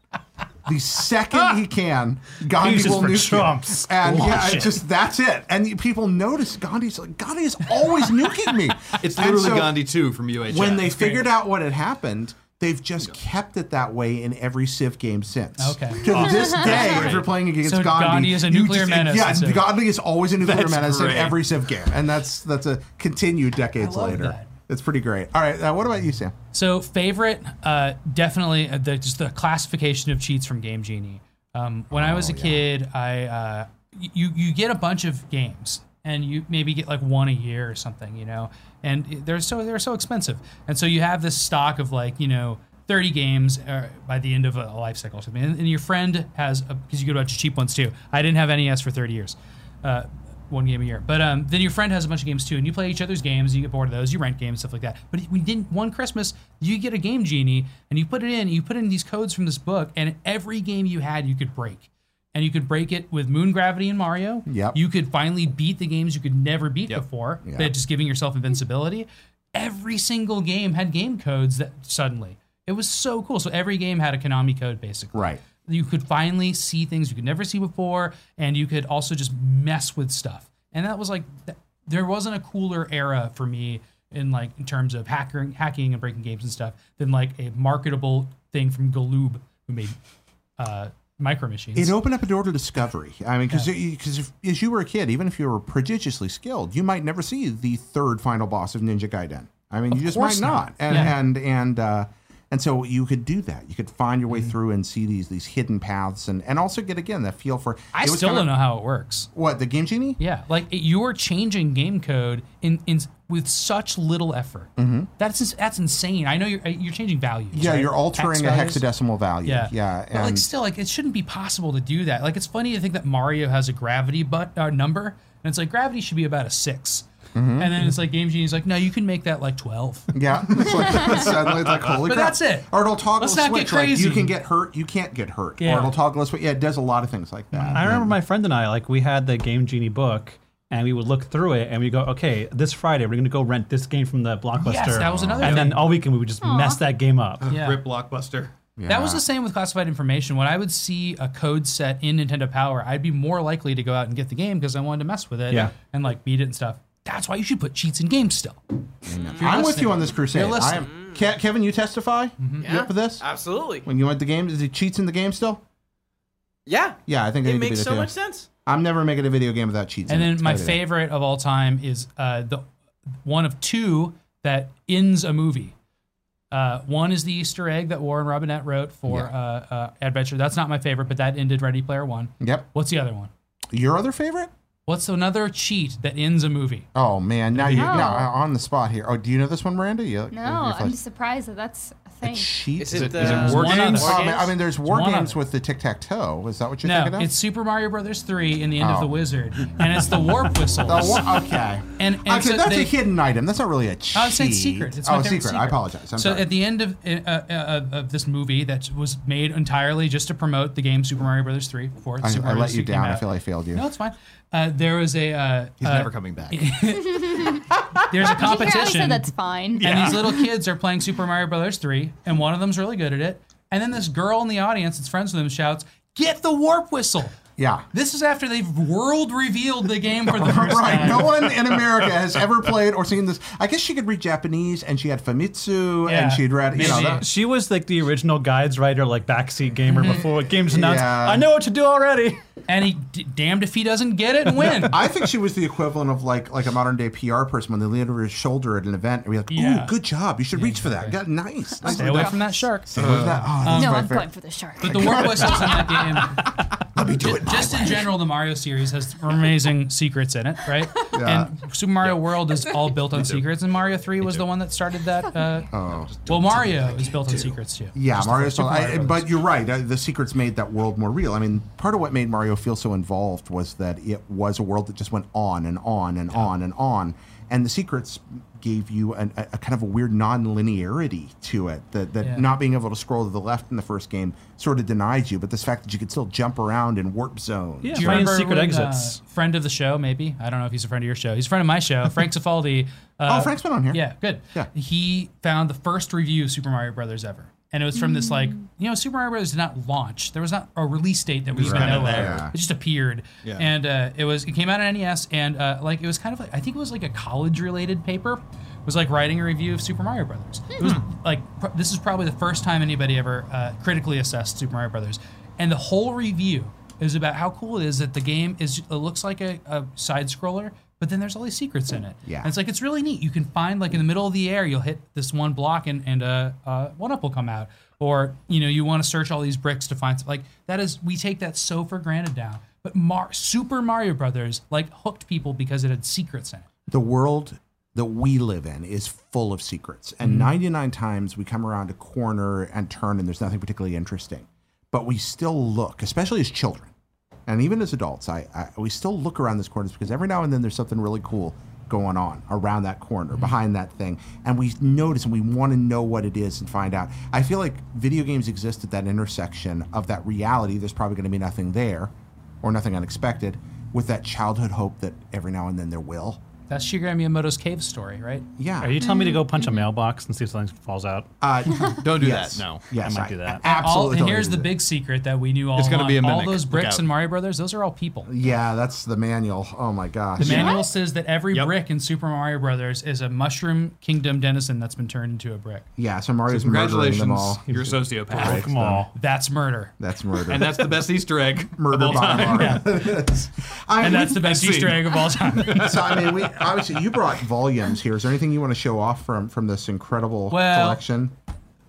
The second he can, Gandhi
Uses
will
for
nuke
Trump's
you. And yeah,
launch
it's just that's it. And you- people notice Gandhi's like Gandhi is always nuking me.
It's
And
literally
so
Gandhi 2 from UHF.
When they figured out what had happened, they've just kept it that way in every Civ game since.
Okay.
To this day,
great.
if you're playing against
So
Gandhi,
Gandhi is a
you
nuclear
just-
menace
Yeah,
in Civ.
Gandhi is always a nuclear
That's
menace
great.
in every Civ game, and that's that's a continued decades
love
later.
that.
It's pretty great. All right, uh, what about you, Sam?
So favorite, uh, definitely uh, the, just the classification of cheats from Game Genie. Um, when I was a kid, I uh, y- you you get a bunch of games and you maybe get like one a year or something, you know, and it- they're so they're so expensive, and so you have this stock of like you know. 30 games uh, by the end of a life cycle or something. And, and your friend has, because you get a bunch of cheap ones too. I didn't have NES for 30 years, uh, one game a year. But um, then your friend has a bunch of games too, and you play each other's games, you get bored of those, you rent games, stuff like that. But we didn't, one Christmas, you get a game genie, and you put it in, you put in these codes from this book, and every game you had, you could break. And you could break it with Moon Gravity and Mario.
Yep.
You could finally beat the games you could never beat before,
Yeah.
but just giving yourself invincibility. Every single game had game codes that suddenly. It was so cool. So every game had a Konami code basically.
Right.
You could finally see things you could never see before, and you could also just mess with stuff. And that was like, th- there wasn't a cooler era for me in like in terms of hacking, hacking and breaking games and stuff than like a marketable thing from Galoob who made uh, micro machines.
It opened up a door to discovery. I mean, because if as you were a kid, even if you were prodigiously skilled, you might never see the third final boss of Ninja Gaiden. I mean, you just might
course
not. And
Yeah.
and and uh, and so you could do that. You could find your way
Mm-hmm.
through and see these these hidden paths, and and also get again that feel for.
I
it was
still
kinda-
don't know how it works.
what the game genie.
Yeah, like it, you're changing game code in, in with such little effort. That's ins- that's insane. I know you're uh, you're changing values.
Mm-hmm. Yeah,
right?
you're altering a
Hex values.
hexadecimal value.
Yeah,
yeah,
But like
and-
still, like it shouldn't be possible to do that. Like it's funny to think that Mario has a gravity but uh, number, and it's like gravity should be about a 6
Mm-hmm.
and then it's like Game Genie's like, no, you can make that like twelve.
Yeah, it's like, suddenly it's like holy
But
crap.
that's it.
Or it'll toggle
Let's not get
switch. Like, you
crazy.
can get hurt. You can't get hurt. Or
Yeah.
it'll toggle a switch. Yeah, it does a lot of things like that.
I remember my friend and I, like, we had the Game Genie book, and we would look through it, and we go, okay, this Friday we're gonna go rent this game from the Blockbuster.
that was another
And
thing.
then all weekend we would just mess that game up.
Yeah.
Rip Blockbuster.
That was the same with classified information. When I would see a code set in Nintendo Power, I'd be more likely to go out and get the game because I wanted to mess with it
Yeah.
and like beat it and stuff. That's why you should put cheats in games still.
I'm with
listening.
you on this crusade.
You're
I am. Ke- Kevin, you testify.
Mm-hmm.
You up for this?
Absolutely.
When you went the game, is it cheats in the game still?
Yeah.
Yeah, I think I
It
need to be
makes
there,
so
too.
much sense.
I'm never making a video game without cheats.
And
in it.
then my
Gotta do that.
favorite of all time is uh, the one of two that ends a movie. Uh, one is the Easter egg that Warren Robinette wrote for
Yeah.
uh, uh, Adventure. That's not my favorite, but that ended Ready Player One.
Yep.
What's the other one?
Your other favorite?
What's another cheat that ends a movie?
Oh man, now you
No.
now I- on the spot here. Oh, do you know this one, Miranda? You,
No,
you're
I'm
fun.
just surprised that that's a
a
thing.
cheat.
Is it,
it-
the
is it
War
War
Games?
Oh, man,
Games?
I mean, there's war
It's one
games
other.
with the tic tac toe. Is that what you're
No,
thinking of?
it's Super Mario Brothers 3 in the end of
Oh.
The Wizard, and it's the warp whistle.
Oh, wha- okay.
And- and
okay,
so
that's a
they-
hidden item. That's not really a cheat.
I would say it's secret. It's my
oh,
favorite
secret. I apologize. I'm
so
sorry.
at the end of uh, uh, uh, of this movie that was made entirely just to promote the game Super Mario Brothers 3 before
I,
Super
I
Mario
let you
3 came
down. I
out.
feel I failed you.
No, it's fine. Uh, there was a uh,
He's
uh,
never coming back.
there's a
Did you hear Alex
competition,
said that's fine?
and these little kids are playing Super Mario Brothers 3, and one of them's really good at it. And then this girl in the audience that's friends with him shouts, "Get the warp whistle!"
Yeah.
This is after they've world revealed the game for the first
Right.
time.
No one in America has ever played or seen this. I guess she could read Japanese, and she had Famitsu,
Yeah.
and she'd read. You know,
Maybe.
that,
She was like the original guides writer, like backseat gamer before games announced.
Yeah.
I know what to do already.
and he d- damned if he doesn't get it and win.
I think she was the equivalent of like like a modern day PR person when they lean over his shoulder at an event and be like, "Ooh,
Yeah.
good job! You should reach for that. Got nice." nice
Stay away from that shark.
Stay away from that. Oh, that's
No,
my
I'm
favorite.
going for the shark.
But the war whistles in that game. just in general, the Mario series has amazing secrets in it, right?
Yeah.
And Super Mario World is all built on secrets, and Mario Three was the one that started that. Uh, well, Mario is built on secrets too.
Oh. Yeah,
Just the
Mario.
first
Still,
Super
I,
Mario
but
Brothers.
you're right. Uh, the secrets made that world more real. I mean, part of what made Mario feel so involved was that it was a world that just went on and on and on and on, and the secrets gave you an, a, a kind of a weird non-linearity to it. That that
Yeah.
not being able to scroll to the left in the first game sort of denied you, but this fact that you could still jump around in warp zones.
Yeah.
Do you
Find
remember
secret
when,
exits.
Uh, friend of the show, maybe. I don't know if he's a friend of your show. He's a friend of my show. Frank Cifaldi. Uh,
Oh, Frank's been on here.
Yeah, good.
Yeah.
He found the first review of Super Mario Brothers ever. And it was from this like, you know, Super Mario Brothers did not launch. There was not a release date that we even
kinda
know
there.
of. It just appeared.
Yeah.
And uh, it was it came out on NES and uh, like it was kind of like I think it was like a college related paper. It was like writing a review of Super Mario Brothers. It was
Hmm.
like pr- this is probably the first time anybody ever uh, critically assessed Super Mario Brothers. And the whole review is about how cool it is that the game is it looks like a, a side scroller, but then there's all these secrets in it.
Yeah.
And it's like it's really neat. You can find like in the middle of the air, you'll hit this one block and and uh, uh, one up will come out, or you know you want to search all these bricks to find like that is we take that so for granted now. But Mar- Super Mario Brothers like hooked people because it had secrets in it.
the world that we live in is full of secrets. And 99 times we come around a corner and turn and there's nothing particularly interesting. But we still look, especially as children and even as adults, I, I we still look around this corners because every now and then there's something really cool going on around that corner, behind that thing, and we notice and we want to know what it is and find out. I feel like video games exist at that intersection of that reality. There's probably going to be nothing there, or nothing unexpected, with that childhood hope that every now and then there will.
That's Shigeru Miyamoto's cave story, right?
Yeah.
Are you telling me to go punch
Mm-hmm.
a mailbox and see if something falls out?
uh,
Don't do
yes.
that. No.
Yes.
I might do that.
Absolutely.
All, and
totally
here's
do
the
that.
big secret that we knew all.
It's gonna
along.
be a
All
mimic.
those
Look
bricks
out.
in Mario Brothers, those are all people.
Yeah, that's the manual. Oh my gosh.
The manual says that every
Yep.
brick in Super Mario Brothers is a Mushroom Kingdom denizen that's been turned into a brick.
yeah. So Mario's murdering them
Congratulations,
all.
you're a sociopath.
Come on.
That's murder.
That's murder.
and that's the best Easter egg.
murder
of all
by
time.
Mario. I
And
mean,
that's the best
I've seen.
Easter egg of all time.
so I mean, we obviously you brought volumes here. Is there anything you want to show off from from this incredible
Well-
collection?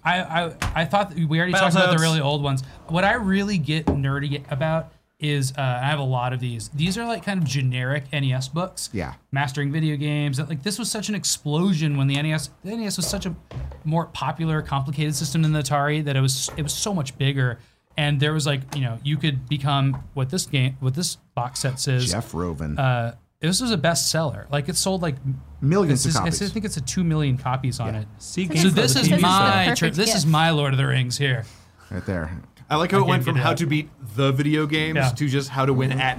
I, I, I thought that we already
Battle
talked about the
toads.
really old ones. What I really get nerdy about is uh, I have a lot of these. These are like kind of generic NES books.
Yeah.
Mastering video games. Like this was such an explosion when the NES the NES was such a more popular, complicated system than the Atari that it was it was so much bigger. And there was like you know you could become what this game what this box set says.
Jeff Roven,
Uh, this was a bestseller. Like it sold like
millions
it's,
of
it's,
copies.
I think it's a two million copies on it.
See,
So
games
So
for
this
the
is
This is
TV show.
the
my
perfect
tri- this is
gift.
my Lord of the Rings here.
right there.
I like how it went
get
from
it
how
out.
to beat the video games
Yeah.
to just how to win at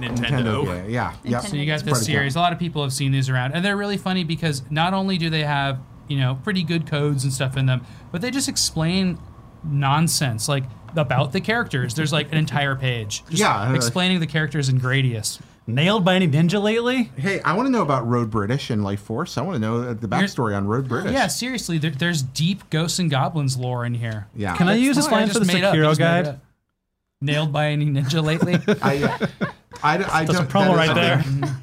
Nintendo,
Nintendo.
yeah, yeah. Yep.
Nintendo.
So you got
pretty
this
cool.
series. A lot of people have seen these around, and they're really funny because not only do they have you know pretty good codes and stuff in them, but they just explain nonsense like about the characters. There's like an entire page, just
Yeah, uh,
explaining the characters in Gradius.
Nailed by any ninja lately?
Hey, I want to know about Road British and Life Force. I want to know the backstory on Road British.
Yeah, seriously, there, there's deep ghosts and goblins lore in here.
Yeah.
Can I use
It's
this
not- I
line
just
for the
made up, I
Sekiro
just made it
guide?
up. Nailed by any ninja lately?
I, uh, I, I
That's a
don't-
promo
that is
right
something-
there.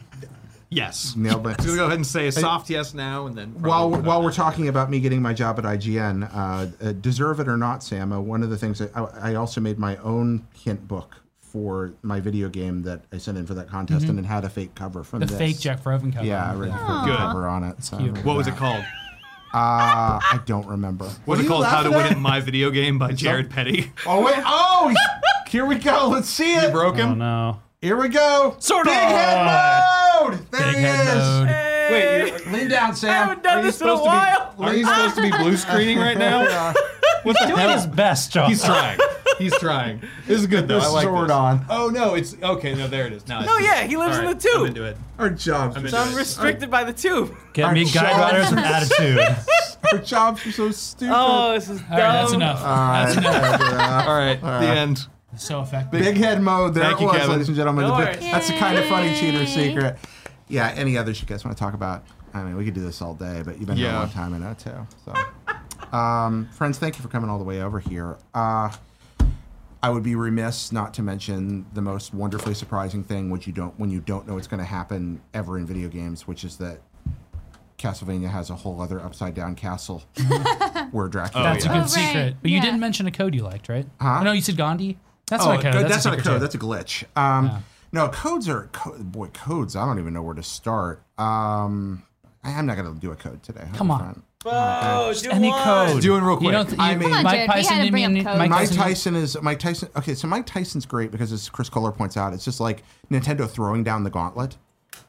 Yes.
Nail bit.
I'm gonna go ahead and say a soft yes now, and then
While
probably-
while we're talking about me getting my job at IGN, uh, uh, deserve it or not, Sam. Uh, one of the things that I, I also made my own hint book for my video game that I sent in for that contest, and it had a fake cover from
the
this.
fake Jack Froven cover.
Yeah, I read the fake
Good.
cover on it. So
cute.
what was it called?
Uh, I don't remember.
What was
Are
it
you
called? How to
laughing
Win
at?
at My Video Game by Jared Petty.
Oh wait! Oh, here we go. Let's see it.
Broke
Oh
him.
no.
Here we go.
Sword
Big
on.
head mode. There
Big
he
head
is.
mode.
Wait, you're- lean down, Sam.
haven't done
Are you
this in a
supposed to be-
while.
are you supposed to be
blue screening right now?
Yeah.
He's doing his best, John.
He's trying. He's trying. This is good though.
This
I like
sword
this.
on.
Oh no, it's okay. No, there it is. Now
No, yeah, he lives in the tube.
I'm into it.
Our jobs.
I'm
are
into
So I'm restricted by the tube.
Get me
Our
guide
jobs.
riders and attitude.
Our jobs are so stupid. Uh,
Oh, this is dumb.
All right, that's
Oh,
enough. that's enough.
All right, the end.
So effective.
Big head mode. There
Thank
it
you,
was,
Kevin.
ladies and gentlemen. The
No
big-
worries.
that's the kind of funny cheater
Yay.
secret. Yeah. Any others you guys want to talk about? I mean, we could do this all day, but you've been here a
Yeah.
long time, I know too. So, um, friends, thank you for coming all the way over here. Uh, I would be remiss not to mention the most wonderfully surprising thing, which you don't when you don't know what's going to happen ever in video games, which is that Castlevania has a whole other upside down castle where Dracula.
Oh,
That's
yeah.
a good
Oh, right.
secret. But you
Yeah.
didn't mention a code you liked, right?
Huh?
No, you said Gandhi. That's
Uh-huh. Oh,
not a code.
co-
That's,
That's, not a code.
secret
That's a glitch. Um, No, codes are co- boy codes. I don't even know where to start. Um, I- I'm not gonna do a code today. I'll
Come
be
on.
fine.
Oh, do
Any
one.
code.
Doing real
too. You
quick.
don't. Th- you,
I mean- Come on,
Mike
Jared, we
Tyson
had to
didn't
bring
mean
up codes.
Mike
Mike
Tyson.
Tyson is Mike Tyson. Okay, so Mike Tyson's great because as Chris Kohler points out, it's just like Nintendo throwing down the gauntlet.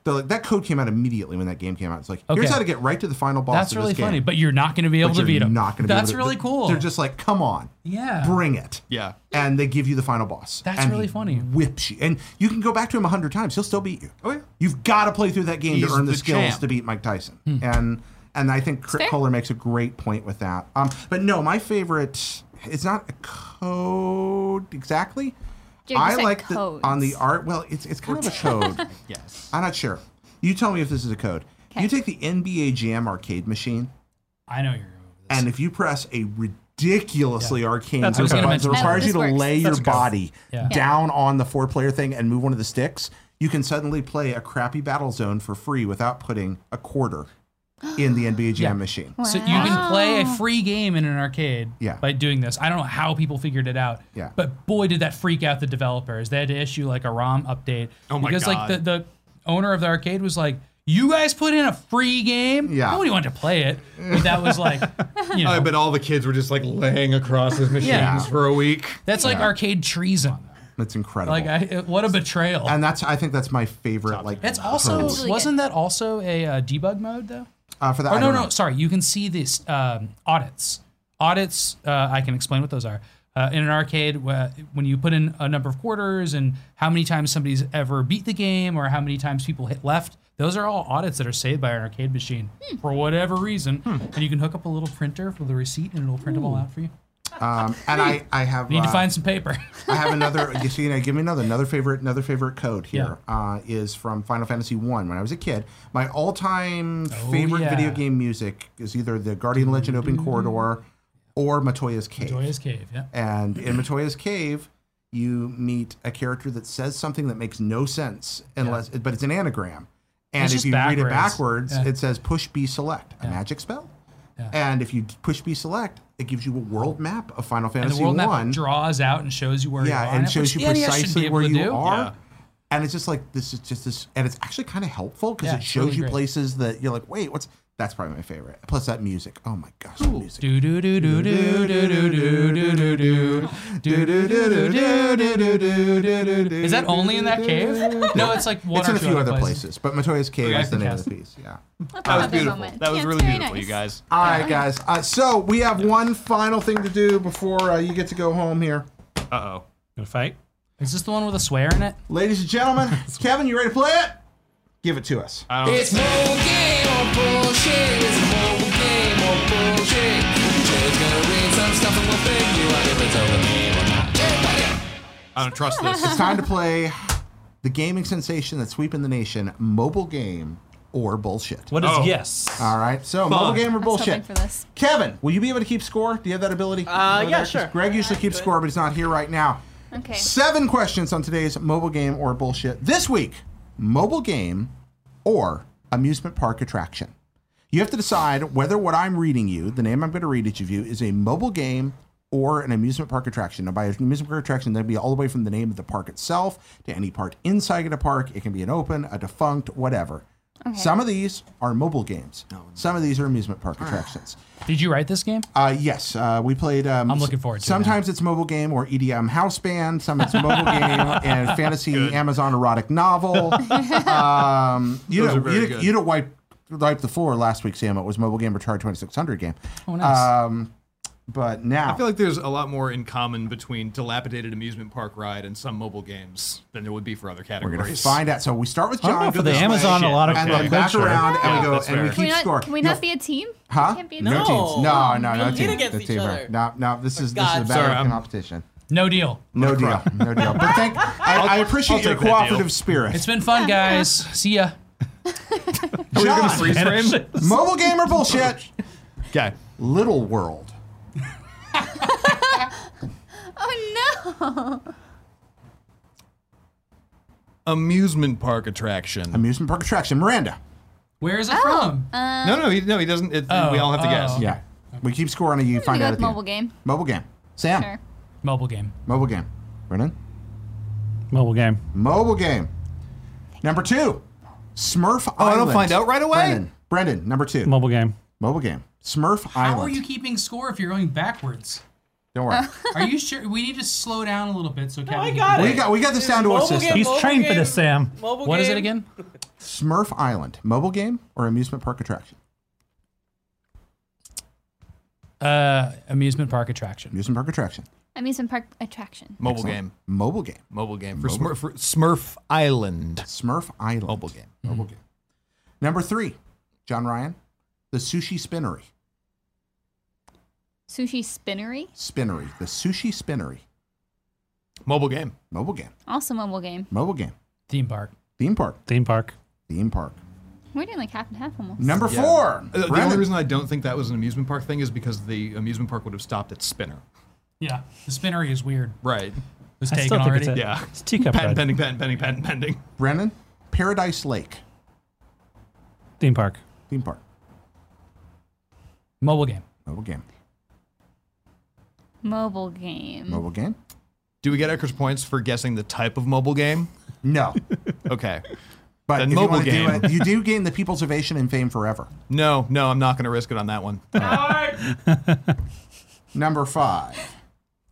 They're like, that code came out immediately when that game came out. It's like here's
Okay.
how to get right to the final boss.
That's
of
really
this game,
funny. But you're not going to be able
but
to
you're
beat him.
Not gonna be able
That's
to-
really cool.
They're just like, come on,
yeah.
bring it.
Yeah.
And they give you the final boss.
That's
And
really
he
funny.
Whips you, and you can go back to him a hundred times. He'll still beat you.
Oh, yeah.
You've got to play through that game
He's
to earn the,
the
skills
champ.
to beat Mike Tyson.
Hmm.
And and I think Crit
fair.
Kohler makes a great point with that. Um, but no, my favorite. It's not a code exactly.
Dude, you
I
said
like the, on the
codes.
art. Well, it's it's kind of a code.
Yes.
I'm not sure. You tell me if this is a code.
Okay.
You take the NBA Jam arcade machine.
I know you're. going with this.
And if you press a ridiculously arcane
That's
group
okay.
of
I
buttons,
was
it
gonna
requires
mention
that.
you to
This works.
lay your body
Yeah.
down on the four player thing and move one of the sticks, you can suddenly play a crappy battle zone for free without putting a quarter in the NBA Jam machine.
So you can play a free game in an arcade
Yeah.
by doing this. I don't know how people figured it out.
Yeah.
But boy, did that freak out the developers. They had to issue like a ROM update.
Oh my
because,
God.
like the, the owner of the arcade was like, You guys put in a free game.
Yeah.
Nobody wanted to play it. But that was like, you know,
I bet all the kids were just like laying across his machines
Yeah.
for a week.
that's like arcade treason.
That's incredible.
Like, I, it- what a betrayal.
and that's I think that's my favorite. Like
That's also
hurdle.
really
wasn't that also a uh, debug mode though?
uh, for that.
Oh
I
no
don't
no
know.
sorry. You can see these um, audits. Audits. Uh, I can explain what those are. Uh, in an arcade, wh- when you put in a number of quarters and how many times somebody's ever beat the game or how many times people hit left, those are all audits that are saved by an arcade machine for whatever reason.
Hmm.
And you can hook up a little printer for the receipt and it'll print them all out for you.
Um, and I I have
You need
uh,
to find some paper.
I have another. You see, you know, give me another. Another favorite. Another favorite code here uh, is from Final Fantasy One. When I was a kid, my all-time favorite
Oh, yeah. Mm-hmm.
video game music is either the Guardian Legend Open Corridor or Matoya's Cave.
Joyous Cave. Yeah.
And in Matoya's Cave, you meet a character that says something that makes no sense unless, but it's an anagram. And
It's
if
just
you read it
backwards.
backwards,
Yeah.
it says push B select, a magic spell. And if you push B select, it gives you a world map of Final
And
Fantasy
the world map
One.
draws out and shows you where you
Yeah,
are.
and
it,
shows
which
you
the NES should be
precisely
able
where
to
you
do.
are.
Yeah.
And it's just like this is just this, and it's actually kind of helpful because
Yeah,
it
it's
shows
really
you
great.
places that you're like, wait, what's that's probably my favorite. Plus that music. Oh my gosh, that music.
Do do do do do do do do do do do do do do do do do do do. Is that only in that cave? No, it's like one
It's
or
in a
two
few
other
other places, but Matoya's Cave
Okay.
is the name of the piece. Yeah.
That was
Another
beautiful.
moment.
That was
Yeah, it's
really
very
beautiful, you guys.
All right, guys. Uh, so we have one final thing to do before uh, you get to go home here,
Uh oh.
Gonna fight?
Is this the one with a swear in it?
ladies and gentlemen. Kevin, you ready to play it? Give it to us.
It's more game or bullshit. It's more game or bullshit. Jared's gonna read some stuff and we'll figure out if it's over game or not. Jared, buddy.
I don't trust this.
It's time to play the gaming sensation that's sweeping the nation: mobile game or bullshit.
What is
Oh.
yes?
All right. So mobile game or
I was hoping
bullshit?
for this.
Kevin, will you be able to keep score? Do you have that ability?
Uh,
Over
yeah,
there?
sure.
Greg usually keeps score, but he's not here right now.
Okay.
Seven questions on today's mobile game or bullshit. This week, mobile game or amusement park attraction. You have to decide whether what I'm reading you, the name I'm going to read each of you, is a mobile game or an amusement park attraction. Now, by amusement park attraction, that'd be all the way from the name of the park itself to any part inside a park. It can be an open, a defunct, whatever. Some of these are mobile games. Some of these are amusement park attractions.
Did you write this game?
Uh, yes, uh, we played. Um,
I'm looking forward to it now.
Sometimes it's mobile game or EDM house band. Some it's mobile game and fantasy Amazon erotic novel. um, you
Those
know,
are very
you,
good.
you don't wipe wipe the floor last week, Sam. It was mobile game retard 2600 game.
Oh, nice.
Um, but now,
I feel like there's a lot more in common between dilapidated amusement park ride and some mobile games than there would be for other
we're gonna
categories.
find out. So we start with John.
I don't know
go
for the
this way,
Amazon a lot of
Shit,
and
okay.
then back
Sure.
around, and
Yeah,
we go
that's
and we
fair.
keep
Can we not,
score.
can we
No,
not be a team?
Huh?
We can't be a
no
team.
teams. No, no, no
Compete
teams.
against
The
each
team
other.
work. No, no. This is this is a
God's
battle
sake.
of competition.
No deal.
No deal. No deal. But thank. I, I appreciate
I'll
your
take that deal.
cooperative spirit.
It's been fun, guys. See ya.
John,
freeze frame.
mobile game or bullshit?
Okay.
Little World.
Oh no!
Amusement park attraction.
Amusement park attraction. Miranda.
Where is it from?
no, no, he, no, he doesn't. It,
Oh,
we all have to
oh.
guess.
Yeah. We keep scoring and you
I'm
find
gonna
out
go
at
with
the
mobile
end.
game.
Mobile game. Sam.
Sure.
Mobile game.
Mobile game. Brennan.
Mobile game.
Mobile game. Number two. Smurf Island.
Oh, I don't find out right away?
Brendan. Brendan. Number two.
Mobile game.
Mobile game. Smurf Island.
How are you keeping score if you're going backwards?
don't worry.
Are you sure? We need to slow down a little bit so Kevin.
I
can-
got
we
it.
got we got this down to our
Mobile
system.
game-
He's trained for
game.
this, Sam.
Mobile
What is
game.
it again?
Smurf Island. Mobile game or amusement park attraction?
Uh, amusement park attraction.
Amusement park attraction.
Amusement park attraction.
Mobile
Excellent.
game.
Mobile game.
Mobile game. For, Smurf, for Smurf Island.
Smurf Island.
Mobile game. Mm-hmm.
Mobile game. Number three. John Ryan. The Sushi Spinnery.
Sushi spinnery.
Spinnery. The Sushi Spinnery.
Mobile game.
Mobile game.
Also mobile game.
Mobile game.
Theme park.
Theme park.
Theme park.
Theme park.
We're doing like half and half almost.
Number
Yeah.
four.
Uh, the only
Brendan.
reason I don't think that was an amusement park thing is because the amusement park would have stopped at Spinner.
Yeah. The spinnery is weird.
Right.
It was
I
taken
still think
already.
it's a,
Yeah.
It's teacup
Patent
red.
pending, patent pending, patent pending.
Brendan. Paradise Lake.
Theme park.
Theme park.
Mobile game.
Mobile game.
Mobile game.
Mobile game.
Do we get extra points for guessing the type of mobile game?
No.
Okay.
But
That
if you
mobile
wanna
game.
do it, you do gain the people's ovation and fame forever.
No, no, I'm not going to risk it on that one.
Number five.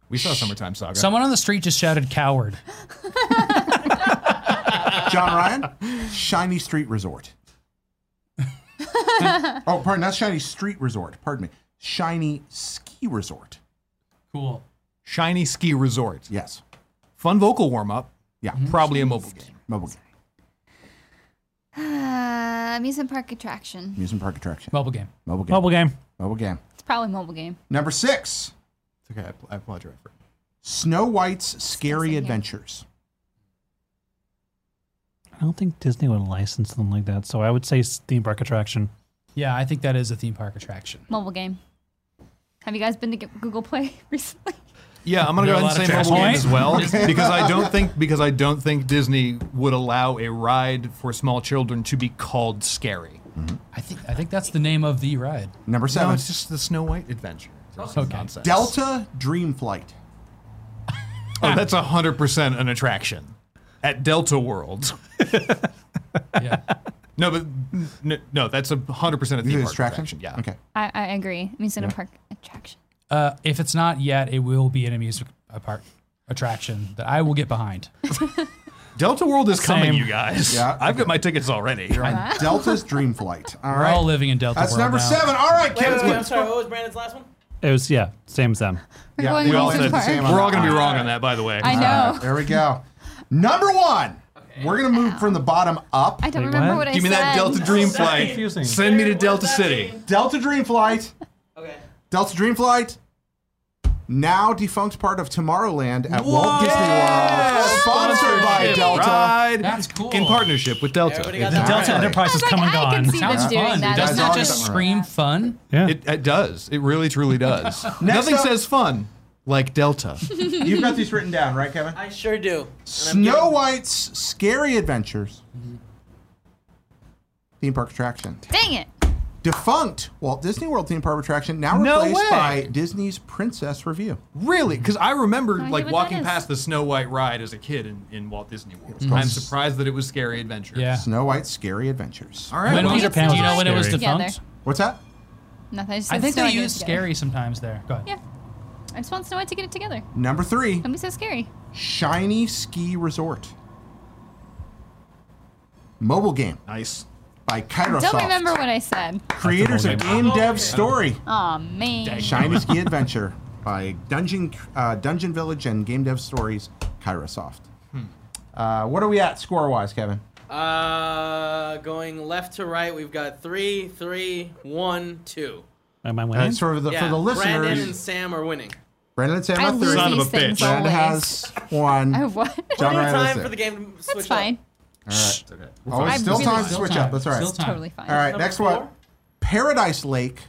we saw Summertime Saga.
Someone on the street just shouted "coward."
John Ryan, Shiny Street Resort. oh, pardon, not Shiny Street Resort. Pardon me. Shiny Ski Resort.
Cool.
Shiny Ski Resort.
Yes.
Fun vocal warm up.
Yeah.
Probably a mobile game.
Mobile game.
Uh, amusement park attraction.
Amusement park attraction.
Mobile game.
Mobile game.
Mobile game.
Mobile game.
It's probably mobile game.
Number six.
It's okay. I, app- I applaud your effort.
Snow White's Scary
in here.
Adventures.
I don't think Disney would license something like that, so I would say s- theme park attraction.
Yeah, I think that is a theme park attraction.
Mobile game. Have you guys been to G- Google Play recently?
Yeah, I'm gonna
There
go
are a
ahead
lot
and
of
say mobile game
attractions.
as well because I don't think because I don't think Disney would allow a ride for small children to be called scary.
I think I think that's the name of the ride.
Number
No,
seven.
it's just the Snow White adventure. It's
Okay.
nonsense.
Delta Dream Flight.
Oh, that's hundred percent an attraction at Delta World.
Yeah.
No, but n- no, that's a hundred percent a
Is
theme
it
park
attraction?
attraction. Yeah.
Okay.
I, I agree. Amusement park attraction.
Uh, if it's not yet, it will be an amusement park attraction that I will get behind.
Delta World is coming,
Same.
you guys.
Yeah,
I've got my tickets already.
Uh-huh.
Delta's Dream Flight. All
We're
right.
all living in Delta
That's
World
number
now.
seven. All right,
Wait,
kids.
wait, wait, I'm
get-
sorry. What was Brandon's last one?
It was yeah, same as them.
We're
Yeah,
going
we
to
all
amusement
said the
park.
same on
We're
that.
all gonna be wrong on that, by the way.
I
All
know.
right, there we go. Number one. We're going to move from the bottom up.
I don't
Wait,
remember
what?
what I
Give me that
said.
Delta Dream
Sorry.
flight.
Confusing.
Send me to
What
Delta
does that
City.
mean?
Delta Dream Flight.
Okay.
Delta Dream Flight. Now defunct part of Tomorrowland at Walt Disney World. Sponsored by
Sponsorship
Delta.
ride
That's cool.
In partnership with Delta.
Everybody got
The
that
Delta
Delta
Alright.
Enterprise
I
has
was
come
like,
and
I can
gone.
see
Sounds
them doing
fun.
that.
Doesn't
That's
that just
awesome.
scream fun?
Yeah.
It, it does. It really, truly does. Nothing
up-
says fun like Delta.
You've got these written down, right, Kevin?
I sure do. And I'm
Snow
giving-
White's Scary Adventures.
Mm-hmm.
Theme park attraction.
Dang it.
Defunct Walt Disney World theme park attraction now
No
replaced
way.
by Disney's Princess Review.
really? Because I remember
idea
like
what
walking
that is.
past the Snow White ride as a kid in, in Walt Disney World.
called
I'm surprised that it was Scary Adventure.
Yeah.
Snow White's Scary Adventures.
All right.
When
well,
was
Peter
it?
Pan
Do you
was
know when it was
scary.
defunct?
Together.
What's that?
Nothing. I, just
I
said
think
Snow
they
White
used
together.
scary sometimes there. Go ahead.
Yeah. I just want Snow White to get it together.
Number three,
Don't be so scary.
Shiny Ski Resort. Mobile game
nice.
by Kyrosoft.
Don't remember what I said.
Creators of Game Dev Story.
Aw, man.
Shiny Ski Adventure by Dungeon uh, Dungeon Village and Game Dev Stories, Kyrosoft. Uh, what are we at score wise, Kevin?
Uh, going left to right, we've got three, three, one, two.
Am I
Uh,
winning?
That's for the
Yeah.
for the
Brandon and
listeners.
Sam are winning.
Brandon and Sam
I
are
lose
third.
Son of
these
a
things
bitch.
always.
Brandon has one. Oh,
I what?
John
Plenty of
Ryan has
time
it.
for the game to switch
That's
up.
fine.
It's okay.
Oh, it's
I'm
still
really
time to
fine.
switch up. That's all
Still
right.
time.
Totally fine.
All right,
Number
next one.
four?
Paradise Lake.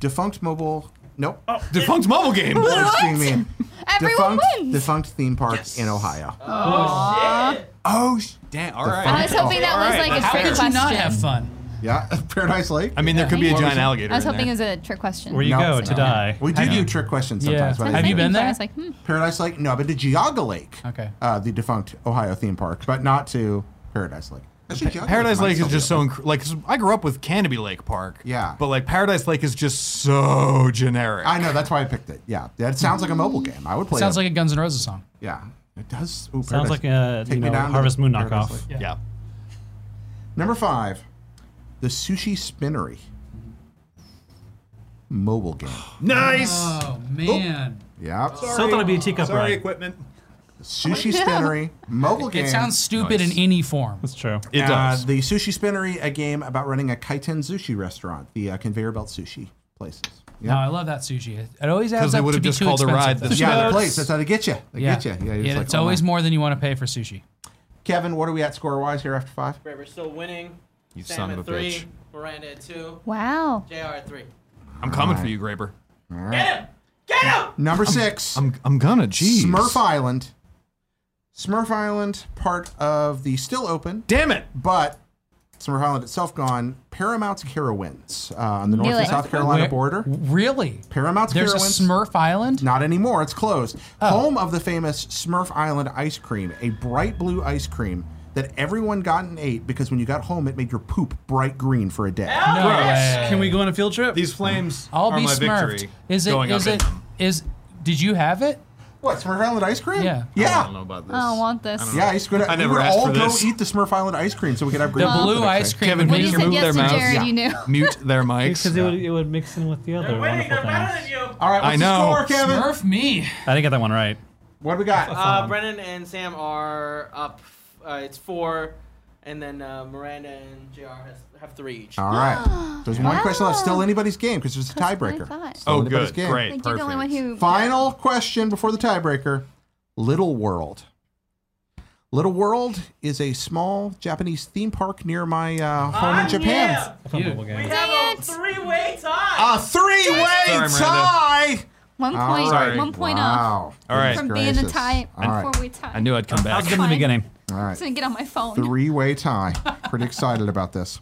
Defunct mobile. Nope. Oh,
Defunct mobile game.
Everyone
Defunct,
wins.
defunct theme park in Ohio.
Oh, shit.
Oh, sh-
Damn. All
I
right.
was hoping that was
All right,
like a
How
trick
could
question.
you not have fun?
yeah, Paradise Lake.
I mean, there could be a giant alligator.
I was
in
hoping it
there.
was a trick question.
Where you
No.
go to
No.
die?
we do do trick questions
Yeah.
sometimes. but I
Have
think
you been
So I
there?
was like, hmm.
Paradise Lake? No, I've been to Geauga Lake.
Okay.
Uh, the defunct Ohio theme park, but not to Paradise Lake. Actually, Geauga
Paradise
might
Lake
still
is
be
just
open.
so inc- like 'cause I grew up with Canopy Lake Park.
Yeah.
but like Paradise Lake is just so generic.
I know that's why I picked it. Yeah, that sounds like a mobile game. I would play.
Sounds
it.
like a Guns N' Roses song.
yeah, it does. Ooh,
Sounds
Paradise-
like uh, a
Take
you
me
know,
down to
Harvest
the
Moon
Paradise
knockoff.
Lake.
yeah.
Number five, the Sushi Spinnery mobile game.
Nice.
Oh man.
Yeah,
Something to be a teacup
Sorry,
ride.
equipment.
Sushi Spinnery mobile game.
It sounds stupid
Nice.
in any form.
That's true.
It
Uh,
does.
The Sushi Spinnery, a game about running a kaiten sushi restaurant, the uh, conveyor belt sushi places.
No, I love that sushi. It- It always
Because
adds
they
up
would
to
have
be
just
too
called a
expensive.
ride
though.
then.
Yeah, the
Yes.
place. That's how they get you. They get you. Yeah,
Yeah,
like,
it's
oh,
always
man.
more than you want to pay for sushi.
Kevin, what are we at score wise here after five?
Great, we're still winning.
You
Sam
son
at
of a
three,
bitch.
Miranda at two,
Wow.
JR at three.
I'm coming for you, Graber.
Get him! Get him!
Number six,
I'm I'm gonna. Jeez.
Smurf Island. Smurf Island, part of the still open,
Damn it.
but Smurf Island itself gone. Paramount's Carowinds uh, on the North and
it.
South Carolina
Where-
border.
Really?
Paramount's
There's a
Carowinds.
Smurf Island?
Not anymore.
Oh.
It's closed. Home of the famous Smurf Island ice cream, a bright blue ice cream that everyone got an eight because when you got home, it made your poop bright green for a day.
No way.
Can we go on a field trip?
These flames
I'll
are
be
my
smurfed.
victory.
Is it?
going
Is
up
it?
in them.
Is did you have it?
What, Smurf Island ice cream?
Yeah.
I don't know
Yeah.
about this.
I don't want this.
Yeah, I screwed up.
I never
we would
asked
all
for
go
this.
eat the Smurf Island ice cream so we could have green
The
poop
blue
the next
ice
day.
cream.
Kevin,
would
When
Make
you
make
your move
said yes
their
to
mouths.
Jared,
Yeah.
you knew.
Mute their mics.
Because it, would, it would mix in with the other wonderful things.
you.
All right, what's
I know.
the score, Kevin?
Smurf me.
I didn't get that one right.
What do we got?
Uh, Brennan and Sam are up. Uh, it's four, and then uh, Miranda and Jr. Has, have three each.
all right. There's one question left. Still anybody's game because there's a
Ah. Oh. That's what I
tiebreaker.
thought.
Still
Oh,
anybody's
good.
game.
Great.
Like
Perfect.
you're the only one who.
Final question before the tiebreaker Little World. Little World is a small Japanese theme park near my
Ah,
uh, home in Japan.
Game.
Dang it!
three-way tie.
A three way
Sorry, Miranda.
tie.
One
All
point.
right.
One point off
wow.
All right.
from being a
Gracious.
tie.
All right.
Before we tie.
I knew I'd come back.
Good in the
Fine.
beginning.
All
I was
right.
gonna get on my phone.
Three way tie. Pretty excited about this.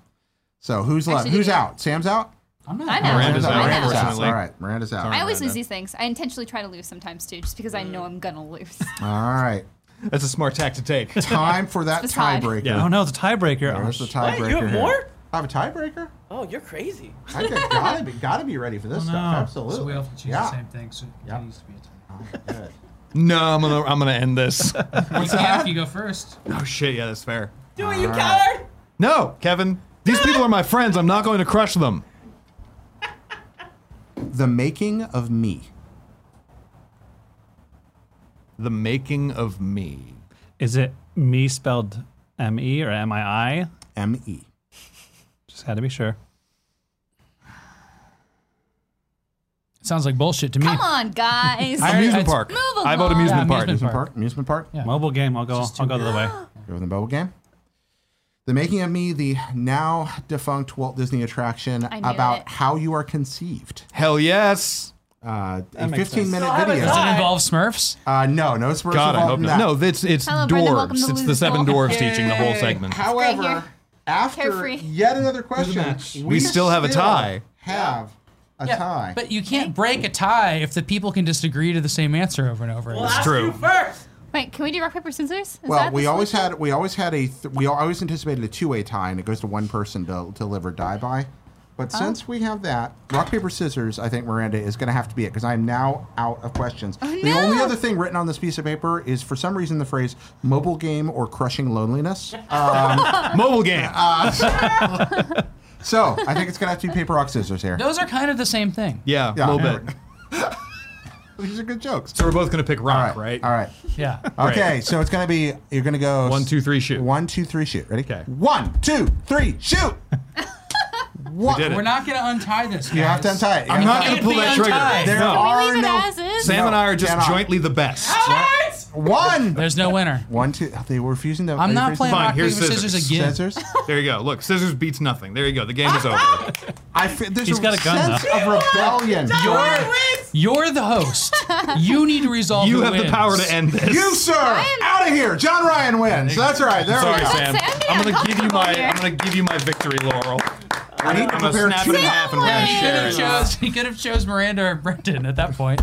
So who's left?
Actually,
Who's
yeah.
out? Sam's out?
I'm not.
I know.
Miranda's
I
out.
know.
Miranda's out.
unfortunately.
All right. Miranda's out.
I always lose
Miranda.
these things. I intentionally try to lose sometimes too, just because I know I'm gonna lose.
All right.
That's a smart tack to take.
Time for that
It's the tie.
tiebreaker.
Oh no, it's a tiebreaker. Oh,
There's the
sh-
tiebreaker.
What? You have
here.
more?
I have a tiebreaker?
Oh, you're crazy.
I could, gotta, be, gotta be ready for this
Oh,
stuff.
no.
Absolutely.
So we all choose
yeah.
the same thing. So it continues to be a tie.
Good.
no, I'm gonna I'm gonna end this.
What's that? If you go first.
oh shit, yeah, that's fair.
Do it, you coward!
No, Kevin. These people are my friends. I'm not going to crush them.
The making of me.
The making of me.
Is it me spelled M E or M I I?
M E.
Just had to be sure.
Sounds like bullshit to me.
Come on, guys.
I-
amusement
it's-
park.
Move
I vote
along.
amusement
Yeah,
park.
Amusement
amusement
park. Amusement park.
Yeah.
Mobile game. I'll go.
Just too
I'll go the other way.
Go with the bubble game. The making of me, the now defunct Walt Disney attraction
I knew
about
it.
how you are conceived.
Hell yes.
Uh, a
makes
15 minute
Still have
video.
it
Does it
Hi.
involve Smurfs?
Uh, no, no Spurs
God, I
involved
hope
in
not.
that.
No, it's it's
Hello,
dwarves.
Brenda, welcome to
it's the
Loser's
seven
Ball.
dwarves teaching the whole segment.
It's right
However,
here.
after
Carefree.
yet another question,
match.
We still have a tie.
Have a tie.
But you can't break a tie if the people can just agree to the same answer over and over.
Well,
again.
ask
true.
you first.
Wait, can we do rock paper scissors? Is
well,
that
we
the
always
solution?
had we always had a th- we always anticipated a two way tie, and it goes to one person to, to live or die by. But
Oh.
since we have that rock paper scissors, I think Miranda is going to have to be it because I am now out of questions. the
Oh, no.
only other thing written on this piece of paper is, for some reason, the phrase "mobile game" or "crushing loneliness." Um,
Mobile game.
so I think it's going to have to be paper rock scissors here.
Those are kind of the same thing.
yeah,
Yeah.
a little bit.
These are good jokes.
So we're both gonna pick
All
rock,
right,
right?
All right.
Yeah.
Okay, so it's gonna be you're gonna go
One, two, three, shoot.
One, two, three, shoot. Ready?
Okay.
One, two, three, shoot. One.
did it.
We're not going to untie this.
You have to
guys.
untie it. You
I'm
have
not
to-
gonna pull
Can't
that
be
trigger.
untied.
There
No.
Can
are
we leave it
no.
as is?
Sam and I are just
cannot.
jointly the best.
Ah.
One.
There's no winner.
One, two. oh, They were refusing to. are
I'm
you
not
refusing
playing
to-
Fine,
rock paper
here's
scissors.
scissors.
again.
Scissors.
There you go. Look, scissors beats nothing. There you go. The game is
Ah.
over.
I fe- there's
He's
a
got a gun,
sense of rebellion. You're,
Jordan wins.
You're the host. you need to resolve.
You
who
have the
wins.
power to end this.
you, sir, out of here. John Ryan wins. That's right. There
Sorry,
we go.
Sam.
Sam, yeah,
I'm gonna give you my
here.
I'm gonna give you my victory laurel.
I need to
I'm gonna
prepare
snap
two.
it in half and we're gonna
He could
share
have
it.
chose. He could have chose Miranda or Brendan at that point.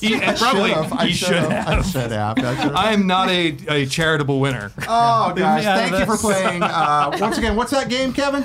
He, and probably
Should've. I
he should
should've.
have.
I should have. I should've.
I'm not a, a charitable winner.
Oh, guys,
out of
thank you for
this.
playing. Uh, once again, what's that game, Kevin?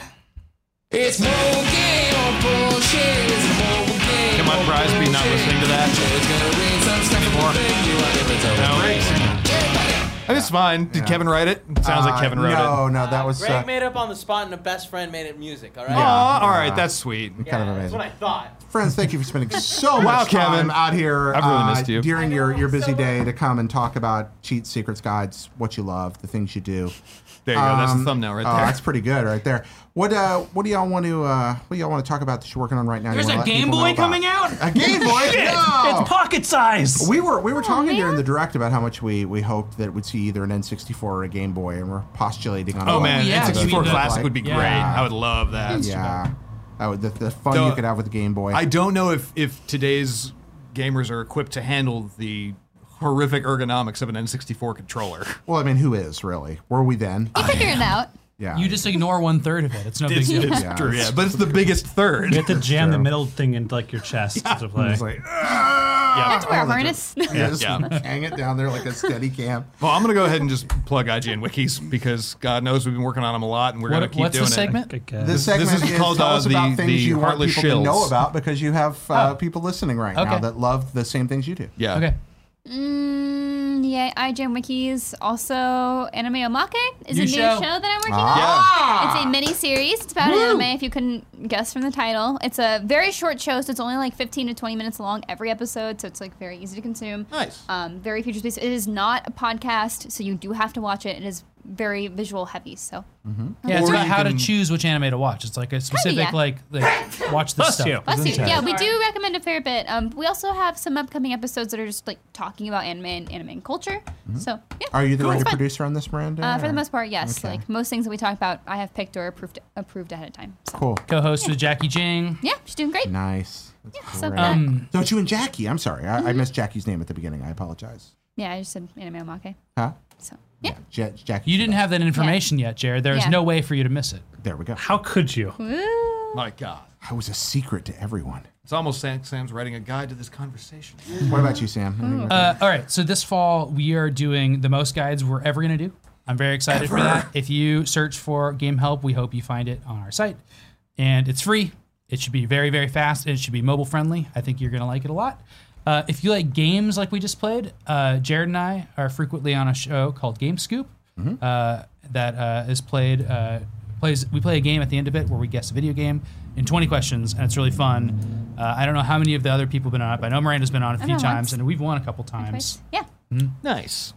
It's mobile game or bullshit. It's mobile game.
Can my
or
prize be not
bullshit.
listening to that
It's gonna read some stuff
anymore?
anymore.
No. It's fine. Did Kevin write it? It sounds like Kevin wrote
Uh, no,
it.
no, that was
Greg
uh,
made up on the spot, and a best friend made it music. All right.
Aw, all
Yeah.
right, that's sweet.
kind of
That's
amazing.
what I thought.
Friends, thank you for spending so much
Wow,
time
Kevin.
out here
I've really
uh,
missed you.
during your, your busy day to come and talk about cheat secrets, guides, what you love, the things you do.
There you go. That's the
Um,
thumbnail right
oh,
there.
that's pretty good right there. What uh, what do y'all want to uh, what do y'all want to talk about that you're working on right now?
There's a Game Boy coming
out. A Game Boy. no!
It's pocket size.
we were we
Oh,
were talking during
man.
the direct about how much we, we hoped that we'd see either an N64 or a Game Boy, and we're postulating on.
oh
what
man,
yeah,
that's what
N64
it
Classic
looked
would be
like.
great.
Yeah.
I would love that.
Yeah, that would, the, the fun
The-
you could have with a Game Boy.
I don't know if if today's gamers are equipped to handle the horrific ergonomics of an N64 controller.
Well, I mean, who is really? Were we then?
You figured it out.
Yeah.
You just ignore one third of it. It's no big
It's,
deal.
it's
Yeah.
true, yeah, but it's the biggest
You
third.
have to jam the
true.
middle thing into like your chest to play.
It's like,
I have to wear a
Oh, that
harness.
Yeah, just
Yeah.
hang it down there like a steady cam.
Well, I'm going to go ahead and just plug IGN wikis because God knows we've been working on them a lot and we're going to
What,
keep
what's
doing
the
it.
segment?
I guess.
This segment
is
is
called,
tell
uh,
us about
the-
things
the
you want
Heartless
people to know
Shills.
about because you have uh,
Oh.
people listening right now
Okay.
that love the same things you do.
Yeah.
Okay.
Mm, yeah, IGN Wikis. Also, Anime Omake is
New
a new
show.
show that I'm working
Ah.
on. It's a mini series. It's about anime, if you couldn't guess from the title. It's a very short show, so it's only like 15 to 20 minutes long every episode, so it's like very easy to consume.
Nice.
Um, very future space. It is not a podcast, so you do have to watch it. It is very visual heavy, so.
Mm-hmm.
Yeah, it's
Or
about
you
how
can-
to choose which anime to watch. It's like a specific
yeah.
like, like watch this
Bless
stuff.
you.
Bless you.
Isn't it?
Yeah, we do recommend a fair bit. Um, we also have some upcoming episodes that are just like talking about anime and anime and culture. So, yeah.
Mm-hmm. Are you the
Cool.
writer
It's fun.
producer on this, Miranda?
Uh, for
or-
the most part, yes.
Okay.
Like most things that we talk about, I have picked or approved approved ahead of time. So.
Cool.
Co-host with Jackie Jing.
Yeah, she's doing great.
Nice. That's
Yeah, so
great.
that-
so it's you and Jackie. I'm sorry. I, I missed Jackie's name at the beginning. I apologize.
yeah, I just said anime omake.
Huh?
So yeah,
Ja- Jackie.
You didn't have that information yet, Jared. There's
Yeah.
no way for you to miss it.
There we go.
How could you?
Hmm.
Woo.
My God.
That was a secret to everyone.
It's almost Sam, Sam's writing a guide to this conversation.
What about you, Sam? Anything with
Uh, all right. So this fall, we are doing the most guides we're ever going to do. I'm very excited for that. If you search for Game Help, we hope you find it on our site. And it's free. It should be very, very fast. And it should be mobile friendly. I think you're going to like it a lot. Uh, if you like games like we just played, uh, Jared and I are frequently on a show called Game Scoop uh, that uh, is played. Uh, plays. We play a game at the end of it where we guess a video game in 20 questions, and it's really fun. Uh, I don't know how many of the other people have been on it, but I know Miranda's been on it a
I've
few
been on
times,
once.
and we've won a couple
Twice.
times,
Yeah.
Nice.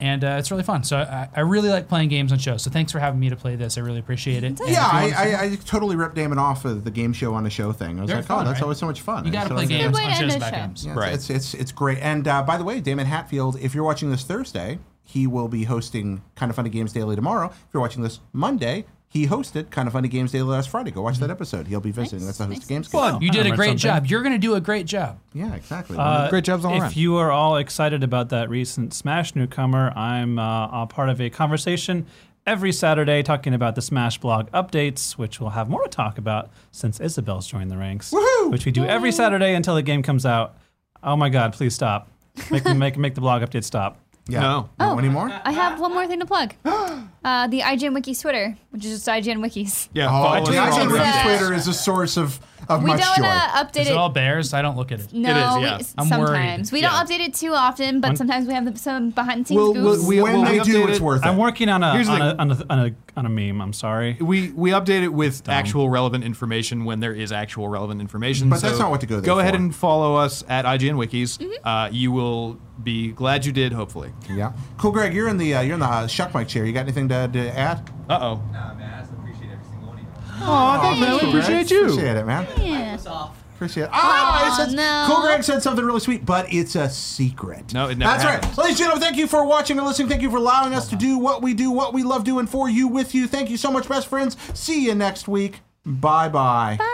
and uh, it's really fun. So I, I really like playing games on shows. So thanks for having me to play this. I really appreciate it.
Yeah, I, I, I totally ripped Damon off of the game show on a show thing. I was
They're
like, oh,
fun,
that's
right?
always so much fun.
You
I
got to
still
play
haven't-
games
way
on
to
shows
end a
about
show.
games.
Yeah,
Right.
It's, it's it's great. And uh, by the way, Damon Hatfield, if you're watching this Thursday, he will be hosting Kind of Funny Games Daily tomorrow. If you're watching this Monday, he hosted Kind of Funny Games Daily last Friday. Go watch that
Mm-hmm.
episode. He'll be visiting. That's the host of Games. Fun.
You did a
learned
great
something.
job. You're going to do a great job.
Yeah, exactly.
Uh,
Great jobs all
if
around.
you are all excited about that recent Smash newcomer, I'm uh, a part of a conversation every Saturday talking about the Smash blog updates, which we'll have more to talk about since Isabel's joined the ranks,
Woohoo!
which we do every Saturday until the game comes out. Oh my God! Please stop. Make make make the blog update stop.
yeah.
No.
No anymore?
Oh.
I have one more thing to plug. Uh, the IGN Wikis Twitter, which is just IGN Wikis.
Yeah.
Oh,
follow
I
us
think
on
it's
IGN
all around.
a-
Wikis
that.
Twitter is a source of, of
We
much
don't
joy.
uh, update
Is
it.
it all bears? I don't look at it.
no,
It is, yeah.
we,
I'm worried.
sometimes we
Yeah.
don't update it too often, but sometimes we have the- some behind the scenes
We'll- we'll-
goofs.
we-
when
well,
they do,
updated-
it's worth it.
I'm working on a
Here's the
on a,
thing.
on a on a on a meme. I'm sorry.
We we update it with actual relevant information when there is actual relevant information.
But
so
that's not what to go there
Go ahead
for.
and follow us at IGN Wikis.
Mm-hmm.
Uh, you will be glad you did. Hopefully.
yeah. Cool, Greg. You're in the uh, you're in the uh, shuck mic chair. You got anything to, to add?
Uh oh.
Nah, man, I just appreciate every single one of you.
Oh, thanks, man. We appreciate you.
Appreciate it, man.
yeah.
It's off.
Appreciate it. Ah, it
Aw,
says-
no.
Cool Greg said something really sweet, but it's a secret.
No, it never
That's right.
happens.
Ladies and gentlemen, thank you for watching and listening. Thank you for allowing us to do what we do, what we love doing for you, with you. Thank you so much, best friends. See you next week. Bye-bye. bye bye